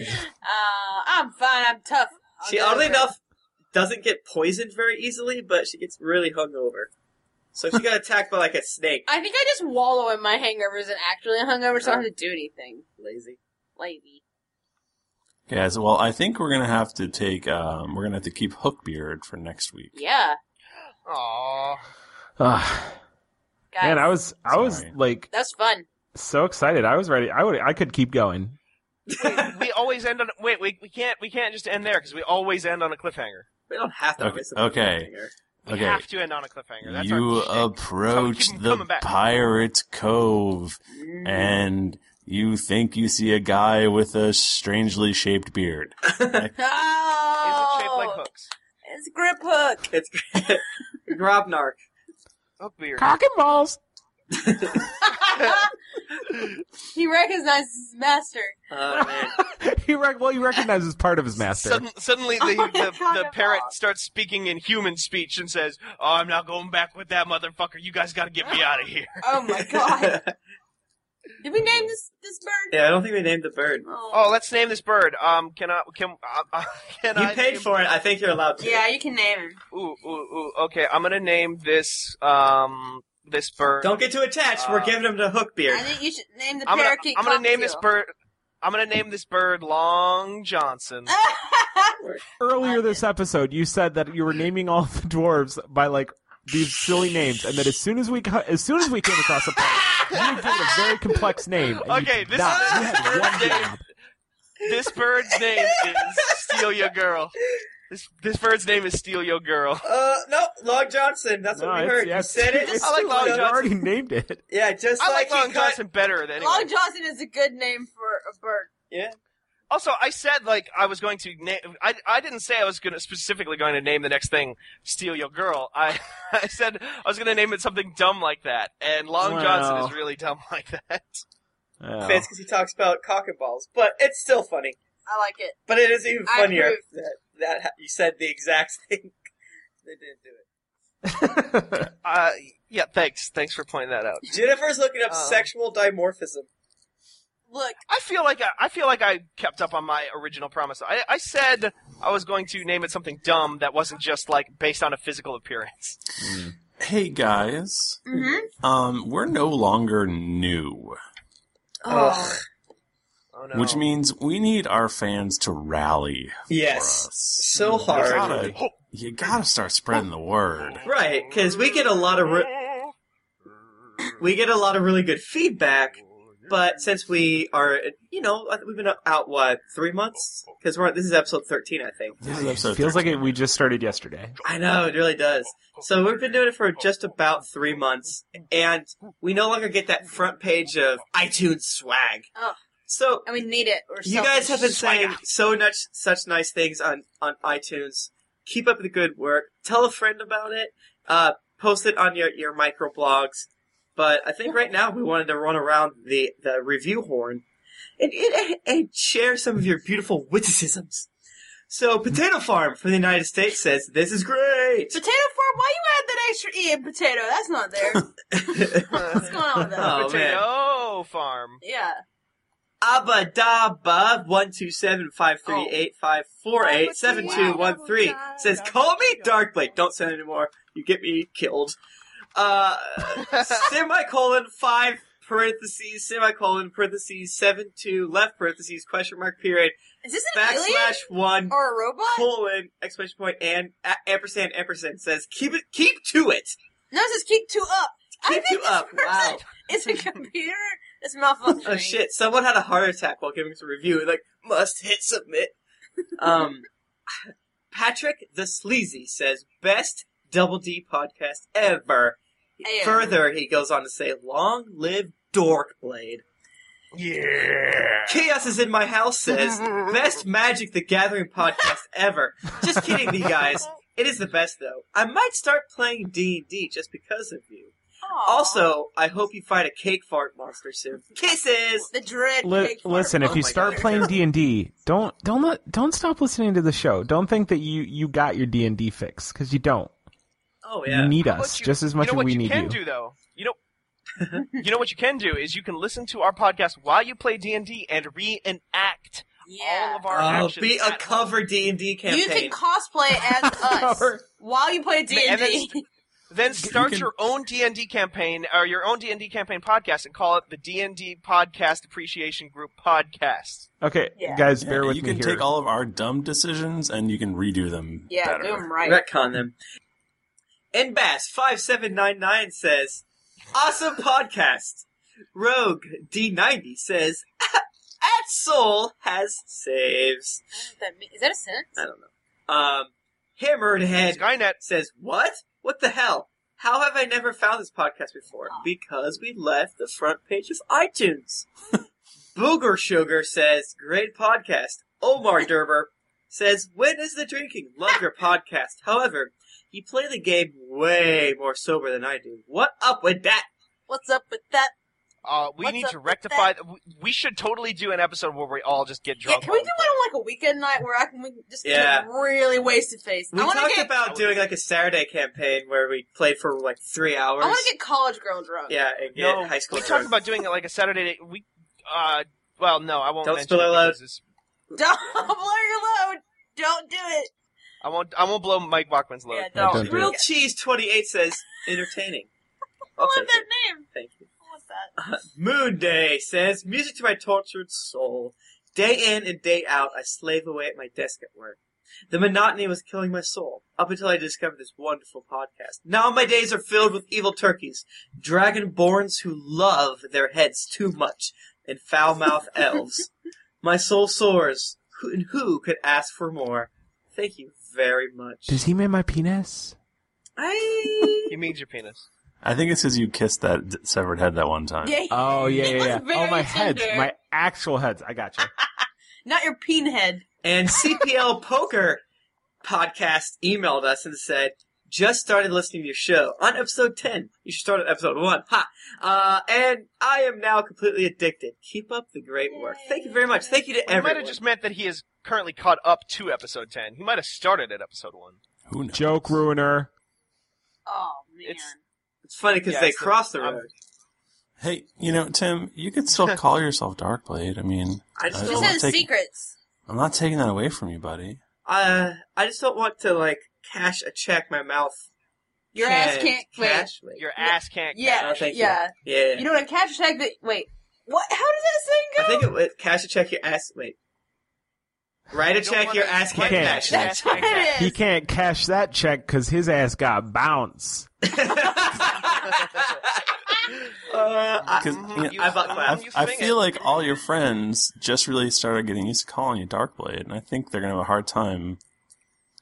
S5: Uh, I'm fine. I'm tough. I'll
S6: She
S5: get
S6: oddly
S5: over it.
S6: enough doesn't get poisoned very easily, but she gets really hungover. So she got attacked by like a
S5: [laughs]
S6: snake.
S5: I think I just wallow in my hangovers and actually I'm hungover, so I don't have to do anything.
S6: Lazy.
S5: Lazy.
S2: Yeah, so, well, I think we're gonna have to take. Um, we're gonna have to keep Hookbeard for next week.
S5: Yeah.
S3: Aww.
S4: Ah,
S5: Guys,
S4: man, I was I was like
S5: That's fun.
S4: so excited. I was ready. I would I could keep going.
S3: we always end on wait. We, we can't we can't just end there because we always end on a cliffhanger.
S6: We don't have
S2: Okay. Okay.
S3: We
S2: okay.
S3: have to end on a cliffhanger. That's our
S2: you approach the pirate cove and you think you see a guy with a strangely shaped beard.
S5: Oh,
S3: shaped like hooks.
S5: It's grip hook.
S6: It's [laughs] Grobnark.
S3: Hook beard.
S4: Cock and
S6: [laughs]
S4: balls.
S5: [laughs] he recognizes his master. Oh,
S4: [laughs] he rec- well, he recognizes part of his master.
S3: Sudden,
S5: [laughs]
S3: suddenly,
S5: Oh
S3: the, the, the parrot starts speaking in human speech and says, "Oh, I'm not going back with that motherfucker. You guys got to get me out
S5: [gasps]
S3: of here."
S5: Oh my
S3: [laughs]
S5: god! Did we name this this bird?
S6: Yeah, I don't think we named the bird.
S3: Oh, let's name this bird. Um, can I? Can, uh, uh, [laughs] can
S6: You
S3: I
S6: paid
S3: name-
S6: for it. I think you're allowed to.
S5: Yeah, you can name him.
S3: Ooh, ooh, ooh. Okay, I'm gonna name this um this bird. Uh,
S6: Don't get too attached. We're giving him to Hookbeard.
S5: I think you should name the
S3: I'm gonna,
S5: parakeet.
S3: I'm gonna name this
S5: cockatiel.
S3: bird. I'm gonna name this bird
S5: [laughs]
S3: Long Johnson.
S4: Earlier this episode, you said that you were naming all the dwarves by like these silly names, and that as soon as we co- as soon as we came across a you would give it a very complex name. and you
S3: Okay,
S4: did
S3: this
S4: not.
S3: is
S4: You had
S3: this bird's name. This bird's name is Steal Your Girl. This this bird's name is Steal Yo Girl.
S6: Uh, no, Log Johnson. That's
S3: No,
S6: what we
S3: it's-
S6: heard.
S3: yeah,
S6: you
S3: it's-
S6: said
S4: [laughs]
S6: it.
S3: it's I like Log Log Johnson. Johnson.
S4: already named it.
S6: Yeah, just
S3: I like,
S6: like,
S3: Long
S6: he cut-
S3: Johnson better than
S5: Long
S3: anyone.
S5: Johnson is a good name for a bird.
S6: Yeah.
S3: Also, I said like I was going to name. I, I didn't say I was going to specifically going to name the next thing "Steal Your Girl." I [laughs] I said I was going to name it something dumb like that, and Long Johnson
S6: Wow.
S3: is really dumb [laughs] like that.
S6: Fits because he talks about cock and balls, but it's still funny.
S5: I like it.
S6: But it is even
S5: I
S6: funnier
S5: approve.
S6: that, that ha- you said the exact [laughs] thing. they didn't do
S5: [laughs]
S6: it.
S3: Uh, yeah. Thanks. Thanks for pointing that out.
S6: Jennifer's looking up
S3: Um,
S6: sexual dimorphism.
S5: Look,
S3: I feel like I, I feel like I kept up on my original promise. I, I said I was going to name it something dumb that wasn't just like based on a physical appearance.
S2: Hey guys,
S5: Mm-hmm.
S2: um, we're no longer new,
S5: Oh.
S6: Uh,
S3: Ugh. Oh,
S2: which means we need our fans to rally.
S6: Yes, so
S2: You
S6: hard.
S2: gotta, you gotta start spreading the word.
S6: Right, because we get a lot of re- we get a lot of really good feedback, but since we are, you know, I think we've been out what three months? Because we're this is episode thirteen, I think.
S4: Feels like it, we just started yesterday.
S6: I know it really does. So we've been doing it for just about three months, and we no longer get that front page of iTunes swag.
S5: Oh.
S6: So
S5: and we need it. Or
S6: You guys have been saying so much such nice things on on iTunes. Keep up the good work. Tell a friend about it. Uh, post it on your your microblogs. But I think right now we wanted to run around the the review horn and and, and share some of your beautiful witticisms. So Potato Farm from the United States says this is great.
S5: potato farm. Why you add that extra e in potato? That's not
S6: [laughs]
S5: there. What's going on with that?
S6: Oh, man.
S3: Potato farm.
S5: Yeah.
S6: Abadaba one two seven five
S5: Oh.
S6: three eight five four eight seven two one three says, "Call me Darkblade. Don't send anymore. You get me killed." Uh, semicolon five parentheses semicolon parentheses seven two left parentheses question mark period
S5: Is this an
S6: backslash
S5: alien
S6: one
S5: or a robot?
S6: colon exclamation point and a- ampersand ampersand says, "Keep it. Keep to it."
S5: No, it says keep two up. I
S6: Keep
S5: think
S6: two
S5: this
S6: up.
S5: person
S6: Wow.
S5: is a computer. It's malfunctioning.
S6: [laughs] Oh shit! Someone had a heart attack while giving us a review. Like must hit submit. Um, [laughs] Patrick the Sleazy says best Double D podcast ever.
S5: Ew.
S6: Further, he goes on to say, "Long live Dorkblade."
S8: Yeah.
S6: Chaos is in my
S5: [laughs]
S6: house says best Magic the Gathering podcast ever. Just kidding, you guys. It is the best though. I might start playing D and D just because of you. Also, I hope you find a cake fart monster soon. Kisses.
S5: The dread.
S4: Li- listen,
S3: Oh
S4: if you start playing D and D, don't don't let, don't stop listening to the show. Don't think that you you got your D and D fix because you don't.
S6: Oh
S4: yeah. You need us just as much
S3: you know
S4: as
S3: what
S4: we
S3: you
S4: need
S3: can
S4: you.
S3: do though. You
S6: [laughs]
S3: know. you know what you can do is you can listen to our podcast while you play D and D and reenact all of our
S6: Oh,
S3: actions.
S6: be a cover D and D campaign.
S5: You can cosplay
S6: [laughs]
S5: as us while you play D and
S3: And
S5: D.
S3: then- Then start your own D and D campaign or your own D and D campaign podcast and call it the D and D Podcast Appreciation Group Podcast.
S4: Okay, guys,
S2: Yeah,
S4: bear with
S2: you
S4: me
S2: can
S4: here.
S2: take all of our dumb decisions and you can redo them.
S5: Yeah,
S2: better.
S5: do 'em right.
S6: Retcon them. And Bass five seven nine nine says, "Awesome podcast." Rogue D ninety says, [laughs] "At Soul has saves."
S5: Is that me- Is that a sentence?
S6: I don't know. Um, Hammered Head
S3: Skynet
S6: says, "What? What the hell? How have I never found this podcast before?
S5: Ah.
S6: Because we left the front page of
S5: [laughs]
S6: iTunes." Booger Sugar says, "Great podcast."
S5: [laughs]
S6: Omar Derber says, "When is the drinking? Love your podcast." However, you play the game way more sober than I do. What up with that?
S5: What's up with that?
S3: Uh, we
S5: What's
S3: need
S5: up
S3: to
S5: with
S3: rectify. we- We should totally do an episode where we all just get
S5: Yeah,
S3: drunk.
S5: can we do one on like a weekend night where I can we can just
S6: Yeah.
S5: get really wasted face?
S6: We
S5: I want to
S6: talked
S5: get
S6: about doing like a Saturday campaign where we played for like three hours.
S5: I want to get college girl drunk.
S6: yeah, and
S5: [laughs]
S6: get
S3: no,
S6: high school.
S3: we talked
S6: drunk.
S3: about doing it like a Saturday. Day. We, uh, well, no, I won't.
S6: Don't
S3: mention
S6: spill
S3: it
S6: our load.
S3: because it's-
S5: Don't blur your load. Don't do it.
S3: I won't. I won't blow Mike Bachman's load.
S5: Yeah, don't. Don't do
S6: Real
S5: it.
S6: Cheese 28 says, entertaining.
S5: I love that name.
S6: Thank you. Uh,
S5: I love that.
S6: Moon Day says, music to my tortured soul. Day in and day out, I slave away at my desk at work. The monotony was killing my soul, up until I discovered this wonderful podcast. Now my days are filled with evil turkeys, dragonborns who love their heads too much, and
S5: [laughs]
S6: foul mouthed elves. My soul soars, who, and who could ask for more? Thank you very much.
S4: Does he mean my penis?
S3: he means your penis.
S2: I think it's because you kissed that d- severed head that one time.
S5: Yeah. [laughs]
S4: Oh yeah, yeah, yeah.
S5: very
S4: Oh my heads,
S5: tender.
S4: my actual heads. I got you.
S5: Not your peen head.
S6: And CPL Poker podcast emailed us and said, just started listening to your show on episode 10. You should start at episode 1. Ha! Uh, and I am now completely addicted. Keep up the great work. Thank you very much. Thank you to
S3: It might
S6: everyone.
S3: have just meant that he is currently caught up to episode 10. He might have started at episode 1.
S4: Joke ruiner.
S5: Oh, man.
S3: It's,
S6: it's funny 'cause they cross the road.
S2: Hey, you know, Tim, you could still
S6: [laughs]
S2: call yourself Darkblade. I mean, uh,
S6: I just don't-
S2: I'm
S5: Just
S2: not
S5: his
S2: taking-
S5: secrets.
S2: I'm not taking that away from you, buddy.
S6: Uh, I just don't want to, like, cash a check my mouth.
S5: Your ass can't wait.
S6: cash me.
S3: Your ass can't
S5: Yeah,
S6: Oh, thank you.
S5: yeah.
S6: Yeah.
S5: You know what a catch tag that wait. What how does that saying go?
S6: I think it was cash a check your ass. Wait. Write a check your ass can't cash.
S5: That's what it
S4: He
S5: is.
S4: can't cash that check because his ass got bounced.
S6: Uh, I,
S2: 'Cause, you know,
S6: I bought
S2: I,
S6: class.
S2: I feel like all your friends just really started getting used to calling you Darkblade, and I think they're gonna have a hard time.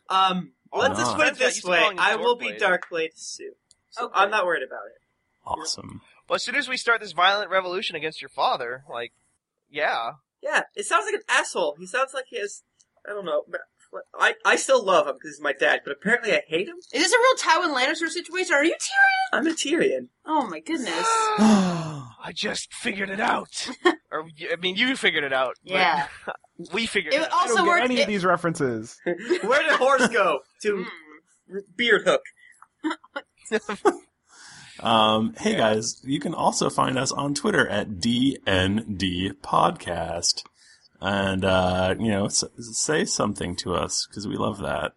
S6: Um, let's just
S2: Nah.
S6: put it
S3: used
S6: this
S3: to call
S6: way:
S3: him
S6: I will be
S3: Darkblade.
S6: Darkblade soon, so I'm not worried about it.
S2: Awesome.
S3: Well, as soon as we start this violent revolution against your father, like, yeah.
S6: Yeah, it sounds like an asshole. He sounds like he has. I don't know. but- I I still love him because he's my dad, but apparently I hate him.
S5: Is this a real Tywin Lannister situation? Are you Tyrion?
S6: I'm a Tyrion.
S5: Oh my
S6: [gasps]
S5: goodness.
S3: [sighs] I just figured it
S6: [laughs]
S3: out. or, I mean, you figured it out. but
S5: Yeah.
S3: [laughs] we figured it,
S5: It
S3: out.
S5: also
S4: I don't get
S5: worked-
S4: any
S5: it-
S4: of
S3: [laughs]
S4: these references.
S5: [laughs]
S6: Where did horse go? To
S3: Hmm.
S6: beard hook.
S2: Um, hey guys, you can also find us on Twitter at DND Podcast, and uh, you know, s- say something to us because we love that.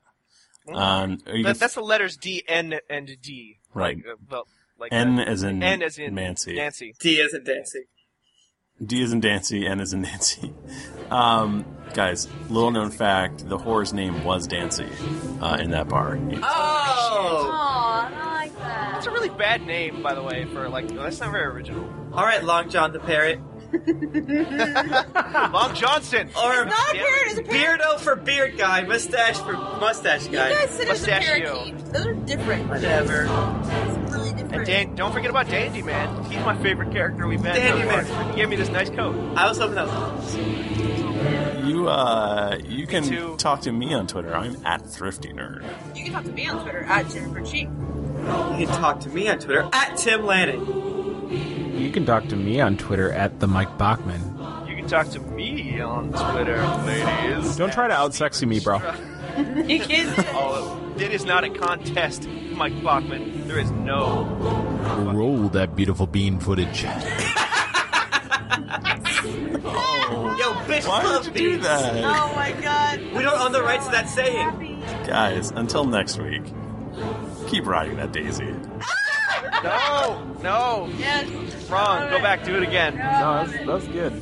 S2: Um, or you
S3: Mm. That-
S2: can-
S3: that's the letters D, N, and D.
S2: Right.
S3: Like, uh, well, like
S2: N
S3: that.
S2: as in
S3: N as in
S2: Nancy.
S3: Nancy.
S6: D isn't dancing.
S2: D is in Dancy, N is in Nancy. [laughs] Um, guys, little known fact: the whore's name was Dancy uh, in that bar.
S3: Oh!
S5: Oh, I like that.
S3: That's a really bad name, by the way, for like no, that's not very original.
S6: All right, Long John the Parrot.
S3: Long Johnson.
S6: Or
S5: not a parrot, it's a parrot.
S6: Beardo for beard guy, mustache for mustache
S5: You
S6: guy.
S5: guys said it was a
S3: Mustachio.
S5: parakeet. Those are different.
S6: Whatever.
S5: It's really
S3: And
S5: different.
S3: Dan, don't forget about Dandy Man. He's my favorite character we've met.
S6: Dandy
S3: so far. He gave me this nice coat.
S6: I was hoping that was.
S2: You uh, you can talk to me on Twitter. I'm at Thrifty Nerd.
S5: You can talk to me on Twitter at Jennifer Cheek.
S6: You can talk to me on Twitter at Tim Lanning.
S4: You can talk to me on Twitter at the Mike Bachman.
S3: You can talk to me on Twitter, ladies.
S4: Don't [laughs] try to outsexy me, bro.
S5: You can
S3: Oh, it is not a contest, Mike Bachman. There is no.
S12: Roll that beautiful bean footage.
S6: Yo, bitch,
S2: Oh. Why
S6: love
S2: would you do
S6: beans.
S2: that,
S5: Oh my god.
S6: We don't own the rights to that saying.
S2: guys? Until next week, keep riding that daisy.
S3: No, no.
S5: Yes.
S3: Wrong. Go back. Do it again.
S4: No, that's, that's good.